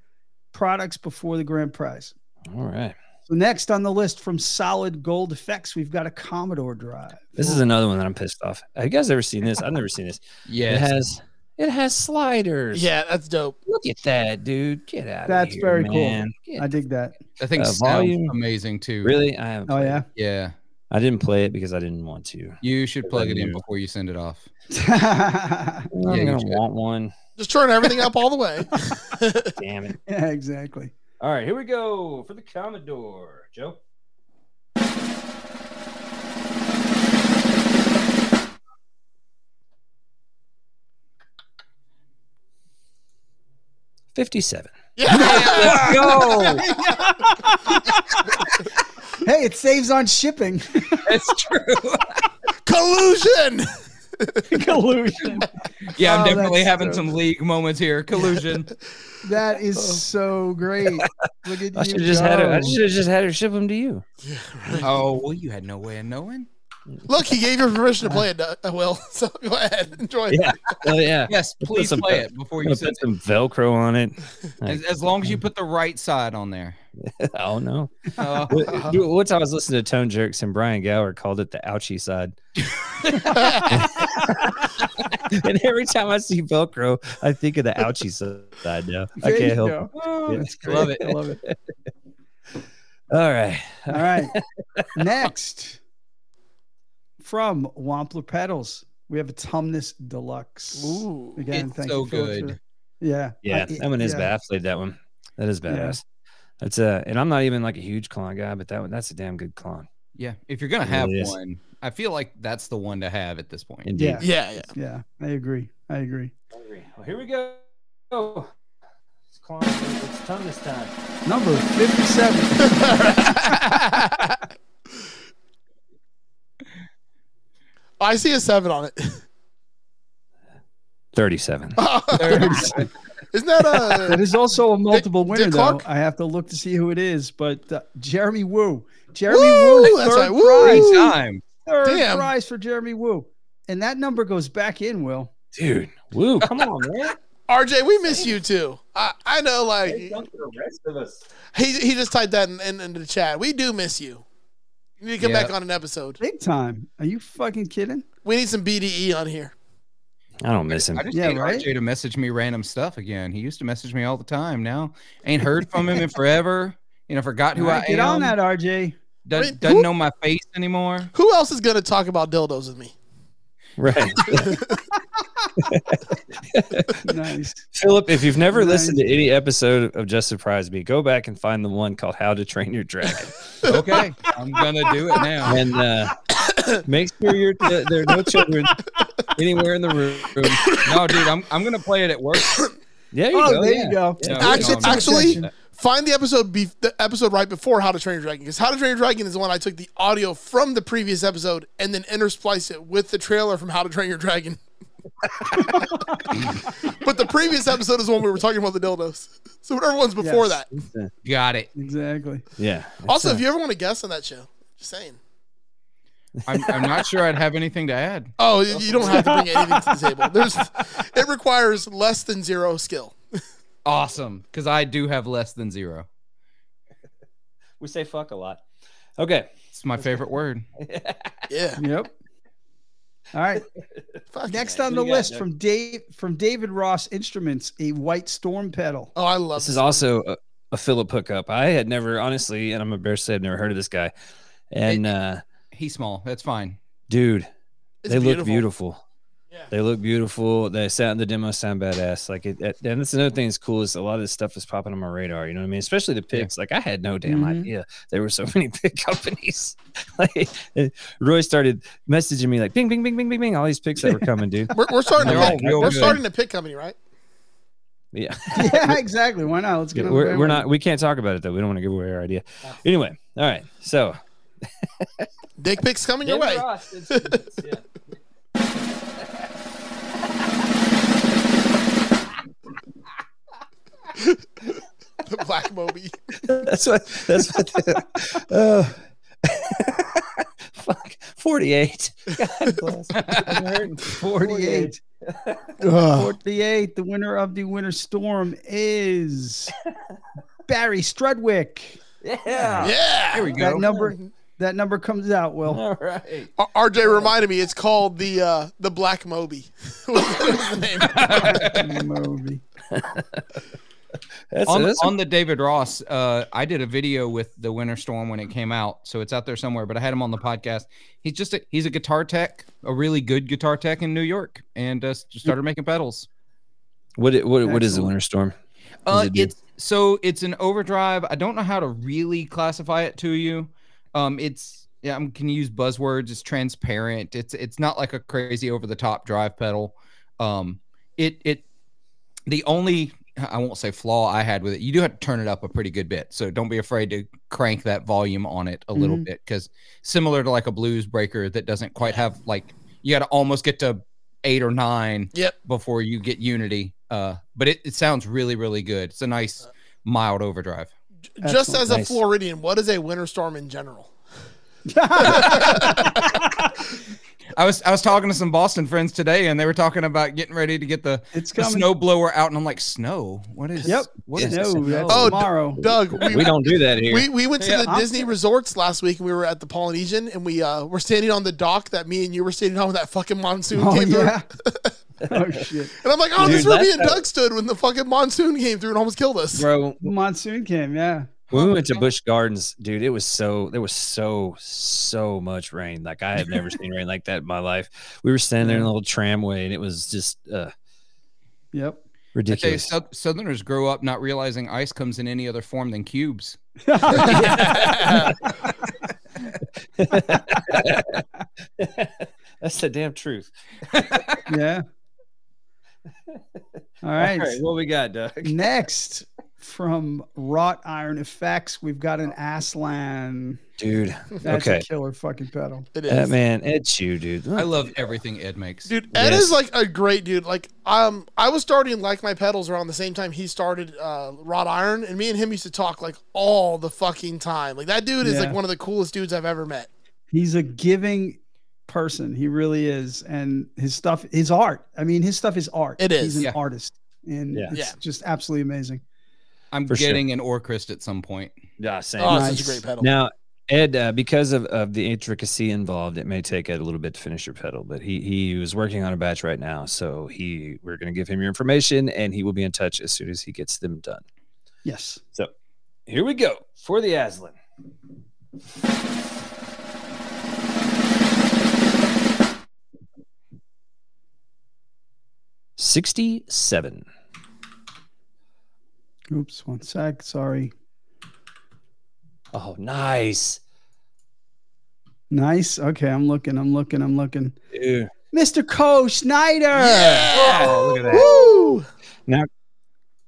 A: products before the grand prize.
B: All right.
A: So next on the list from Solid Gold Effects, we've got a Commodore Drive.
B: This is another one that I'm pissed off. Have you guys ever seen this? I've never seen this. It
H: Yes.
B: has it has sliders.
C: yeah, that's dope.
B: Look at that, dude. Get out
A: That's
B: here,
A: very cool.
B: man. Get-
A: I dig that.
H: That thing
B: Uh,
H: sounds
B: volume.
H: amazing too.
B: really? I haven't
A: Oh
B: played
A: yeah.
B: it.
H: Yeah.
B: I didn't play it because I didn't want to.
H: You should plug it in
B: Yeah.
H: before you send it off.
A: yeah,
B: I'm
H: you
B: gonna
H: should.
B: want one.
C: Just turn everything up all the way.
B: Damn it.
A: exactly.
B: All right, here we go for the Commodore. Joe.
H: 51.
B: 57.
C: Yeah.
B: Go.
A: Hey, it saves on shipping.
B: That's true.
C: Collusion.
A: Collusion.
H: Yeah, I'm
A: Oh,
H: definitely
A: that's
H: having
A: so-
H: some league moments here. Collusion.
A: That is so great. Look at
B: Oh. I
A: you
B: should have just had her. I
A: go.
B: should have just had her ship them to you.
H: oh, well, you had no way of knowing.
C: Look, he gave you permission to play it, uh, Will. So go ahead, enjoy.
B: Yeah. Oh yeah.
H: Yes,
B: put
H: please
B: some-
H: play it before
B: I'm
H: you
B: gonna
H: send
B: put some Velcro on it.
H: it. As, as long as you put the right side on there.
B: oh no.
H: Uh,
B: What- dude, One time I was listening to Tone Jerks and Brian Gower called it the ouchie side. and every time I see Velcro, I think of the ouchie side now. I
A: There
B: can't
A: you
B: help it.
A: go.
B: Yeah.
A: That's great.
H: Love it.
A: I love it.
B: All right.
A: All right. Next, from Wampler Pedals, we have a Tumnus Deluxe.
C: Ooh.
A: Again,
H: It's
A: thank
H: so
A: you. Phil,
H: good.
A: for- Yeah.
B: Yeah,
A: I-
B: that one is
A: e yeah.
B: bad. I played that one. That is
A: Yeah.
B: badass. That's uh and I'm not even like a huge clone guy, but that one that's a damn good clone.
H: yeah, if you're going
B: It
H: to have
B: really is.
H: one, I feel like that's the one to have at this point.
B: Indeed.
A: Yeah.
C: Yeah, yeah.
A: Yeah. I agree. I agree.
G: Well, here we go. It's climb. It's tongue this time.
A: Number 57.
C: I see a seven on it.
B: 37.
C: Isn't that uh, a?
A: That is also a multiple winner,
C: Dick
A: though.
C: Clark?
A: I have to look to see who it is, but uh, Jeremy Woo. Jeremy
C: Woo!
A: Woo.
C: That's
A: third
C: right. Woo!
A: prize.
H: Time.
A: Third
C: Damn.
A: prize for Jeremy Woo. And that number goes back in, Will.
B: Dude, woo, come on, man.
C: RJ, we miss you too. I, I know, like
G: Hey, dunk the rest of us.
C: he he just typed that in, in, into the chat. We do miss you. You need to come
H: Yeah.
C: back on an episode.
A: Big time. Are you fucking kidding?
C: We need some BDE on here.
B: I don't miss him.
H: I just
A: Yeah,
H: need
A: right?
H: RJ to message me random stuff again. He used to message me all the time. Now ain't heard from him in forever. You know, forgot who
A: All right,
H: I
A: Get
H: am.
A: on that, RJ.
H: Doesn't,
C: Wait,
H: doesn't
C: who-
H: know my face anymore.
C: Who else is gonna talk about dildos with me?
B: Right.
A: Nice.
B: Philip, if you've never
A: Nice.
B: listened to any episode of Just Surprise Me, go back and find the one called How to Train Your Dragon.
H: Okay, I'm gonna do it now.
B: and uh, make sure you're, th- there are no children anywhere in the room.
H: No, dude, I'm, I'm gonna play it at work.
B: Yeah, you
A: Oh,
B: go.
A: there
B: yeah.
A: you go.
H: Yeah,
C: Actu-
H: we don't know.
C: actually,
A: Attention.
C: Find the episode be- the episode right before How to Train Your Dragon because How to Train Your Dragon is the one I took the audio from the previous episode and then intersplice it with the trailer from How to Train Your Dragon. but the previous episode is the one we were talking about the dildos. So whatever one's before
A: Yes.
C: that.
H: got it.
A: Exactly.
B: Yeah.
C: Also, if you ever want to guest on that show, just saying.
H: I'm, I'm not sure I'd have anything to add.
C: Oh, you you don't have to bring anything to the table. There's, it requires less than zero skill.
H: Awesome, because I do have less than zero.
B: we say fuck a lot. Okay.
H: It's my favorite word.
C: Yeah.
A: Yep. All right.
C: Fuck
A: Next
C: yeah.
A: on
B: Who
A: the
B: you got,
A: list
B: Doug?
A: from Dave from David Ross Instruments, a white storm pedal.
C: Oh, I love
B: This is also a, a Philip hookup. I had never, honestly, and I'm embarrassed to say I've never heard of this guy. And uh,
H: He's small. That's fine.
B: dude,
C: It's
B: they look beautiful.
C: Yeah.
B: They look beautiful. They sound the demos sound badass. Like it, it- and that's another thing that's cool is a lot of this stuff is popping on my radar. You know what I mean? Especially the picks. Like I had no damn
A: Mhm.
B: idea there were so many pick companies. like eh, Roy started messaging me like, "Bing, bing, bing, bing, bing, bing!" All these picks that were coming, dude.
C: We're, we're starting.
H: They're
C: To
H: all
C: pick,
H: real
C: we're
H: good.
C: starting to pick company, right?
B: Yeah,
A: yeah, exactly. Why not? Let's get on
B: we're,
A: the
B: we're not. We can't talk about it though. We don't want to give away our idea. Anyway, all right. So
C: Dick pics coming your way.
G: Ross, it's- it's- yeah.
C: The Black Moby.
B: that's what. That's what. oh. Fuck, forty-eight. God bless. I'm hurting.
A: 48. 48. The winner of the winter storm is Barry Strudwick.
B: Yeah.
C: Yeah.
H: There we go.
A: That number that number comes out, Will.
B: All right.
C: R- RJ reminded me. It's called the uh, the Black Moby. was the name.
A: Moby.
B: That's,
H: on,
B: that's
H: on the David Ross, uh, I did a video with the Winter Storm when it came out, so it's out there somewhere. But I had him on the podcast. He's just a, he's a guitar tech, a really good guitar tech in New York, and uh, just started making pedals.
B: what i- what what is the
A: Excellent.
B: winter storm? What does
H: Uh,
B: it do?
H: it's so it's an overdrive. I don't know how to really classify it to you. Um, it's yeah, I'm gonna use buzzwords. It's transparent. It's it's not like a crazy over the top drive pedal. Um, it it the only I won't say flaw I had with it. You do have to turn it up a pretty good bit, so don't be afraid to crank that volume on it a little
A: Mhm.
H: bit because similar to like a blues breaker that doesn't quite have like you got to almost get to eight or nine
C: Yep.
H: before you get unity. Uh, but it, it sounds really really good. It's a nice mild overdrive.
C: Just
A: Excellent.
C: as a
B: Nice.
C: Floridian, what is a winter storm in general?
H: I was I was talking to some Boston friends today, and they were talking about getting ready to get the,
A: it's
H: the
A: coming.
H: snow blower out, and I'm like, snow? What is?
A: Yep.
H: What
A: no,
H: is
A: that's
H: snow?
C: Oh, d-
A: tomorrow.
C: Doug, we,
B: We don't do that here.
C: We, we went to
H: Yeah,
C: the
A: I'm-
C: Disney resorts last week and we were at the Polynesian and we uh, were standing on the dock that me and you were standing on when that fucking monsoon
A: Oh
C: came through.
A: yeah. oh shit.
C: And I'm like, oh, this is
B: Dude,
C: where me
B: last
C: and Doug stood when the fucking monsoon came through and almost killed us.
B: Bro,
A: Monsoon came. Yeah.
B: when we went to Busch Gardens, dude, it was so there was so so much rain. Like I have never seen rain like that in my life. We were standing there in a little tramway, and it was just uh,
A: Yep.
H: I tell you,
B: ridiculous.
H: South- Southerners grow up not realizing ice comes in any other form than cubes.
B: That's the damn truth.
A: yeah. All right.
B: what we got, Doug?
A: Next from Wrought Iron Effects, we've got an Aslan.
B: Dude,
A: That's
B: okay,
A: a killer fucking pedal.
C: It is.
B: that man, it's you, dude.
H: I love everything Ed makes.
C: Dude, Ed
B: Yes.
C: is like a great dude. Like, um, I was starting like my pedals around the same time he started uh, wrought iron, and me and him used to talk like all the fucking time. Like that dude is
A: Yeah.
C: like one of the coolest dudes I've ever met.
A: He's a giving person. He really is. And his stuff, his art. I mean, his stuff is art.
C: It is.
A: He's an
H: Yeah.
A: artist. And
B: Yeah.
A: it's
C: Yeah.
A: just absolutely amazing.
H: I'm
B: for sure.
H: getting an Orcrist at some point.
B: yeah, same.
C: Oh,
A: Nice.
C: such a great pedal.
B: Now, Ed, uh, because of, of the intricacy involved, it may take Ed a little bit to finish your pedal, but he he was working on a batch right now, so he we're going to give him your information, and he will be in touch as soon as he gets them done.
A: Yes.
B: Here we go for the Aslan. Sixty-seven.
A: Oops. One sec. Sorry.
B: Oh, nice,
A: Nice. Okay. I'm looking. I'm looking. I'm looking.
B: dude.
A: Mr. Co Schneider.
C: yeah.
B: Oh, look at that.
C: Woo!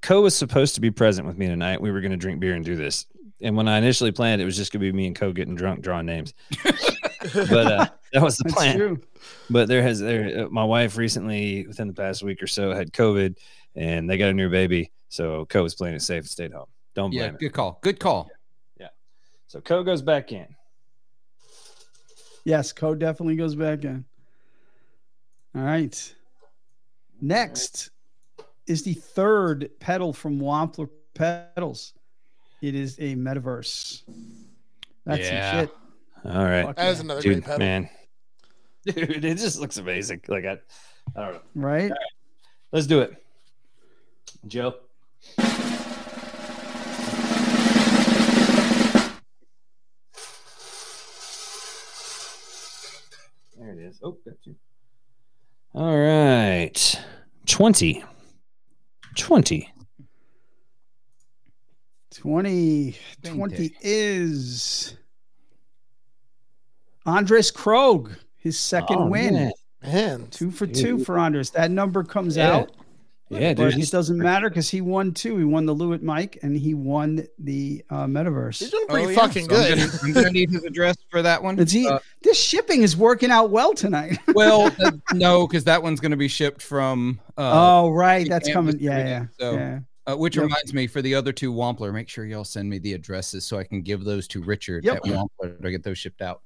B: Co was supposed to be present with me tonight. We were going to drink beer and do this. And when I initially planned, it was just going to be me and Co getting drunk, drawing names. but uh, that was the
A: That's
B: plan.
A: true.
B: But there has there, uh, my wife recently, within the past week or so, had COVID, and they got a new baby. So Co was playing it safe and stayed home. Don't
H: Yeah,
B: blame it.
H: good call. Good call.
B: So Co goes back in.
A: Yes, code definitely goes back in. All right. Next is the third pedal from Wampler Pedals. It is a metaverse. That's
H: Yeah.
A: some shit.
B: All right,
A: Fuck
C: That is
A: yeah.
C: another great
B: dude,
C: pedal.
B: man, dude, it just looks amazing. Like I, I don't know.
A: Right?
B: Let's do it, Joe. There it is. Oh, got you. All right. 20. 20.
A: 20.
H: Thank
A: 20
H: you.
A: is Andres Krog, his second
B: Oh,
A: win.
B: man.
C: Man,
A: Two for
B: Dude.
A: two for Andres. That number comes
B: Yeah.
A: out.
B: Yeah,
A: But
B: dude.
A: it
B: He's,
A: doesn't matter because he won two. He won the Lewitt mic and he won the uh,
C: he's
A: Metaverse.
C: doing pretty
H: Oh, yeah.
C: fucking
H: So I'm
C: good.
H: gonna- I'm going to need his address for that one.
A: It's he,
H: Uh,
A: this shipping is working out well tonight.
H: well, uh, no, because that one's going to be shipped from. Uh,
A: oh right,
H: he
A: that's
H: can't
A: coming.
H: just
A: Yeah,
H: do
A: yeah,
H: that, so-
A: yeah.
H: uh, which
A: yep.
H: reminds me, for the other two Wampler, make sure y'all send me the addresses so I can give those to Richard
A: Yep.
H: at Wampler to get those shipped out.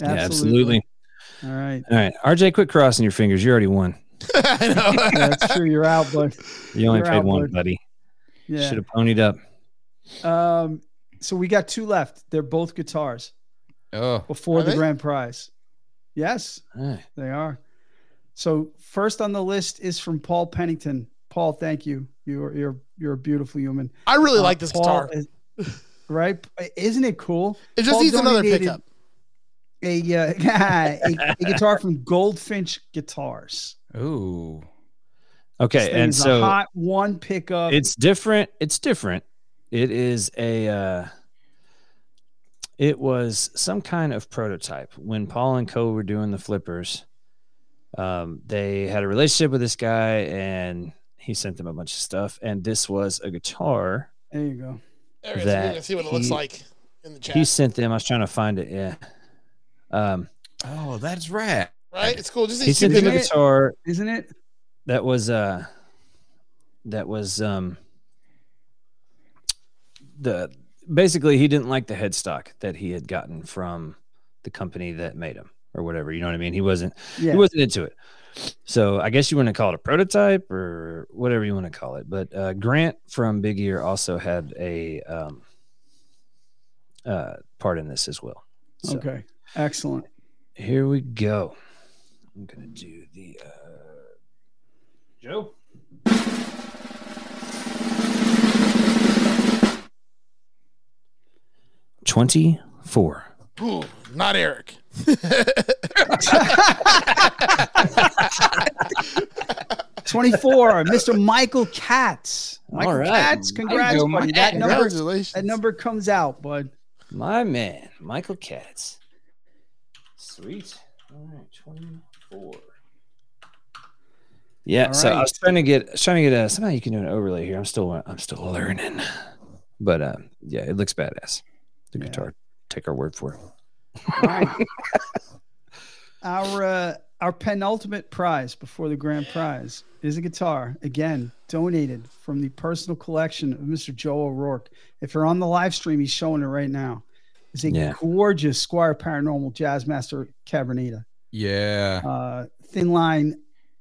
B: yeah, absolutely.
A: All right,
B: All right. RJ, quit crossing your fingers. You already won.
C: I know.
A: Yeah, that's true. You're out, but
B: You only
A: You're
B: paid
A: out,
B: one,
A: bud.
B: buddy. Should
A: yeah.
B: have ponied up.
A: Um, so we got two left. They're both guitars
H: Oh,
A: before
C: Are
A: the
C: they?
A: grand prize. Yes,
B: All right.
A: they are. So first on the list is from Paul Pennington. Paul, thank you. You're you're you're a beautiful human.
C: I really
A: Uh,
C: like this
A: Paul
C: guitar.
A: is- right? Isn't it cool?
C: It just
A: Paul
C: needs another
A: donated-
C: pickup.
A: A, uh, a, a guitar from Goldfinch Guitars.
H: ooh,
A: This
B: Okay.
A: thing
B: And
A: is a
B: so.
A: hot one pickup.
B: it's different it's different it is a uh it was some kind of prototype when paul and co were doing the flippers um they had a relationship with this guy and He sent them a bunch of stuff, and this was a guitar
A: There you go.
C: There it is.
B: That
C: We're gonna see what it looks
B: he-
C: like in the chat.
B: he sent them. I was trying to find it. Yeah. Um,
H: Oh, that's rad.
C: right? It's cool. Just
B: he
C: these
B: sent
C: two
A: did
B: them a
A: it.
C: pictures.
B: guitar
A: Isn't it?
B: that was uh that was um the basically he didn't like the headstock that he had gotten from the company that made him or whatever you know what i mean he wasn't
A: Yeah.
B: he wasn't into it so i guess you want to call it a prototype or whatever you want to call it but uh, grant from big ear also had a um, uh, part in this as well so
A: Okay. Excellent.
B: here we go i'm gonna do the uh,
G: Joe?
B: twenty four
C: Ooh, not Eric.
A: Twenty-four, Mr. Michael Katz. Michael
B: All right.
A: Katz, congrats,
H: go,
A: buddy. That number,
C: Congratulations.
A: that number comes out, bud.
B: My man, Michael Katz. Sweet. All right, 24. Yeah,
A: All
B: so I
A: right.
B: was trying to get I was trying to get a somehow you can do an overlay here. I'm still I'm still learning. But uh yeah, it looks badass. The
A: Yeah.
B: guitar. Take our word for it.
A: Our uh, our penultimate prize before the grand prize is a guitar again donated from the personal collection of Mr. Joe O'Rourke. If you're on the live stream, he's showing it right now. It's a
B: Yeah.
A: gorgeous Squire Paranormal Jazzmaster Cavernita,
H: Yeah.
A: uh, thin line,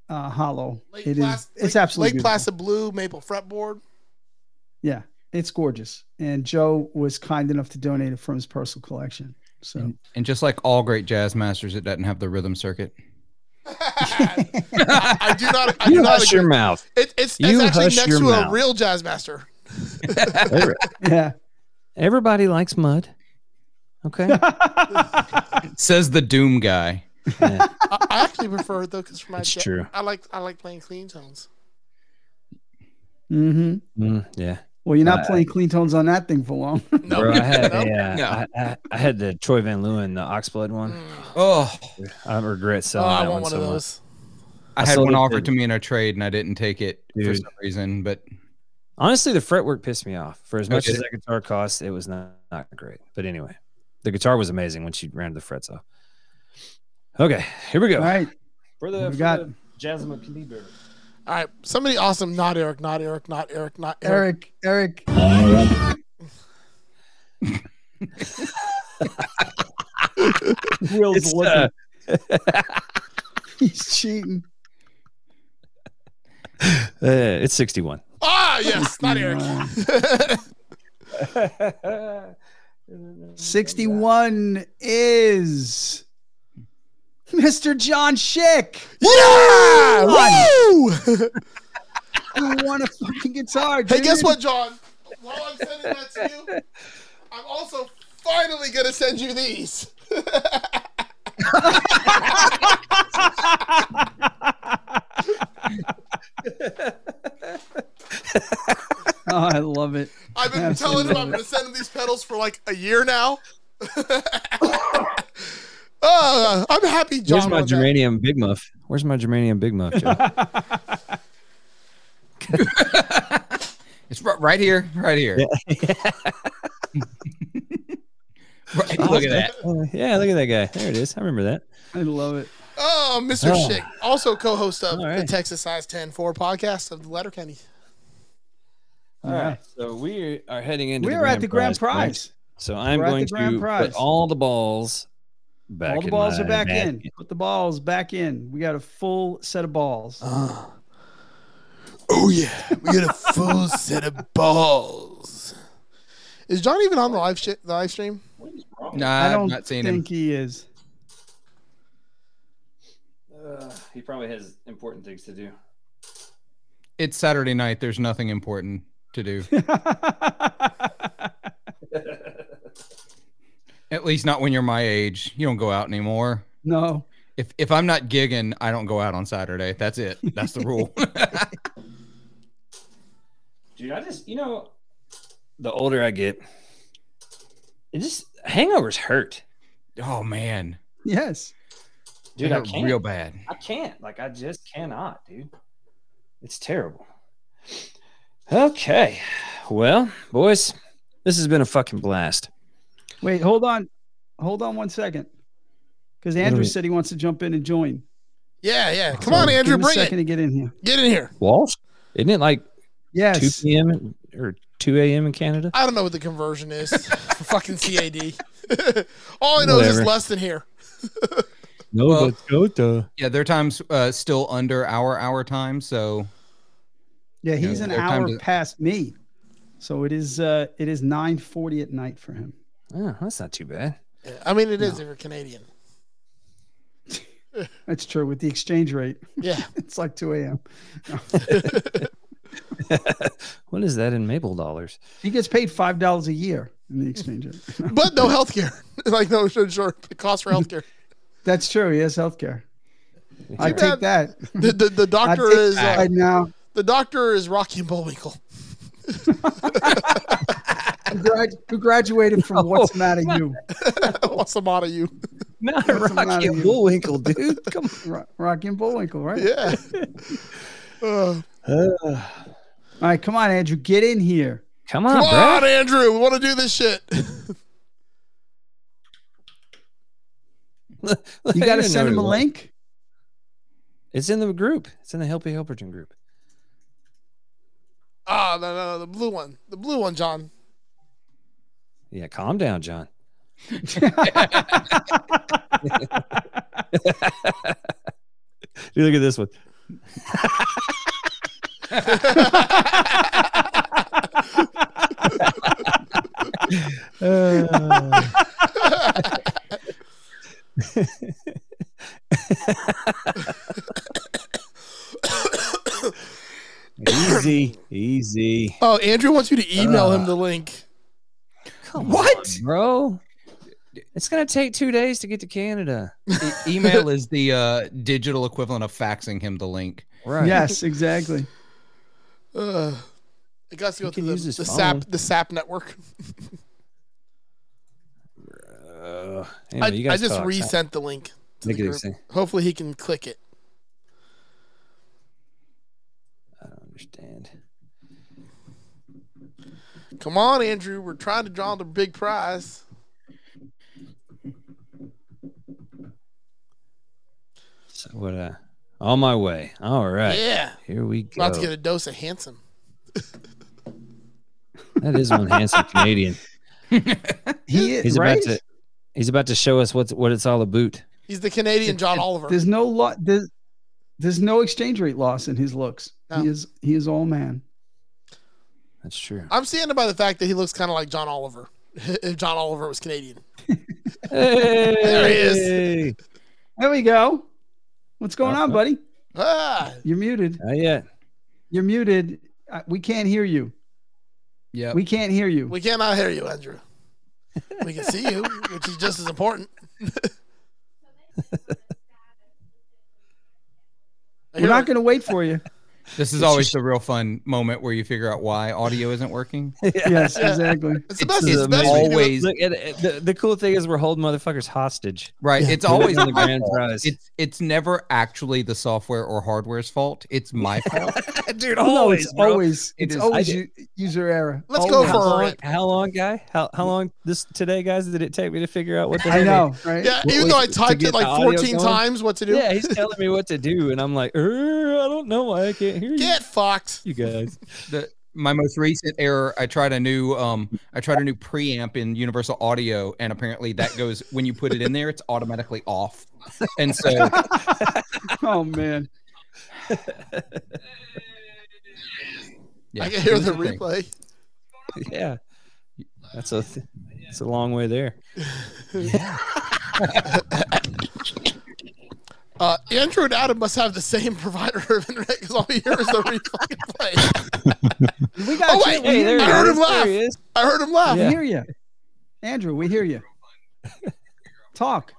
A: uh, hollow.
C: Lake
A: It is.
C: Placid-
A: It's
C: Lake-
A: absolutely
C: Lake
A: beautiful.
C: Placid Blue, maple fretboard.
A: Yeah, it's gorgeous. And Joe was kind enough to donate it from his personal collection. So
H: And, and just like all great jazz masters, it doesn't have the rhythm circuit.
C: I, I do not. I do
B: You
C: not
B: hush
C: agree.
B: your mouth.
C: It, it's,
B: You
C: it's actually
B: hush
C: next
B: your
C: to a
B: mouth.
C: real jazz master.
B: Every-
A: yeah,
B: Everybody likes mud. Okay.
H: Says the Doom guy.
B: Yeah,
C: I, I actually prefer it though, because for my
B: it's
C: jazz,
B: true.
C: I like I like playing clean tones.
A: hmm
B: Mm, yeah.
A: well, you're not
B: Uh,
A: playing clean tones on that thing for long.
C: No,
B: Bro, I had
C: no.
B: a, uh,
H: No.
B: I, I, I had the Troy Van Leeuwen, the Oxblood one.
C: Mm.
H: Oh,
B: I regret
C: Oh,
B: selling
C: I
B: that one
C: want one
B: so
C: of
B: much.
C: those.
H: I,
B: I
H: had
B: saw
H: one
B: that
H: offered
B: thing.
H: to me in a trade and I didn't take it for
B: Dude.
H: some reason, but
B: Honestly, the fretwork pissed me off. For as much
H: Okay.
B: as that guitar cost, it was not, not great. But anyway, the guitar was amazing when she rounded the frets off. Okay, here we go.
A: All right,
G: For
A: We
G: the, for
A: got-
G: the Jasmine Kaliber.
C: All right, somebody awesome. Not Eric. Not Eric. Not Eric. Not Eric.
A: Eric, Eric,
G: Will's
B: It's, uh,
A: he's cheating.
B: uh, it's 61.
C: Ah, yes. Not Eric.
A: Sixty-one is Mr. John Schick.
C: yeah. Woo!
A: You won a fucking guitar.
C: Hey, guess
A: dude.
C: what, John? While I'm sending that to you, I'm also finally gonna send you these.
A: Oh, I love it.
C: I've been
A: Absolutely.
C: telling him I'm gonna send him these pedals for like a year now. Uh, I'm happy, John.
B: Where's my
C: won that.
B: germanium big muff? Where's my germanium big muff? Joe?
H: it's ri- right here, right here. right, look at that.
B: Oh, yeah, look at that guy. There it is. I remember that.
A: I love it.
C: Oh, Mr.
B: Oh.
C: Schick, also co-host of
B: All
C: the
B: right.
C: Texas Size 10 4 podcast of the Letterkenny.
B: All right, so we are heading into.
A: We're at the grand prize.
B: So I'm
A: We're at
B: going
A: the grand
B: to
A: prize.
B: put all the balls back.
A: All the
B: in
A: balls are
B: my
A: back in.
B: basket.
A: Put the balls back in. We got a full set of balls.
C: Oh yeah, we got a full set of balls. Is John even on the live sh- the live stream?
H: No,
A: I
H: I've
A: don't
H: not seen
A: think
H: him.
A: he is.
B: Uh, he probably has important things to do.
H: It's Saturday night. There's nothing important to do, at least not when you're my age. You don't go out anymore.
A: no.
H: If, if I'm not gigging, I don't go out on Saturday. That's it. That's the rule.
B: Dude, I just you know, the older I get, it just hangovers hurt.
H: oh man,
A: Yes.
H: They
B: Dude, I
H: hurt
B: can't.
H: real bad.
B: I can't. Like I just cannot, dude. It's terrible. Okay. Well, boys, this has been a fucking blast.
A: Wait, hold on. Hold on one second. Because Andrew said he wants to jump in and join.
C: Yeah, yeah. Come on, Andrew,
A: Give him a
C: bring
A: second
C: it.
A: to get in here.
C: Get in here.
B: Walsh? Isn't it like
A: Yes.
B: 2 p.m. in- or 2 a.m. in Canada?
C: I don't know what the conversion is for fucking CAD. All I know is
B: Whatever.
C: it's less than here.
B: No,
H: Well-
B: Dakota.
H: Yeah, their time's uh, still under our hour time, so
A: Yeah, he's
H: Yeah,
A: an
H: their time
A: hour
H: to-
A: past me. So it is uh it is 9:40 at night for him.
B: Oh, that's not too bad.
C: Yeah, I mean, it is if you're Canadian.
A: That's true with the exchange rate.
C: Yeah.
A: It's like 2 a.m.
B: What is that in Maple dollars?
A: He gets paid five dollars a year in the exchange rate.
C: But no healthcare. like, no insurance. The cost for healthcare.
A: That's true. He has health care. I
C: Too
A: take that.
C: The, the, the
A: I
C: doctor
A: take
C: is
A: that
C: uh,
A: right now.
C: the doctor is Rocky and Bullwinkle.
A: Who, grad- who graduated from What's the Matter You?
C: What's the matter, you?
B: Not
A: What's the matter
B: Rocky
A: with you?
B: Bullwinkle, dude. Come
A: Ro- Rocky and Bullwinkle, right?
C: Yeah. Uh,
B: on.
A: All right, come on, Andrew, get in here.
B: Come on,
C: come
B: bro.
C: on, Andrew. We want to do this shit.
A: You got to send him a link.
B: It's in the group. It's in the Helpy Helperton group.
C: Ah, no, no, no, the blue one. The blue one, John.
B: Yeah, calm down, John. Dude, look at this one.
A: Uh,
B: easy, easy.
C: Oh, Andrew wants you to email him
B: Uh.
C: the link.
B: Come
H: What?
B: on, bro? It's gonna take two days to get to Canada.
H: e- email is the uh, digital equivalent of faxing him the link.
B: Right.
A: Yes, exactly.
C: Uh, it got to go
B: He can
C: through
B: use
C: the,
B: his
C: the SAP
B: phone.
C: the SAP network.
B: Uh, anyway, you
C: I, I
B: guys
C: just
B: talk.
C: resent the link. To the
B: Look at
C: group.
B: this thing.
C: Hopefully he can click it.
B: I don't understand.
C: Come on, Andrew. We're trying to draw the big prize.
B: So what? Uh, on my way. All right.
C: Yeah.
B: Here we go.
C: About to get a dose of handsome.
B: That is one handsome Canadian.
A: He is
B: He's
A: right.
B: about to. He's about to show us what's what it's all about.
C: He's the Canadian John Oliver.
A: There's no lo- there's, there's no exchange rate loss in his looks.
C: No.
A: He is he is all man.
B: That's true.
C: I'm standing by the fact that he looks kind of like John Oliver. if John Oliver was Canadian.
B: There
C: he is.
A: There we go. What's going on,
B: Uh-huh.
A: buddy?
C: Ah,
A: You're muted.
B: Not yet.
A: You're muted. Uh, We can't hear you.
H: Yeah,
A: We can't hear you.
C: we cannot hear you, Andrew. We can see you, which is just as important.
A: We're not going to wait for you.
H: this is always the real fun moment where you figure out why audio isn't working.
A: yes, exactly.
C: It's the
H: It's-
C: best.
H: it's
C: It's the best we
H: amazing.
C: do.
H: Always-
B: Look, and, uh, the, the cool thing is we're holding motherfuckers hostage.
H: Right? It's
B: We're
H: always
B: on the
H: my
B: grand
H: fault.
B: prize.
H: It's it's never actually the software or hardware's fault. It's my fault.
B: Dude,
A: Oh, no, it's
B: bro.
A: always
H: It
A: it's
H: is-
A: always
B: I
A: u- user error.
C: Let's go
A: Always.
B: How
C: for a
B: long,
C: rip.
B: how long, guy? How how long this today, guys? Did it take me to figure out what the
A: I
B: hell-
A: know, right?
C: Yeah,
B: What
C: even
B: was
C: though I
B: it, to
C: typed
B: get
C: it like
B: the audio
C: 14
B: going?
C: times what to do.
B: Yeah, he's telling me what to do, and I'm like, "Er, I don't know why I can't hear you,
C: Get fucked.
B: you guys.
H: The, my most recent error, I tried a new um I tried a new preamp in Universal Audio, and apparently that goes when you put it in there, it's automatically off. And so
A: Oh man.
H: yeah,
C: I can hear
H: it was
C: the
H: a thing.
C: replay.
B: Yeah, that's a th- it's a long way there.
C: Uh, Andrew and Adam must have the same provider of internet because all we hear is the replay. play.
A: We got
C: Oh,
A: you.
C: wait,
A: we hear
C: I
A: you.
C: heard him
B: There
C: laugh.
B: he is.
C: I heard him laugh.
A: We
B: Yeah.
A: hear you. Andrew, we hear you. Talk.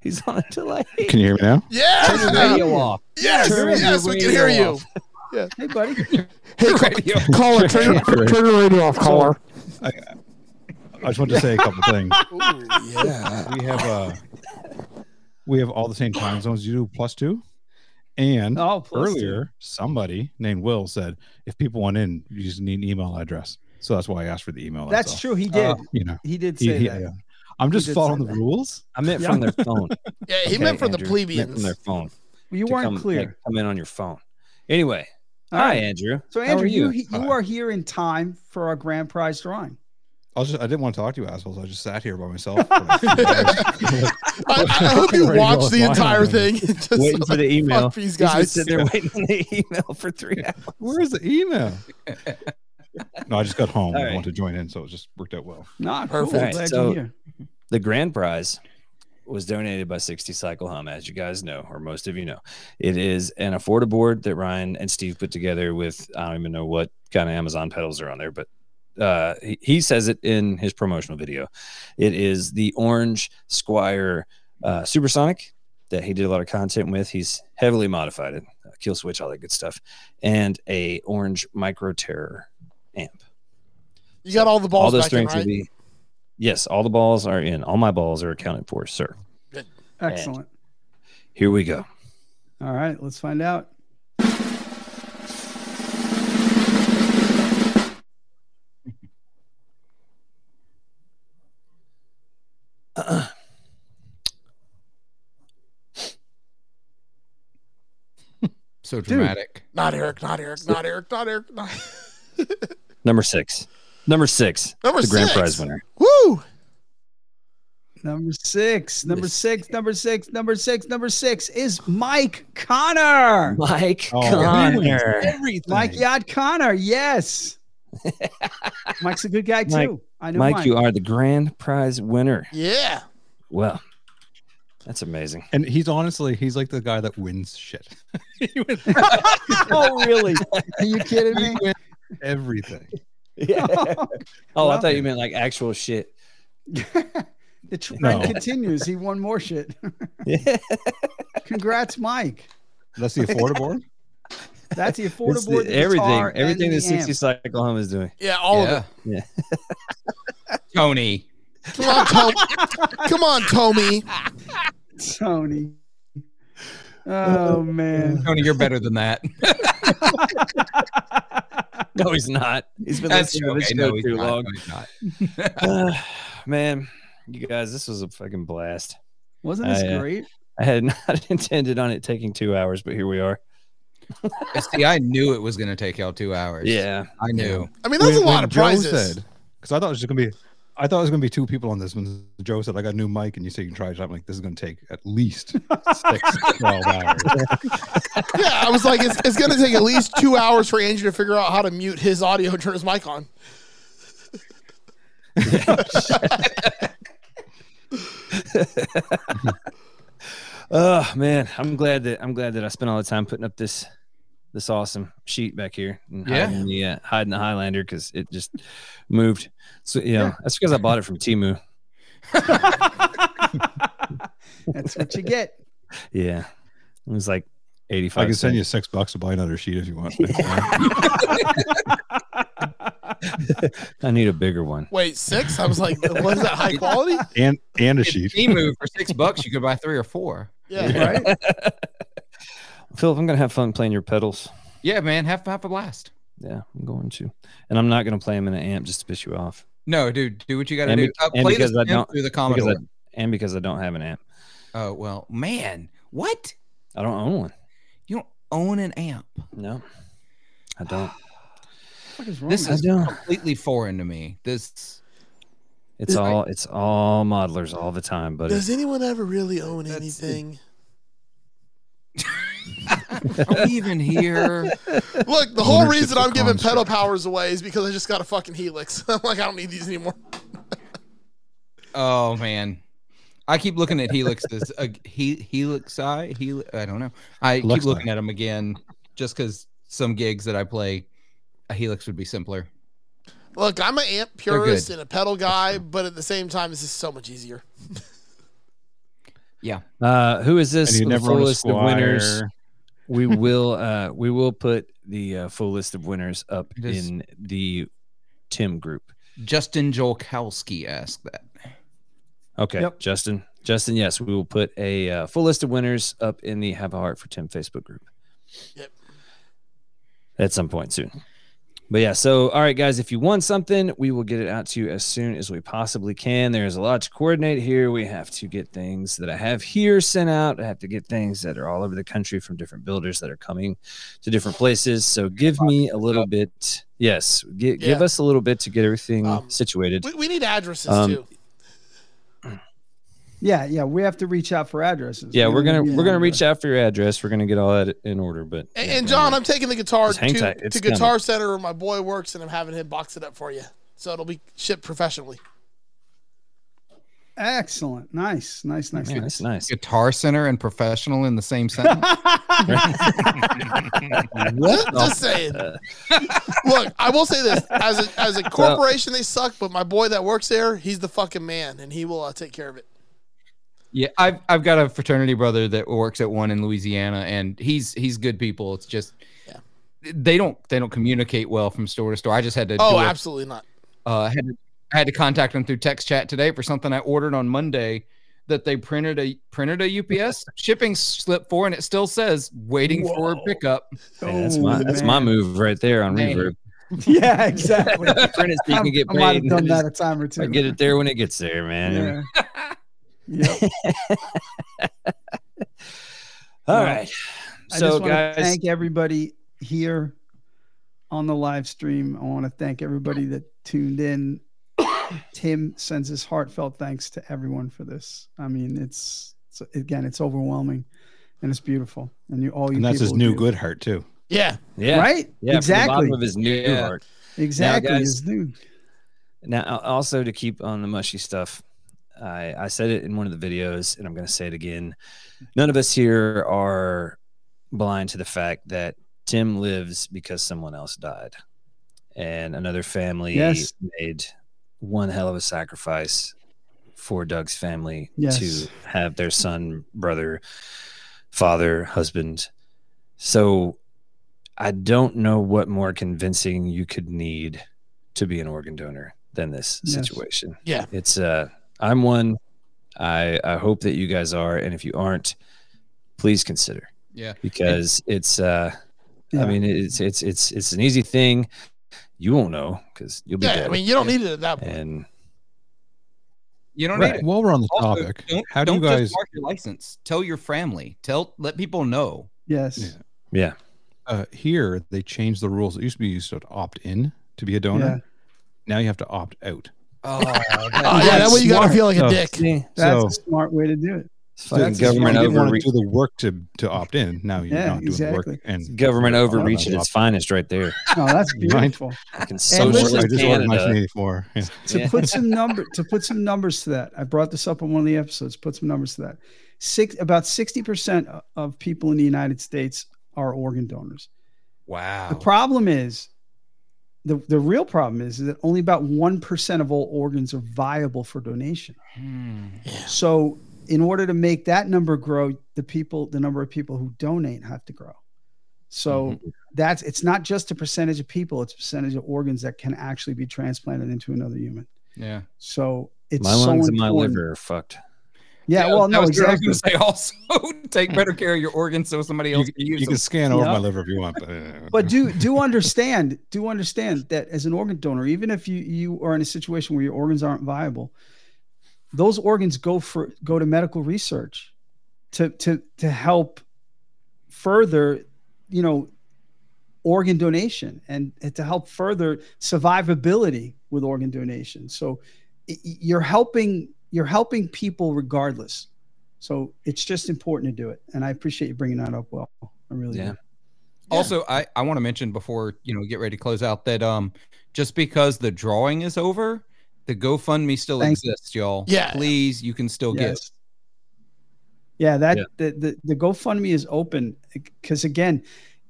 B: He's on a delay.
I: Can you hear me now?
C: Yes,
B: Radio off.
C: yes,
A: Turn the
C: yes, we can
B: radio
C: hear you.
A: Hey buddy.
C: Hey,
B: Radio.
I: Caller, turn, turn the radio off, caller. I, I just want to say a couple things. yeah, we have uh, we have all the same time zones you do, plus two, And
A: Oh, please do.
I: earlier, somebody named Will said, if people want in, you just need an email address. So that's why I asked for the email.
A: That's
I: all.
A: true. He did.
I: You know,
A: he did
I: Uh, he-
A: say
I: he-
A: that.
I: yeah. I'm
A: He
I: just
A: did
I: following
A: say
I: the
A: that.
I: rules.
B: I meant
A: Yeah.
B: from their phone.
C: Yeah, he
B: okay,
C: meant from the
B: Andrew? I meant
C: plebeians.
B: From their phone.
A: You
B: to
A: weren't
B: come-
A: clear.
B: like, come in on your phone. Anyway,
A: All
B: hi
A: right.
B: Andrew.
A: So
B: How
A: Andrew,
B: are
A: you
B: you?
A: he- you
I: Hi.
A: are here in time for our grand prize drawing.
I: I was just, I didn't want to talk to you assholes. I just sat here by myself. for like three hours.
C: I, I hope you
I: Ready to go
C: watched the
I: online
C: entire
I: on
C: thing. Just
B: waiting for the email.
C: fuck these
B: He's been
C: guys.
B: sitting there waiting on the email for three hours.
I: Where is the email? no, I just got home.
B: All
I: I
B: right.
I: wanted to join in, so it just worked out well.
A: Nah, Cool.
C: Perfect.
A: I'm Glad
B: So-
A: you're here.
B: The grand prize was donated by 60 Cycle Hum, as you guys know, or most of you know. It is an affordable board that Ryan and Steve put together with I don't even know what kind of Amazon pedals are on there, but uh, he, he says it in his promotional video. It is the Orange Squire uh, Supersonic that he did a lot of content with. He's heavily modified it, uh, kill switch, all that good stuff, and a Orange Micro Terror amp
C: You got all the balls
B: all those
C: back in,
B: strings will
C: right?
B: be yes all the balls are in all my balls are accounted for sir
A: Excellent.
B: here we go
A: All right, let's find out.
H: So dramatic.
C: Not Eric, not Eric, not Eric, not Eric. Not...
B: number six number six
C: Number
B: the grand
C: six.
B: prize winner
C: Woo!
A: Number six, number six, number six, number six, number six is Mike Connor.
B: mike
I: Oh,
B: connor
I: Everything.
A: Mike Yad Connor, yes. Mike's a good guy too.
B: Mike-
A: I know
B: mike
A: Mike.
B: you are the grand prize winner
C: Yeah.
B: well that's amazing
I: And he's honestly, he's like the guy that wins shit. he wins
A: oh, really? Are you kidding me?
I: everything.
B: yeah oh i
A: Well-
B: thought you meant like actual shit
A: the trend
I: No.
A: continues. He won more shit.
B: yeah
A: Congrats, Mike.
I: That's the affordable.
A: That's the
B: It's
A: affordable.
B: the- everything everything
A: the
B: that 60
A: amp.
B: cycle hum is doing
C: Yeah, all of
H: yeah.
C: it.
H: Tony.
C: Come on, Tom- Come on, Tommy.
A: Tony. Oh man.
H: Tony, you're better than that.
B: no he's not he's been
H: That's
B: listening to this
H: okay.
B: show
H: No, he's
B: too
H: not.
B: long
H: No, he's not.
B: man you guys this was a fucking blast
A: Wasn't this
B: I, uh,
A: great?
B: I had not intended on it taking two hours, but here we are.
H: See, I knew it was going to take y'all two hours.
B: Yeah.
H: I knew.
C: I mean, that's a lot of prizes.
I: because I thought it was just gonna be, I thought it was gonna be two people on this one. Joe said, "I got a new mic," and you say you can try it. I'm like, this is gonna take at least six, to twelve hours.
C: Yeah, I was like, it's, it's going to take at least two hours for Andrew to figure out how to mute his audio and turn his mic on.
B: Oh man, I'm glad that I'm glad that I spent all the time putting up this this awesome sheet back here and
H: Yeah.
B: hiding the uh, hiding the Highlander because it just moved. So you know, that's because I bought it from Timu.
A: That's what you get.
B: Yeah. It was like 85.
I: I can send you
B: cents.
I: six bucks to buy another sheet if you want.
B: I need a bigger one.
C: Wait, six? I was like, what is that, high quality?
I: and and a
H: If
I: sheet.
H: he moved for six bucks, you could buy three or four.
C: Yeah.
A: Right?
B: Philip, I'm gonna have fun playing your pedals.
H: Yeah, man, half half a blast.
B: Yeah, I'm going to. And I'm not gonna play them in an amp just to piss you off.
H: No, dude, do what you got to
B: And
H: do.
B: be-
H: Uh,
B: and
H: play
B: because
H: this
B: I
H: I
B: don't-
H: through the
B: Because I,
H: Commodore.
B: and because I don't have an amp.
H: Oh well, man, what?
B: I don't own one.
H: You don't own an amp.
B: No. I don't.
A: What is wrong
H: This
A: with
H: is
B: don't.
H: completely foreign to me. This
B: It's all it's all modelers all the time, buddy.
C: Does anyone ever really own
H: That's-
C: anything?
H: are we even here?
C: Look, the whole
I: Ownership's
C: reason
I: a
C: I'm giving pedal
I: construct.
C: powers away is because I just got a fucking Helix. I'm like, I don't need these anymore.
H: Oh man, I keep looking at Helix. This uh, he, Helix I Hel- I don't know. I keep
I: Looks
H: looking at him again just because some gigs that I play, a Helix would be simpler.
C: Look, I'm an amp
H: good.
C: purist and a pedal guy, but at the same time, this is so much easier.
B: Uh, who is this?
I: and you
B: The
I: never
B: full
I: own a
B: list of winners.
I: squire.
B: We will uh, we will put the uh, full list of winners up
H: It is-
B: in the Tim group.
H: Justin Joel Kowski asked that.
B: Okay,
A: Yep.
B: Justin, Justin, yes, we will put a uh, full list of winners up in the Have a Heart for Tim Facebook group.
C: Yep.
B: At some point soon. But yeah, so all right, guys, if you want something, we will get it out to you as soon as we possibly can. There is a lot to coordinate here. We have to get things that I have here sent out. I have to get things that are all over the country from different builders that are coming to different places. So give me a little bit. Yes, gi- give
C: Yeah.
B: us a little bit to get everything
C: Um,
B: situated.
C: We, we need addresses
B: Um,
C: too.
A: Yeah, yeah. We have to reach out for addresses.
B: Yeah, we're gonna
A: yeah,
B: we're gonna
A: yeah.
B: reach out for your address. We're gonna get all that in order. But
C: And, and John, I'm taking the guitar
B: Just hang
C: to,
B: tight.
C: to
B: It's
C: Guitar
B: coming.
C: Center where my boy works, and I'm having him box it up for you, so it'll be shipped professionally.
A: Excellent. Nice. Nice. Nice.
B: man,
A: nice.
B: that's nice.
H: Guitar center and professional in the same sentence.
B: What?
C: Just saying. Look, I will say this: as a, as a corporation, they suck, but my boy that works there, he's the fucking man, and he will uh, take care of it.
H: Yeah, I've I've got a fraternity brother that works at one in Louisiana, and he's he's good people. It's just they don't they don't communicate well from store to store. I just had to
C: Oh,
H: do a-
C: absolutely not.
H: uh, had to, I had to contact them through text chat today for something I ordered on Monday that they printed a printed a UPS shipping slip for, and it still says waiting for pickup.
A: Oh,
C: Oh,
B: Man, that's my that's my move right there on
H: Man.
B: reverb.
A: Yeah, exactly.
B: Print it so you
A: I'm-
B: can get
A: I might
B: paid.
A: have
B: and
A: done that
B: just-
A: a time or
B: I
A: two.
B: Get it there when it gets there, man.
A: Yeah. Yep.
B: All
A: Well,
B: right.
A: I
B: So,
A: just want
B: guys,
A: to thank everybody here on the live stream. I want to thank everybody that tuned in. Tim sends his heartfelt thanks to everyone for this. I mean, it's, it's again, it's overwhelming, and it's beautiful. And you all you
I: And that's his
A: people
I: new
A: do.
I: good heart too.
C: Yeah,
B: yeah,
A: right?
B: yeah, From the
A: exactly,
B: bottom of his new
H: Yeah.
B: heart.
A: exactly.
B: guys-
A: his new.
B: Now, al- also to keep on the mushy stuff, I, I said it in one of the videos, and I'm going to say it again. None of us here are blind to the fact that Tim lives because someone else died, and another family
A: Yes.
B: made one hell of a sacrifice for Doug's family
A: Yes.
B: to have their son, brother, father, husband. So I don't know what more convincing you could need to be an organ donor than this
A: Yes.
B: situation.
C: Yeah.
B: It's uh I'm one. I I hope that you guys are and if you aren't, please consider.
H: Yeah.
B: Because it's uh
A: Yeah.
B: I mean it's it's it's it's an easy thing. You won't know cuz you'll be
C: yeah.
B: dead.
C: I mean, you don't need it at that point.
B: and
H: You don't
I: Right.
H: need it.
I: While we're on the
H: Also,
I: topic,
H: don't,
I: how do you
H: don't just
I: guys
H: mark your license? Tell your family. Tell let people know.
A: Yes,
I: Yeah.
B: yeah.
I: uh, here they changed the rules? It used to be you should opt in to be a donor.
A: Yeah.
I: Now you have to opt out.
H: Oh,
C: Oh, yeah, that way you gotta feel like a
I: No.
C: dick.
B: See,
A: that's
I: so
A: a smart way to do it.
B: fucking
A: That's a smart-
B: government
I: you didn't want
B: over
I: to do the work to, to opt in. Now you're
A: Yeah,
I: not doing the
A: exactly.
I: work. And
B: government
I: Oh, no,
B: overreach at
I: no,
B: its finest right there.
A: No, that's
I: Right.
A: beautiful.
B: Fucking
I: I
A: listen-
I: just
B: socialist
I: ordered
B: Canada.
I: 1984. Yeah.
A: to
B: Yeah.
A: put some number to put some numbers to that i brought this up on one of the episodes put some numbers to that six about 60% of people in the united states are organ donors the
H: wow.
A: problem is the, the real problem is, is that only about 1% of all organs are viable for donation
H: Hmm.
A: so in order to make that number grow the people the number of people who donate have to grow so that's it's not just a percentage of people it's a percentage of organs that can actually be transplanted into another human
H: Yeah.
A: so it's
B: my
A: so
B: lungs and my
A: important.
B: liver are fucked.
A: Yeah, well,
H: that
A: no,
H: was what I was
A: exactly.
H: gonna say also take better care of your organs so somebody
I: You,
H: else can use
I: you
H: them.
I: can scan over
A: Yeah.
I: my liver if you want. But, uh,
A: But do do understand, do understand that as an organ donor, even if you you are in a situation where your organs aren't viable, those organs go for go to medical research to to to help further, you know, organ donation and, and to help further survivability with organ donation. So i- i- you're helping you're helping people regardless. So it's just important to do it, and I appreciate you bringing that up. Well, I really do.
B: Yeah.
H: Also, I, I want to mention before you know we get ready to close out that um just because the drawing is over, the GoFundMe still
A: Thank you.
H: exists, y'all.
C: Yeah.
H: please, you can still give.
A: Yes. Yeah, that
B: Yeah.
A: The, the the GoFundMe is open because again,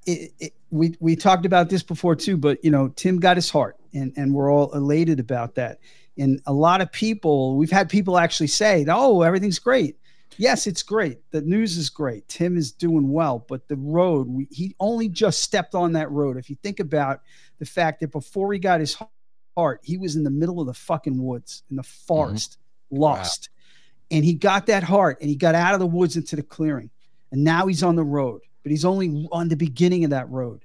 A: it, it, we we talked about this before too, but you know Tim got his heart, and and we're all elated about that. And a lot of people, we've had people actually say, "Oh, everything's great." Yes, it's great. The news is great. Tim is doing well, but the road, we, he only just stepped on that road. If you think about the fact that before he got his heart, he was in the middle of the fucking woods, in the forest, lost. and he got that heart and he got out of the woods into the clearing and now he's on the road but he's only on the beginning of that road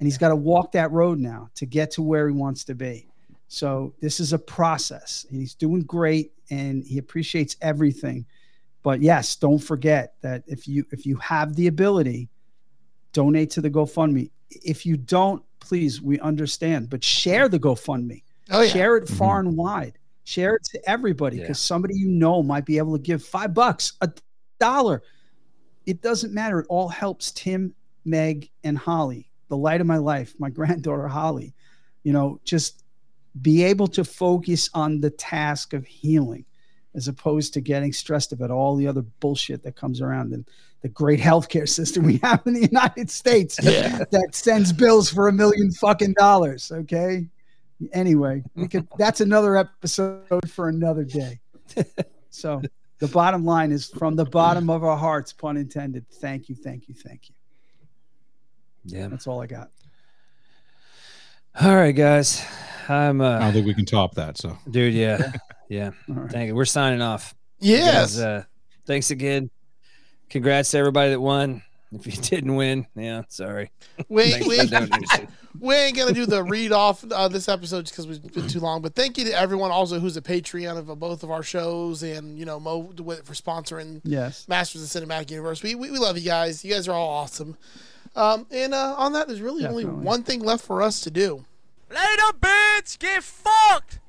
A: and he's got to walk that road now to get to where he wants to be so this is a process and he's doing great and he appreciates everything but yes don't forget that if you if you have the ability donate to the gofundme if you don't please we understand but share the gofundme
C: Oh, yeah.
A: share it far and wide share it to everybody because somebody you know might be able to give five bucks a dollar it doesn't matter it all helps tim meg and holly the light of my life my granddaughter holly you know just be able to focus on the task of healing as opposed to getting stressed about all the other bullshit that comes around and the great healthcare system we have in the United States that sends bills for a million fucking dollars. Okay. Anyway, we could that's another episode for another day. So the bottom line is from the bottom of our hearts, pun intended. Thank you, thank you, thank you.
B: Yeah.
A: That's all I got.
B: All right, guys. I'm
I: I
B: uh
I: don't think we can top that. So
B: dude, yeah. Yeah.
A: All right.
B: Thank you. We're signing off. You
C: Yes.
B: guys, uh, thanks again. Congrats to everybody that won. If you didn't win, yeah, sorry.
C: We,
B: Thanks
C: we,
B: for donating.
C: we ain't gonna do the read off uh, this episode just because it's been too long. But thank you to everyone also who's a Patreon of both of our shows, and you know Mo DeWitt for sponsoring
A: Yes.
C: Masters of the Cinematic Universe. We, we, we love you guys. You guys are all awesome. Um, and uh, on that, there's really only
A: Definitely.
C: one thing left for us to do.
J: Later, bitch, get fucked!